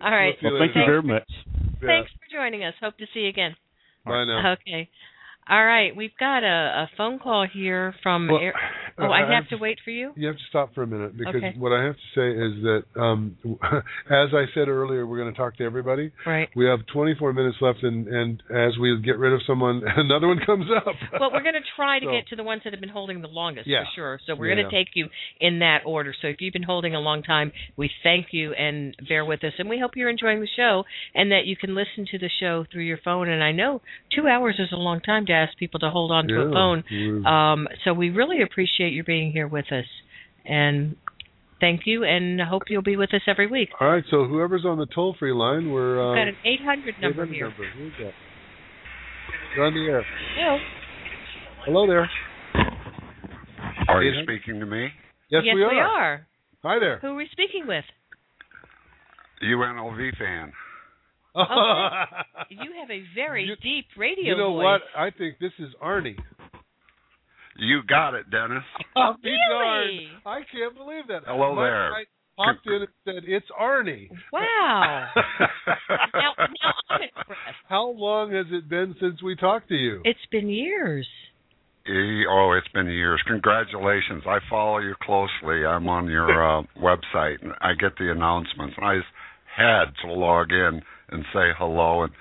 Speaker 7: All right.
Speaker 19: Well, thank you very much.
Speaker 7: Thanks for joining us. Hope to see you again.
Speaker 6: Bye now.
Speaker 7: Okay. All right, we've got a, a phone call here from.
Speaker 6: Well,
Speaker 7: Air-
Speaker 6: uh,
Speaker 7: oh, I
Speaker 6: I-
Speaker 7: have to wait for you.
Speaker 6: You have to stop for a minute because
Speaker 7: Okay.
Speaker 6: what I have to say is that, um, <laughs> as I said earlier, we're going to talk to everybody.
Speaker 7: Right.
Speaker 6: We have 24 minutes left, and, and as we get rid of someone, <laughs> another one comes up.
Speaker 7: Well, we're going to try to
Speaker 6: <laughs> So-
Speaker 7: get to the ones that have been holding the longest
Speaker 6: Yeah.
Speaker 7: for sure. So we're
Speaker 6: Yeah,
Speaker 7: going to
Speaker 6: yeah.
Speaker 7: take you in that order. So if you've been holding a long time, we thank you and bear with us. And we hope you're enjoying the show and that you can listen to the show through your phone. And I know two hours is a long time to ask people to hold on to a
Speaker 20: Yeah.
Speaker 7: phone.
Speaker 20: Mm.
Speaker 6: Mm-hmm.
Speaker 7: Um, so we really appreciate you being here with us. And thank you and hope you'll be with us every week.
Speaker 6: All right. So whoever's on the toll free line, we're
Speaker 7: We've
Speaker 6: um,
Speaker 7: got an 800 number here.
Speaker 6: Who's that? You're on the air.
Speaker 7: Hello.
Speaker 6: Hello there.
Speaker 21: Are you
Speaker 6: Peter?
Speaker 21: speaking to me?
Speaker 6: Yes,
Speaker 7: yes,
Speaker 21: we
Speaker 7: we
Speaker 21: are.
Speaker 7: are.
Speaker 6: Hi there.
Speaker 7: Who are we speaking
Speaker 6: <laughs>
Speaker 7: with?
Speaker 21: UNLV fan.
Speaker 7: Okay. you have a very deep radio
Speaker 6: you know
Speaker 7: voice.
Speaker 6: what? I think this is Arnie.
Speaker 21: You got it, Dennis.
Speaker 6: I'll be
Speaker 7: Really?
Speaker 6: darned. I can't believe that.
Speaker 21: Hello
Speaker 6: My-
Speaker 21: there.
Speaker 6: I popped in and said, "It's Arnie." <laughs>
Speaker 7: Wow.
Speaker 21: now,
Speaker 7: now I'm impressed.
Speaker 6: How long has it been since we talked to you?
Speaker 7: It's been years.
Speaker 21: E- Oh, it's been years. Congratulations. I follow you closely. I'm on
Speaker 6: <laughs>
Speaker 21: your uh, website and I get the announcements. And I just had to log in and say hello and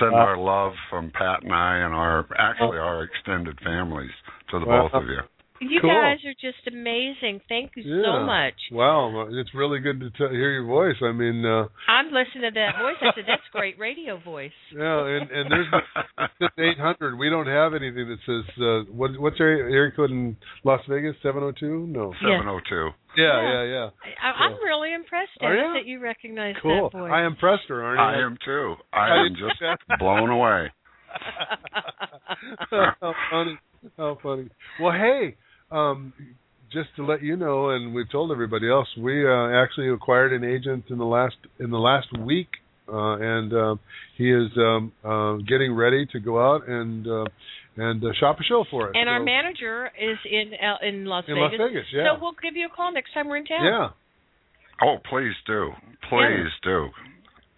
Speaker 21: send our love from Pat and I and our actually our extended families to the
Speaker 6: Wow.
Speaker 21: both of you.
Speaker 7: You
Speaker 6: Cool.
Speaker 7: guys are just amazing. Thank you so
Speaker 6: Yeah.
Speaker 7: much.
Speaker 6: Wow, well, it's really good to t- hear your voice. I mean, uh,
Speaker 7: I'm listening to that voice. I said, that's great radio voice.
Speaker 6: yeah, and and there's just 800. We don't have anything that says uh, what what's your area code in Las Vegas? 702? No.
Speaker 7: Yeah.
Speaker 21: 702.
Speaker 6: Yeah,
Speaker 7: Yeah.
Speaker 6: yeah, yeah.
Speaker 7: I, I'm really impressed
Speaker 6: Are
Speaker 7: Dennis,
Speaker 6: ya?
Speaker 7: that you recognize
Speaker 6: Cool.
Speaker 7: that voice.
Speaker 6: I impressed her, Arnie.
Speaker 21: I am too. I am just blown away.
Speaker 6: <laughs> how funny. How funny. Well, hey, um, just to let you know, and we've told everybody else, we uh, actually acquired an agent in the last in the last week, uh, and um, he is um, uh, getting ready to go out and uh, and uh, shop a show for us.
Speaker 7: and our
Speaker 6: So-
Speaker 7: manager is in L- in Las
Speaker 6: In Las
Speaker 7: Vegas.
Speaker 6: Vegas, yeah.
Speaker 7: So we'll give you a call next time we're in town.
Speaker 21: Yeah. Oh, please do. Please do.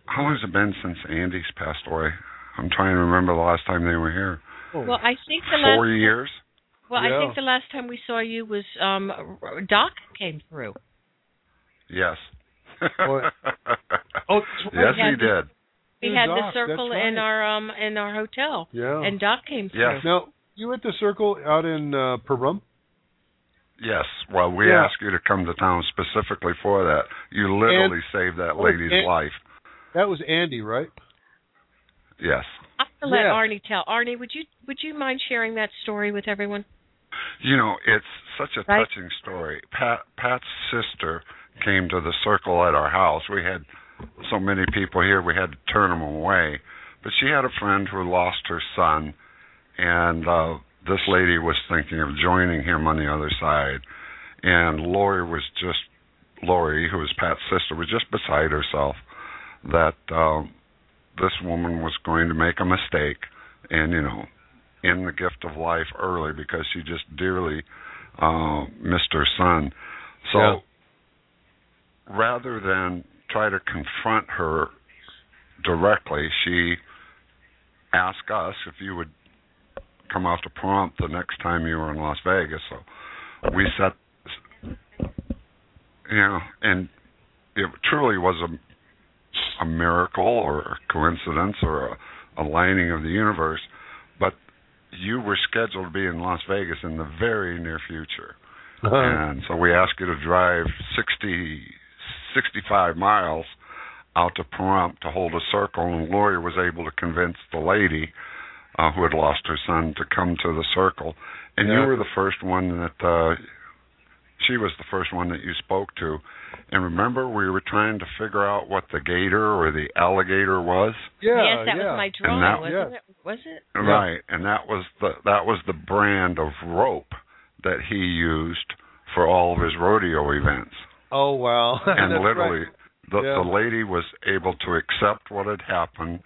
Speaker 21: How long has it been since Andy's passed away? I'm trying to remember the last time they were here.
Speaker 7: Well, I think the
Speaker 21: Four
Speaker 7: last
Speaker 21: years?
Speaker 7: well,
Speaker 21: Yeah.
Speaker 7: I think the last time we saw you was um Doc came through.
Speaker 21: Yes. <laughs>
Speaker 6: oh,
Speaker 21: yes,
Speaker 7: Yeah.
Speaker 21: he did.
Speaker 7: We
Speaker 6: It was
Speaker 7: had the
Speaker 6: Doc, that's
Speaker 7: circle in
Speaker 6: right.
Speaker 7: our um in our hotel.
Speaker 6: Yeah.
Speaker 7: And Doc came through.
Speaker 6: Now, you at the circle out in uh, Perum?
Speaker 21: Yes. Well, we
Speaker 6: Yeah.
Speaker 21: asked you to come to town specifically for that. You literally saved that lady's
Speaker 6: oh, and-
Speaker 21: life.
Speaker 6: That was Andy, right?
Speaker 21: Yes.
Speaker 7: I'm gonna let
Speaker 21: Yeah.
Speaker 7: Arnie tell. Arnie, would you would you mind sharing that story with everyone?
Speaker 21: You know, it's such a touching story. Pat Pat's sister came to the circle at our house. We had so many people here, we had to turn them away. But she had a friend who lost her son, and uh, this lady was thinking of joining him on the other side. And Lori was just Lori, who was Pat's sister, was just beside herself that um, this woman was going to make a mistake, and you know, in the gift of life early because she just dearly uh, missed her son. So
Speaker 6: Yeah.
Speaker 21: rather than try to confront her directly, she asked us if you would come out to prompt the next time you were in Las Vegas. So we set, you know, and it truly was a a miracle or a coincidence or a aligning of the universe, but you were scheduled to be in Las Vegas in the very near future. <laughs>
Speaker 6: Uh, Uh-huh.
Speaker 21: And so we asked you to drive 60, 65 miles out to Pahrump to hold a circle, and Lori was able to convince the lady uh, who had lost her son to come to the circle. And
Speaker 6: Yeah.
Speaker 21: you were the first one that uh she was the first one that you spoke to. And remember we were trying to figure out what the gator or the alligator was?
Speaker 7: yes, that was my
Speaker 21: And
Speaker 7: drawing,
Speaker 21: that-
Speaker 7: wasn't it? Was it?
Speaker 21: Right, and that was the that was the brand of rope that he used for all of his rodeo events.
Speaker 6: Oh wow! <laughs>
Speaker 21: And
Speaker 6: That's
Speaker 21: literally,
Speaker 6: right.
Speaker 21: the
Speaker 6: Yeah.
Speaker 21: the lady was able to accept what had happened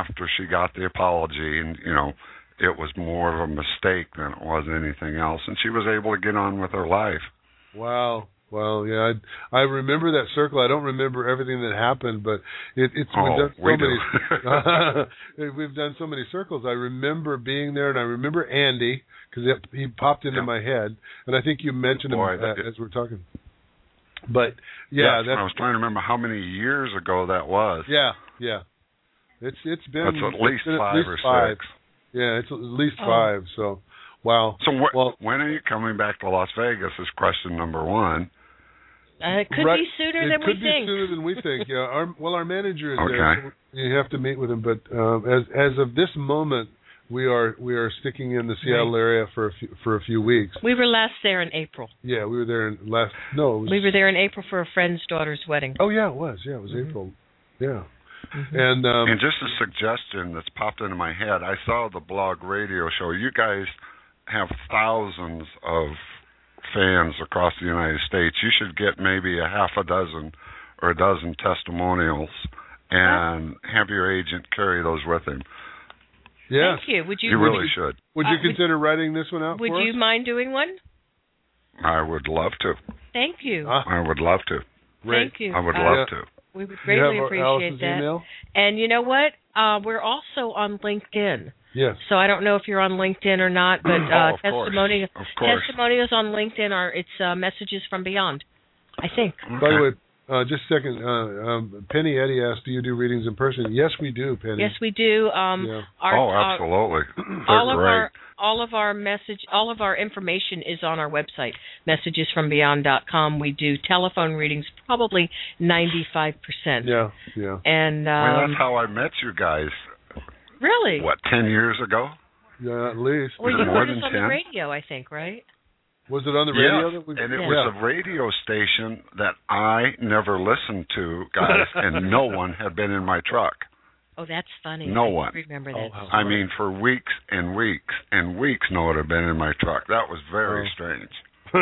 Speaker 21: after she got the apology, and you know, it was more of a mistake than it was anything else, and she was able to get on with her life.
Speaker 6: Wow. Well, yeah, I, I remember that circle. I don't remember everything that happened, but it, it's
Speaker 21: Oh,
Speaker 6: we've done so
Speaker 21: we <laughs>
Speaker 6: many. <laughs> we've done so many circles. I remember being there, and I remember Andy because he popped into my head, and I think you mentioned
Speaker 21: Boy,
Speaker 6: him
Speaker 21: that-
Speaker 6: uh, as we're talking. But yeah,
Speaker 21: I was trying to remember how many years ago that was.
Speaker 6: Yeah, yeah. It's it's been
Speaker 21: That's at
Speaker 6: it's
Speaker 21: least
Speaker 6: been at
Speaker 21: five
Speaker 6: least
Speaker 21: or
Speaker 6: five.
Speaker 21: six.
Speaker 6: Yeah, it's at least
Speaker 21: Oh.
Speaker 6: five. So, wow.
Speaker 21: So wh- when are you coming back to Las Vegas? Is question number one.
Speaker 7: Uh, it could
Speaker 6: Right.
Speaker 7: be sooner
Speaker 6: It
Speaker 7: than we
Speaker 6: could be
Speaker 7: think.
Speaker 6: sooner than we think. Yeah. Our, well, our manager is
Speaker 21: Okay.
Speaker 6: there. so You have to meet with him, but um, as as of this moment, we are we are sticking in the Seattle area for a few, for a few weeks.
Speaker 7: We were last there in April.
Speaker 6: Yeah, we were there in last. No, it was,
Speaker 7: We were there in April for a friend's daughter's wedding. Mm-hmm.
Speaker 6: Oh yeah, it was. Yeah, it was April. Yeah. And um,
Speaker 21: and just a suggestion that's popped into my head. I saw the blog radio show. You guys have thousands of fans across the United States. You should get maybe a half a dozen or a dozen testimonials and have your agent carry those with him.
Speaker 6: Yeah.
Speaker 7: Thank you. Would you?
Speaker 21: You really should.
Speaker 6: Would
Speaker 7: Uh,
Speaker 6: you
Speaker 7: would-
Speaker 6: consider writing this one out
Speaker 7: Would
Speaker 6: for
Speaker 7: you
Speaker 6: us?
Speaker 7: mind doing one?
Speaker 21: I would love to.
Speaker 7: Thank
Speaker 6: Uh,
Speaker 7: you.
Speaker 21: I would love to.
Speaker 7: Thank you.
Speaker 21: I would
Speaker 7: Uh,
Speaker 21: love to.
Speaker 7: We would
Speaker 21: You have
Speaker 7: greatly
Speaker 21: our-
Speaker 7: appreciate
Speaker 21: Alice's
Speaker 7: that.
Speaker 21: email?
Speaker 7: And you know what? Uh, we're also on LinkedIn.
Speaker 6: Yes.
Speaker 7: So I don't know if you're on LinkedIn or not,
Speaker 21: <clears throat>
Speaker 7: but
Speaker 21: Oh,
Speaker 7: uh,
Speaker 21: of course.
Speaker 7: testimonials
Speaker 21: Of course.
Speaker 7: testimonials on LinkedIn are it's uh, messages from beyond. I think.
Speaker 6: By the way, uh, just a second. Uh, um, Penny Eddie asked, "Do you do readings in person?" Yes, we do, Penny.
Speaker 7: Yes, we do. Um,
Speaker 6: Yeah.
Speaker 7: our,
Speaker 21: oh,
Speaker 7: our- <clears throat>
Speaker 21: absolutely. They're
Speaker 7: all of
Speaker 21: great.
Speaker 7: our all of our message all of our information is on our website messagesfrombeyond.com we do telephone readings probably 95%
Speaker 6: yeah yeah
Speaker 7: and
Speaker 21: Well,
Speaker 7: um,
Speaker 21: that's how I met you guys.
Speaker 7: really
Speaker 21: What, ten years ago?
Speaker 6: Yeah, at least.
Speaker 7: well
Speaker 21: Is
Speaker 7: you
Speaker 21: it more
Speaker 7: heard us
Speaker 21: than
Speaker 7: on
Speaker 21: 10?
Speaker 7: the radio i think right
Speaker 6: Was it on the
Speaker 21: Yeah,
Speaker 6: radio? That we,
Speaker 21: and it
Speaker 6: yeah.
Speaker 21: was a radio station that I never listened to,
Speaker 6: <laughs>
Speaker 21: guys, and no one had been in my truck.
Speaker 7: oh that's funny
Speaker 21: No
Speaker 7: I
Speaker 21: one.
Speaker 7: remember
Speaker 6: Oh,
Speaker 7: that
Speaker 21: I mean, for weeks and weeks and weeks, no one had been in my truck. That was
Speaker 6: Oh.
Speaker 21: very
Speaker 6: <laughs>
Speaker 21: strange.
Speaker 7: <laughs>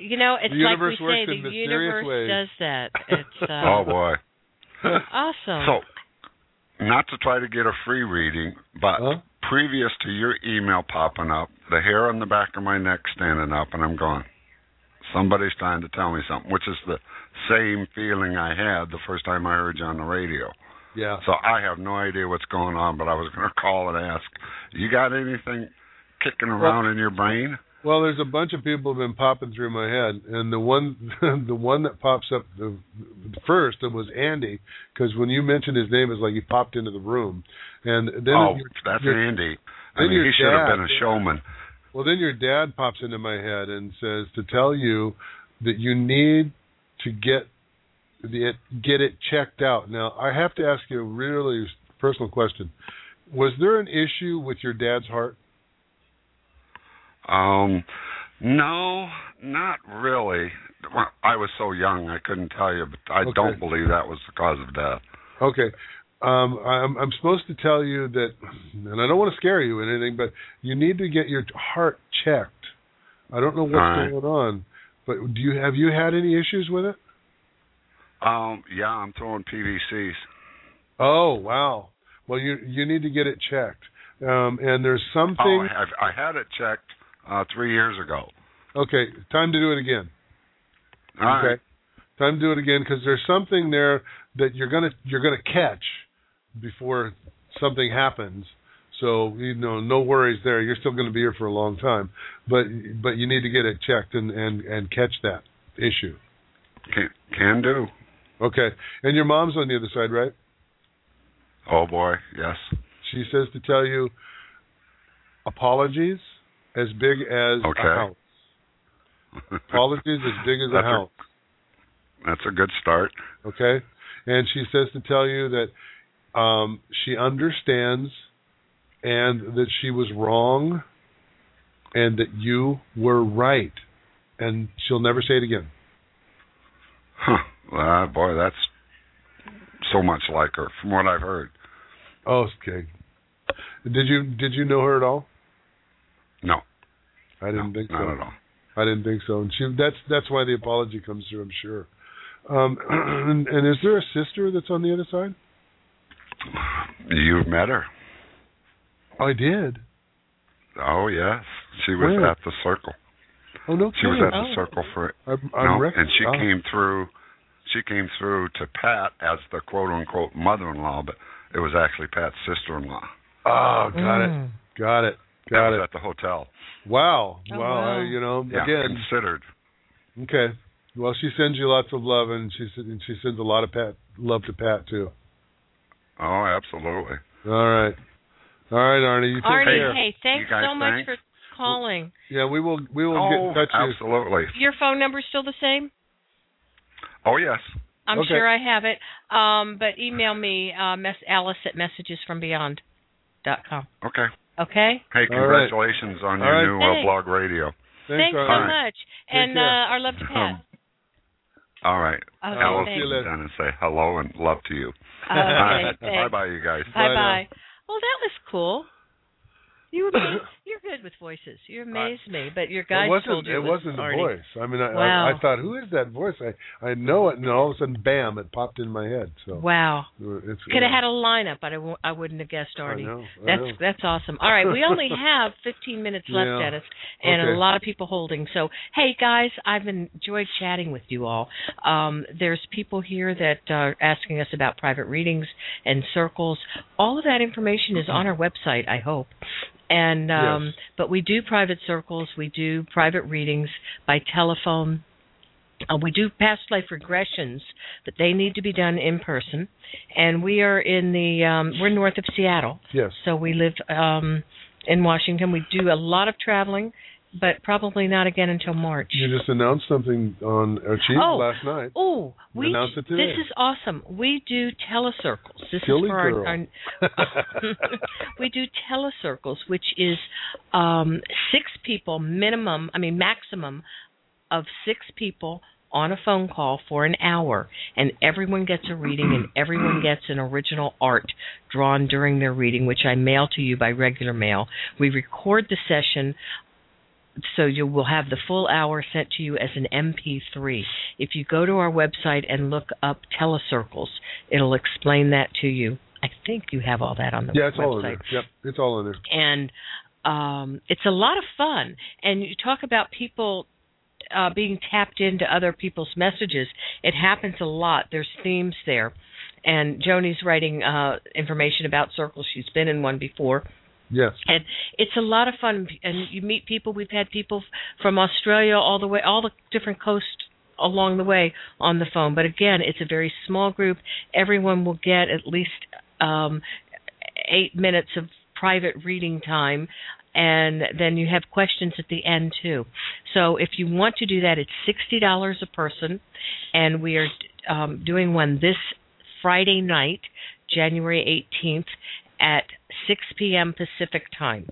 Speaker 7: you know it's
Speaker 21: The
Speaker 7: like we
Speaker 21: universe works
Speaker 7: say
Speaker 21: in
Speaker 7: the
Speaker 21: mysterious
Speaker 7: universe
Speaker 21: ways.
Speaker 7: does that it's uh,
Speaker 21: oh boy!
Speaker 6: <laughs>
Speaker 7: awesome
Speaker 21: So, not to try to get a free reading, but previous to your email popping up, the hair on the back of my neck standing up, and I'm going, somebody's trying to tell me something, which is the same feeling I had the first time I heard you on the radio.
Speaker 6: yeah.
Speaker 21: So I have no idea what's going on, but I was going to <laughs> call and ask, you got anything kicking around in your brain?
Speaker 6: Well, there's a bunch of people have been popping through my head, and the one <laughs> the one that pops up the, the first was Andy, because when you mentioned his name, it's like he popped into the room, and then
Speaker 21: oh,
Speaker 6: your-
Speaker 21: that's
Speaker 6: your-
Speaker 21: Andy. I
Speaker 6: then
Speaker 21: mean,
Speaker 6: your
Speaker 21: he should have
Speaker 6: dad-
Speaker 21: been a showman.
Speaker 6: Well, then your dad pops into my head and says to tell you that you need to get the get it checked out. Now, I have to ask you a really personal question. Was there an issue with your dad's heart?
Speaker 21: Um, no, not really. Well, I was so young, I couldn't tell you, but I don't believe that was the cause of death.
Speaker 6: Okay. Um, I'm, I'm supposed to tell you that, and I don't want to scare you or anything, but you need to get your heart checked. I don't know what's
Speaker 21: All right.
Speaker 6: going on, but do you have you had any issues with it?
Speaker 21: Um, yeah, I'm throwing PVCs.
Speaker 6: Oh wow. Well, you you need to get it checked. Um, and there's something.
Speaker 21: Oh, I, have, I had it checked uh, three years ago.
Speaker 6: Okay, time to do it again.
Speaker 21: All right.
Speaker 6: okay, time to do it again because there's something there that you're gonna you're gonna catch before something happens. So you know, no worries there. You're still going to be here for a long time, but but you need to get it checked and and and catch that issue.
Speaker 21: Can, can do.
Speaker 6: Okay, and your mom's on the other side, right?
Speaker 21: Oh boy, yes.
Speaker 6: She says to tell you apologies as big as
Speaker 21: Okay.
Speaker 6: a house. Apologies as big as a
Speaker 21: That's a-
Speaker 6: house.
Speaker 21: That's a good start.
Speaker 6: okay? And she says to tell you that um, she understands and that she was wrong and that you were right. And she'll never say it again.
Speaker 21: Huh. Ah, boy, that's so much like her from what I've heard.
Speaker 6: Oh, okay. Did you did you know her at all?
Speaker 21: No.
Speaker 6: I didn't think so.
Speaker 21: Not at all.
Speaker 6: I didn't think so. And she that's that's why the apology comes through, I'm sure. Um <clears throat> and, and is there a sister that's on the other side?
Speaker 21: You've met her.
Speaker 6: I did.
Speaker 21: Oh yes, she was
Speaker 6: Where?
Speaker 21: at the circle.
Speaker 6: Oh no
Speaker 21: She was at
Speaker 6: kidding.
Speaker 21: the circle for
Speaker 6: I'm,
Speaker 21: no,
Speaker 6: I'm rec-
Speaker 21: and she
Speaker 7: uh.
Speaker 6: oh.
Speaker 21: came through. She came through to Pat as the quote unquote mother-in-law, but it was actually Pat's sister-in-law.
Speaker 6: Oh, got it. Got it. Got
Speaker 21: it. At the hotel. Oh,
Speaker 6: Wow. wow.
Speaker 21: wow.
Speaker 6: I- you know,
Speaker 21: Yeah,
Speaker 6: again
Speaker 21: considered.
Speaker 6: Okay. Well, she sends you lots of love, and she s- and she sends a lot of Pat love to Pat too.
Speaker 21: Oh, absolutely.
Speaker 6: All right, all right, Arnie, you take
Speaker 7: Arnie,
Speaker 6: care.
Speaker 7: hey, thanks
Speaker 21: guys
Speaker 7: so much
Speaker 21: thanks.
Speaker 7: for calling.
Speaker 6: Yeah, we will we will get
Speaker 21: Oh,
Speaker 6: in touch. with-
Speaker 21: absolutely.
Speaker 7: Your phone number's still the same?
Speaker 21: Oh yes.
Speaker 7: I'm
Speaker 21: Okay.
Speaker 7: sure I have it. Um, but email me, uh, mess Alice at messagesfrombeyond.com.
Speaker 21: Okay.
Speaker 7: Okay.
Speaker 21: Hey,
Speaker 7: All right.
Speaker 21: congratulations on
Speaker 7: All
Speaker 21: your
Speaker 7: right.
Speaker 21: new
Speaker 7: Thanks.
Speaker 21: uh, blog radio.
Speaker 7: Thanks, so much,
Speaker 21: Take
Speaker 7: and uh,
Speaker 21: care.
Speaker 7: our love to Pat.
Speaker 21: Um, all right.
Speaker 7: Okay,
Speaker 21: Alice,
Speaker 7: thanks.
Speaker 21: sit down and say hello and love to you.
Speaker 7: Okay,
Speaker 21: bye
Speaker 7: thanks.
Speaker 21: bye, you guys.
Speaker 7: Bye bye. Well, that was cool. You amaze, you're good with voices. You amaze me, but your guys
Speaker 6: it wasn't
Speaker 7: told you
Speaker 6: it
Speaker 7: was
Speaker 6: wasn't
Speaker 7: Arnie.
Speaker 6: the voice. I mean, I, I
Speaker 7: Wow.
Speaker 6: I thought, who is that voice? I I know it, and all of a sudden, bam! It popped in my head. So
Speaker 7: Wow.
Speaker 6: it's
Speaker 7: Could have had a lineup, but I w- I wouldn't have guessed Arnie.
Speaker 6: know, I
Speaker 7: that's
Speaker 6: know.
Speaker 7: that's awesome. All right, we
Speaker 1: <laughs>
Speaker 7: only have 15 minutes left,
Speaker 6: Yeah.
Speaker 7: Dennis, and
Speaker 1: Okay.
Speaker 7: a lot of people holding. So, hey guys, I've enjoyed chatting with you all. Um, there's people here that are asking us about private readings and circles. All of that information is on our website, I hope. And um,
Speaker 1: Yes.
Speaker 7: but we do private circles, we do private readings by telephone. Uh, we do past life regressions, but they need to be done in person. And we are in the um, we're north of Seattle,
Speaker 6: yes.
Speaker 7: so we live um, in Washington. We do a lot of traveling, but probably not again until March.
Speaker 6: You just announced something on Achieve
Speaker 7: Oh.
Speaker 6: last night.
Speaker 7: Oh, we
Speaker 6: announced it today.
Speaker 7: this is awesome. We do telecircles. This
Speaker 6: Silly
Speaker 7: is for our,
Speaker 6: girl.
Speaker 7: our <laughs> we do telecircles, which is um, six people minimum. I mean maximum of six people on a phone call for an hour, and everyone gets a reading and everyone gets an original art drawn during their reading, which I mail to you by regular mail. We record the session so you will have the full hour sent to you as an MP3. If you go to our website and look up telecircles, it'll explain that to you. I think you have all that on the
Speaker 6: yeah, it's
Speaker 7: website
Speaker 6: all in there. Yep, it's all in there.
Speaker 7: and um, it's a lot of fun. And you talk about people uh, being tapped into other people's messages. It happens a lot. There's themes there, and Joni's writing uh, information about circles. She's been in one before.
Speaker 6: Yes.
Speaker 7: And it's a lot of fun, and you meet people. We've had people f- from Australia all the way, all the different coasts along the way on the phone. But again, it's a very small group. Everyone will get at least um, eight minutes of private reading time, and then you have questions at the end too. So if you want to do that, it's sixty dollars a person, and we are um, doing one this Friday night, January 18th at 6 p.m. Pacific time.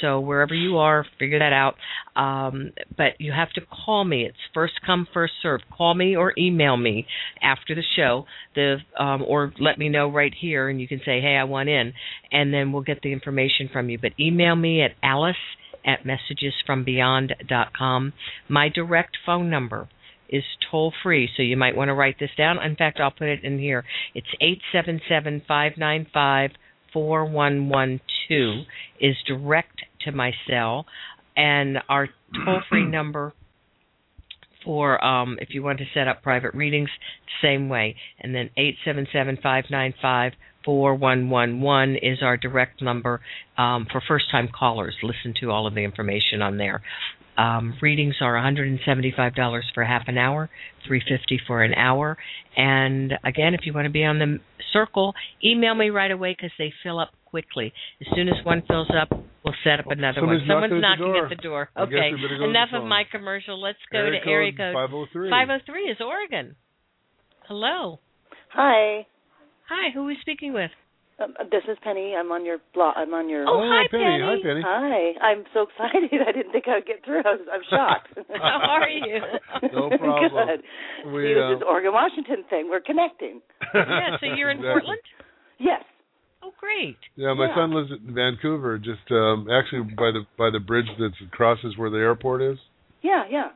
Speaker 7: So wherever you are, figure that out. Um, but you have to call me. It's first come, first serve. Call me or email me after the show, the um, or let me know right here, and you can say, "Hey, I want in," and then we'll get the information from you. But email me at alice at messagesfrombeyond.com. My direct phone number is toll free, so you might want to write this down. In fact, I'll put it in here. It's eight seven seven five nine five four one one two is direct to my cell, and our toll free number for um, if you want to set up private readings, same way. And then eight seven seven five nine five four one one one is our direct number um, for first time callers. Listen to all of the information on there. Um, readings are $175 for half an hour, 350 for an hour. And again, if you want to be on the circle, email me right away because they fill up quickly. As soon as one fills up, we'll set up another one.
Speaker 1: Somebody's knocking
Speaker 7: Someone's knocking
Speaker 1: at
Speaker 7: at
Speaker 1: the
Speaker 7: the door.
Speaker 1: I guess
Speaker 7: Okay,
Speaker 1: we better go to the
Speaker 7: enough of
Speaker 1: phone.
Speaker 7: my commercial. Let's go
Speaker 1: Area
Speaker 7: to area
Speaker 1: code 503.
Speaker 7: code 503 is Oregon. Hello.
Speaker 17: Hi.
Speaker 7: Hi, who are we speaking with?
Speaker 20: Um, this is Penny. I'm on your blog. I'm on your.
Speaker 6: Oh, Oh, hi, Penny. Penny. Hi, Penny.
Speaker 20: Hi. I'm so excited. <laughs> I didn't think I would get through. I was,
Speaker 6: <laughs>
Speaker 20: I'm shocked.
Speaker 7: <laughs>
Speaker 6: How
Speaker 7: are you?
Speaker 6: No problem.
Speaker 20: Good.
Speaker 6: We,
Speaker 20: See,
Speaker 6: uh,
Speaker 20: this is Oregon Washington thing. We're connecting.
Speaker 7: yeah, so you're in
Speaker 6: <laughs> Exactly.
Speaker 7: Portland?
Speaker 20: Yes.
Speaker 7: Oh, great.
Speaker 6: Yeah, my
Speaker 20: Yeah.
Speaker 6: son lives in Vancouver, just um actually by the by the bridge that crosses where the airport is.
Speaker 20: Yeah, yeah.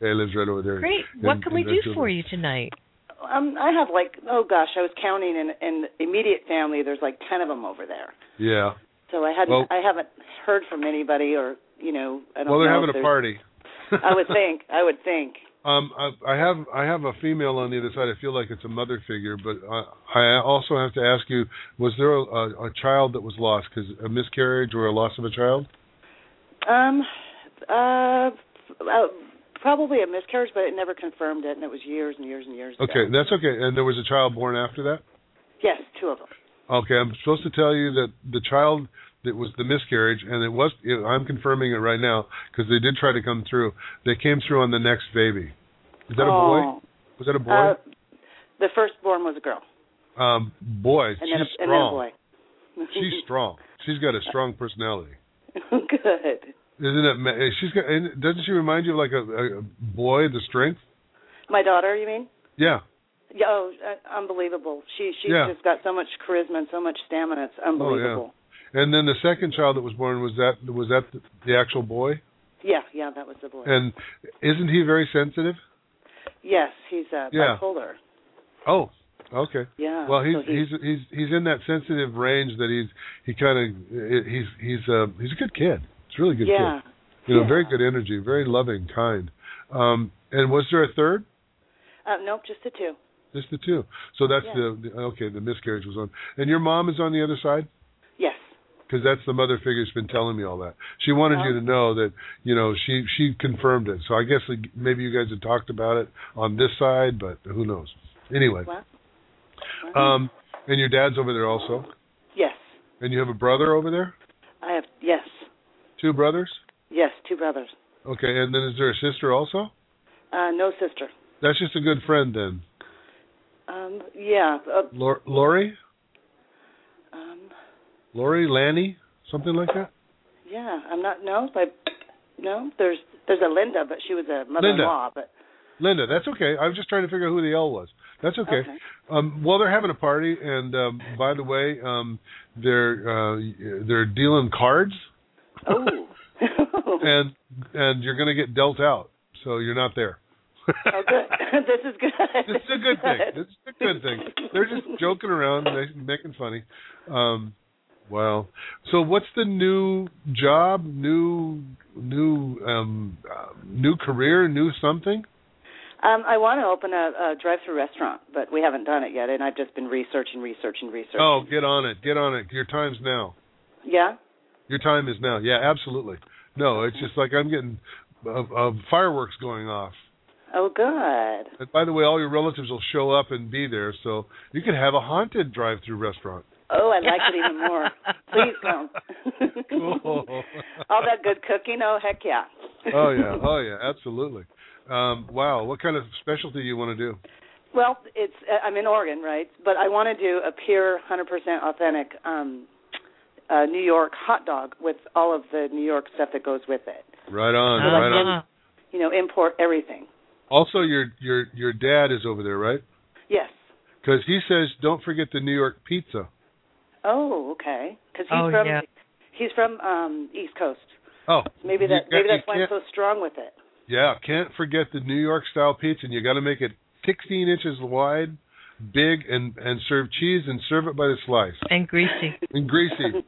Speaker 6: Yeah, he lives right over there.
Speaker 7: Great.
Speaker 6: in-
Speaker 7: What can
Speaker 6: in
Speaker 7: we do
Speaker 6: Vancouver.
Speaker 7: for you tonight?
Speaker 20: Um, I have like oh gosh, I was counting in in immediate family. There's like ten of them over there.
Speaker 6: Yeah.
Speaker 20: So I hadn't
Speaker 6: Well-
Speaker 20: I haven't heard from anybody or you know I don't
Speaker 6: Well, they're
Speaker 20: know if
Speaker 6: having a
Speaker 20: there's-
Speaker 6: party.
Speaker 20: <laughs> I would think. I would think.
Speaker 6: <laughs> Um, I, I have I have a female on the other side. I feel like it's a mother figure, but uh, I, I also have to ask you: Was there a, a, a child that was lost? Because a miscarriage or a loss of a child?
Speaker 20: Um, uh, uh, probably a miscarriage, but it never confirmed it, and it was years and years and years.
Speaker 6: Okay,
Speaker 20: Ago.
Speaker 6: that's okay. And there was a child born after that.
Speaker 20: Yes, two of them.
Speaker 6: Okay, I'm supposed to tell you that the child that was the miscarriage, and it was. I'm confirming it right now because they did try to come through. They came through on the next baby. Is that a boy?
Speaker 20: Oh.
Speaker 6: Was that a boy?
Speaker 20: Uh, the firstborn was a girl, <laughs>
Speaker 6: um, boy,
Speaker 20: Oh. and
Speaker 6: she's
Speaker 20: then a, and then a
Speaker 6: strong.
Speaker 20: boy. <laughs>
Speaker 6: she's strong. She's got a strong personality.
Speaker 20: Good.
Speaker 6: Isn't it? ma- eh, She's got. and Doesn't she remind you of like a, a boy? The strength.
Speaker 20: My daughter, you mean?
Speaker 6: Yeah.
Speaker 20: Yeah, oh, uh, unbelievable. She she's
Speaker 6: Yeah. Oh,
Speaker 20: just got so much charisma and so much stamina. It's unbelievable.
Speaker 6: yeah. And then the second child that was born was that was that the, the actual boy?
Speaker 20: yeah. yeah, that was the boy.
Speaker 6: And isn't he very sensitive?
Speaker 20: yes, he's uh,
Speaker 6: Yeah.
Speaker 20: bipolar.
Speaker 6: Oh, okay.
Speaker 20: Yeah.
Speaker 6: Well, he's
Speaker 20: so he-
Speaker 6: he's he's he's in that sensitive range that he's he kind of he's he's uh he's a good kid. He's a really good
Speaker 20: yeah.
Speaker 6: kid. You know, very good energy, very loving, kind. Um, and was there a third?
Speaker 20: Uh, nope, just the two.
Speaker 6: Just the two. So that's
Speaker 20: Yeah.
Speaker 6: the, the okay. The miscarriage was on, and your mom is on the other side.
Speaker 20: Yes.
Speaker 6: because that's the mother figure who's been telling me all that. She wanted
Speaker 20: Yeah.
Speaker 6: you to know that you know she she confirmed it. So I guess like, maybe you guys had talked about it on this side, but who knows? Anyway,
Speaker 20: Wow. Wow.
Speaker 6: um, and your dad's over there also,
Speaker 20: yes,
Speaker 6: and you have a brother over there,
Speaker 20: I have. Yes,
Speaker 6: two brothers.
Speaker 20: yes, two brothers.
Speaker 6: Okay, and then is there a sister also?
Speaker 20: Uh, no sister.
Speaker 6: That's just a good friend then,
Speaker 20: Um, yeah. Uh,
Speaker 6: Lor- Lori,
Speaker 20: um,
Speaker 6: Lori, Lanny, something like that.
Speaker 20: yeah. I'm not. No, but no. There's there's a Linda, but she was a mother-in-law. But
Speaker 6: Linda, that's okay. I was just trying to figure out who the L was. That's okay.
Speaker 20: Okay.
Speaker 6: Um, well, they're having a party, and um, by the way, um, they're uh, they're dealing cards.
Speaker 20: Oh.
Speaker 6: <laughs> and and you're going to get dealt out, so you're not there.
Speaker 20: oh, good. <laughs> this is good.
Speaker 6: This is a good thing. This is a good thing. They're just joking around, making, making funny. Um, wow. So, what's the new job? New new um, uh, new career? New something?
Speaker 20: Um, I want to open a, a drive-through restaurant, but we haven't done it yet, and I've just been researching, researching, researching.
Speaker 6: Oh, get on it. Get on it. Your time's now.
Speaker 20: Yeah.
Speaker 6: Your time is now. Yeah, absolutely. No, it's just like I'm getting uh, uh, fireworks going off.
Speaker 20: Oh, good.
Speaker 6: And by the way, all your relatives will show up and be there, so you could have a haunted drive-through restaurant.
Speaker 20: Oh, I like it even more. Please come.
Speaker 6: <laughs> Cool.
Speaker 20: <laughs> All that good cooking. Oh, heck yeah.
Speaker 6: oh yeah, oh yeah, absolutely. Um, wow, what kind of specialty you want to do?
Speaker 20: Well, it's uh, I'm in Oregon, right? But I want to do a pure, 100% authentic um uh New York hot dog with all of the New York stuff that goes with it.
Speaker 6: Right on,
Speaker 7: Uh,
Speaker 20: Uh-huh.
Speaker 6: right on.
Speaker 20: You know, import everything.
Speaker 6: Also, your your your dad is over there, right?
Speaker 20: Yes.
Speaker 6: Because he says don't forget the New York pizza.
Speaker 20: Oh, okay. Because he's
Speaker 6: Oh,
Speaker 20: from
Speaker 6: yeah.
Speaker 20: he's from um East Coast.
Speaker 6: Oh,
Speaker 20: Maybe
Speaker 6: you
Speaker 20: that
Speaker 6: got-
Speaker 20: maybe
Speaker 6: you
Speaker 20: that's why I'm
Speaker 6: can't-
Speaker 20: so strong with it.
Speaker 6: Yeah, can't forget the New York style pizza, and you got to make it 16 inches wide, big, and and serve cheese and serve it by the slice
Speaker 7: And greasy.
Speaker 6: <laughs> and greasy.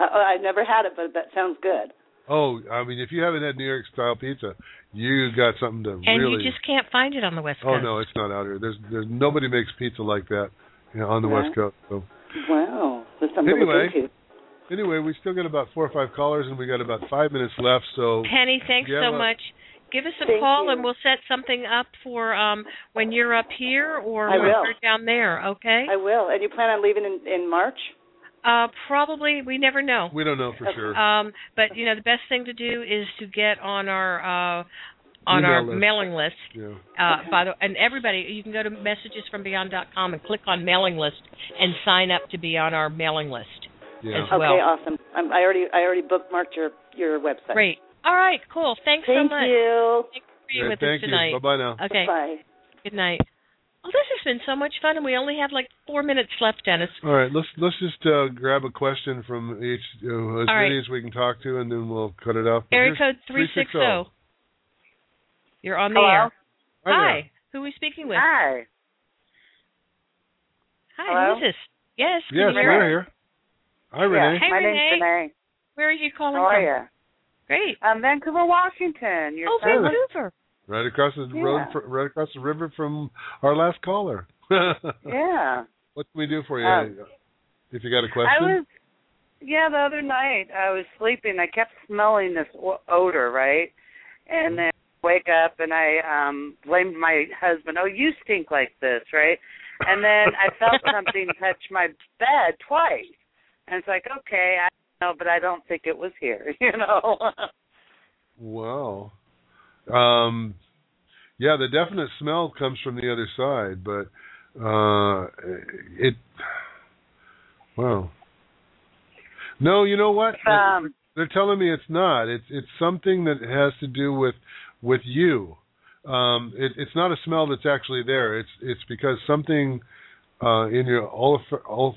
Speaker 20: Uh, I've never had it, but that sounds good.
Speaker 6: oh, I mean, if you haven't had New York style pizza, you got something to
Speaker 7: And
Speaker 6: really.
Speaker 7: you just can't find it on the West Coast.
Speaker 6: oh no, it's not out here. There's there's nobody makes pizza like that you know, on the
Speaker 20: Right.
Speaker 6: West Coast. So
Speaker 20: Wow, that's something to look
Speaker 6: Anyway.
Speaker 20: into.
Speaker 6: anyway, we still got about four or five callers, and we got about five minutes left. So
Speaker 7: Penny, thanks
Speaker 6: if you
Speaker 7: so
Speaker 6: have a-
Speaker 7: much. Give us a
Speaker 20: Thank
Speaker 7: call
Speaker 20: you.
Speaker 7: and we'll set something up for um when you're up here or
Speaker 20: I
Speaker 7: when
Speaker 20: will.
Speaker 7: you're down there, okay?
Speaker 20: I will. And you plan on leaving in in March?
Speaker 7: Uh probably we never know.
Speaker 6: We don't know for sure.
Speaker 7: Um but you know the best thing to do is to get on our uh on
Speaker 14: Email
Speaker 7: our
Speaker 14: list.
Speaker 7: mailing list.
Speaker 6: Yeah.
Speaker 7: Uh, by the and everybody, you can go to messagesfrombeyond.com and click on mailing list and sign up to be on our mailing list.
Speaker 6: Yeah.
Speaker 7: as well.
Speaker 20: Okay, awesome. I'm, I already I already bookmarked your your website.
Speaker 7: Great. All right, cool. Thanks
Speaker 20: Thank
Speaker 7: so much.
Speaker 20: you.
Speaker 7: Thanks for being
Speaker 20: Yeah,
Speaker 7: with us
Speaker 20: thank you.
Speaker 7: tonight.
Speaker 20: Bye-bye now.
Speaker 7: Okay.
Speaker 20: Bye.
Speaker 7: Good night. Well, this has been so much fun, and we only have like four minutes left, Dennis.
Speaker 6: All right, let's let's just uh, grab a question from each uh, as
Speaker 7: All
Speaker 6: many
Speaker 7: right.
Speaker 6: as we can talk to, and then we'll cut it off.
Speaker 7: Area
Speaker 6: Here's
Speaker 7: code oh.
Speaker 6: oh.
Speaker 7: 360. You're on the
Speaker 6: Hello?
Speaker 7: air.
Speaker 6: Hi there.
Speaker 7: Hi. Who are we speaking with? Hi. Hi,
Speaker 4: Hello?
Speaker 7: who's this? Yes, can
Speaker 6: Yes,
Speaker 7: you hear
Speaker 6: we're
Speaker 7: us?
Speaker 6: here. Hi, Renee.
Speaker 7: Hey,
Speaker 4: My name's
Speaker 7: Renee.
Speaker 4: Renee.
Speaker 7: Where are you calling
Speaker 4: How are
Speaker 7: from?
Speaker 4: ya?
Speaker 7: Great.
Speaker 4: Um, Vancouver, Washington. You're
Speaker 7: Oh,
Speaker 4: so-
Speaker 7: Vancouver.
Speaker 6: Right across the road,
Speaker 4: Yeah.
Speaker 6: fr- right across the river from our last caller. <laughs>
Speaker 4: Yeah.
Speaker 6: What can we do for you?
Speaker 4: Um,
Speaker 6: if you got a
Speaker 4: I
Speaker 6: question.
Speaker 4: was. Yeah, the other night I was sleeping. I kept smelling this o- odor, right?
Speaker 7: Mm-hmm.
Speaker 4: And then wake up and I um blamed my husband. Oh, you stink like this, right? And then I
Speaker 7: <laughs>
Speaker 4: felt something touch my bed twice. And it's like, okay, I don't know, but I don't think it was here, <laughs> you know.
Speaker 6: Wow. Um, yeah, the definite smell comes from the other side, but uh, it. Wow. No, you know what?
Speaker 4: Um,
Speaker 6: They're telling me it's not. It's it's something that has to do with with you. Um, it, it's not a smell that's actually there. It's it's because something uh, in your olf- olf-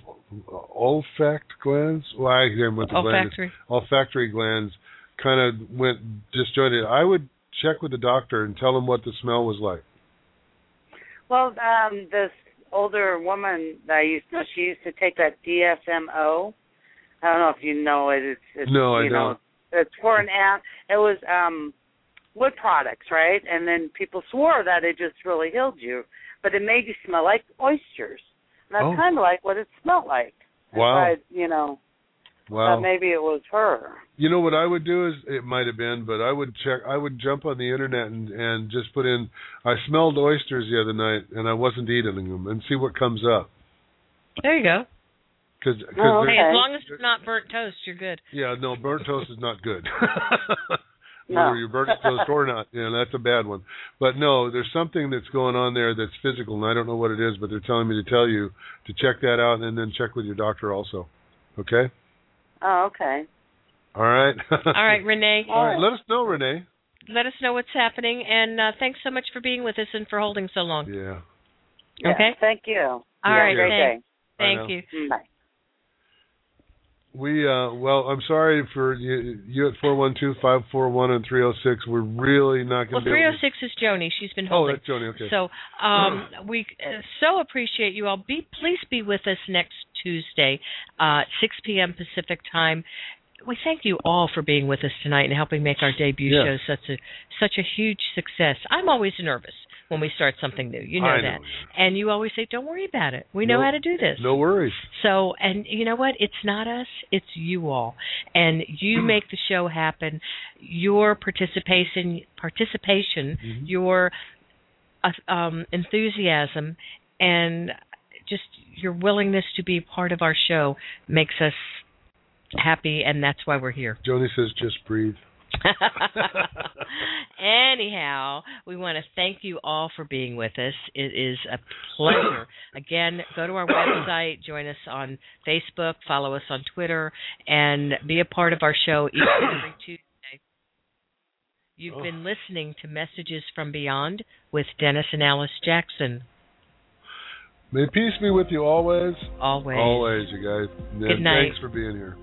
Speaker 6: olfact glands. Well, I hear what the
Speaker 19: Oh,
Speaker 6: gland is
Speaker 7: Olfactory.
Speaker 6: olfactory glands kind of went disjointed. I would check with the doctor and tell him what the smell was like.
Speaker 4: Well, um, this older woman that I used to, she used to take that DSMO. I don't know if you know it. It's, it's
Speaker 6: No, I
Speaker 4: you know,
Speaker 6: don't.
Speaker 4: It's for an ant. It was um wood products, right? And then people swore that it just really healed you, but it made you smell like oysters. And that's
Speaker 6: Oh.
Speaker 4: kind of like what it smelled like.
Speaker 6: Wow.
Speaker 4: But, you know,
Speaker 6: Wow.
Speaker 4: thought maybe it was her.
Speaker 6: You know what I would do is it might have been, but I would check. I would jump on the internet and and just put in. I smelled oysters the other night, and I wasn't eating them, and see what comes up.
Speaker 7: There you go.
Speaker 6: Because
Speaker 4: Oh,
Speaker 7: Hey, as long as it's not burnt toast, you're good.
Speaker 6: yeah, no, burnt toast is not good. <laughs>
Speaker 7: No.
Speaker 6: Whether you're burnt
Speaker 7: <laughs>
Speaker 6: toast or not, yeah, that's a bad one. But no, there's something that's going on there that's physical, and I don't know what it is, but they're telling me to tell you to check that out and then check with your doctor also. Okay.
Speaker 4: Oh, okay.
Speaker 6: <laughs> All right.
Speaker 7: All
Speaker 6: <laughs>
Speaker 7: right, Renee.
Speaker 6: All right. Let us know, Renee.
Speaker 7: Let us know what's happening, and uh, thanks so much for being with us and for holding so long.
Speaker 6: Yeah.
Speaker 4: Yeah,
Speaker 7: Okay.
Speaker 4: Thank you. All
Speaker 7: All right.
Speaker 4: Great
Speaker 7: thanks.
Speaker 6: Bye
Speaker 7: Thank
Speaker 6: now.
Speaker 7: you.
Speaker 4: day. Bye.
Speaker 6: We uh well, I'm sorry for you, you at four one two five four one and three zero six. We're really not
Speaker 7: Well,
Speaker 6: going to be. able
Speaker 7: 306 is Joni. She's been
Speaker 6: to- oh,
Speaker 7: holding.
Speaker 6: that's Joni. Okay.
Speaker 7: So
Speaker 6: <clears throat>
Speaker 7: um, we uh, so appreciate you all. Be please be with us next Tuesday, uh, 6 p.m. Pacific time. We thank you all for being with us tonight and helping make our debut
Speaker 14: Yes.
Speaker 7: show such a such a huge success. I'm always nervous when we start something new. You know
Speaker 14: I know,
Speaker 7: that, and you always say, "Don't worry about it. We know
Speaker 14: No-
Speaker 7: how to do this."
Speaker 6: No worries.
Speaker 7: So, and you know what? It's not us, it's you all. And you make the show happen. Your participation participation, your uh, um enthusiasm and just your willingness to be part of our show makes us happy and that's why we're here.
Speaker 6: Joni says, "Just
Speaker 7: <laughs>
Speaker 6: breathe."
Speaker 7: Anyhow, we want to thank you all for being with us. It is a pleasure. Again, go to our website, join us on Facebook, follow us on Twitter, and be a part of our show each and every Tuesday. You've been listening to Messages from Beyond with Dennis and Alice Jackson.
Speaker 6: May peace be with you always.
Speaker 7: Always.
Speaker 6: Always, you guys. And
Speaker 7: Good night.
Speaker 6: Thanks for being here.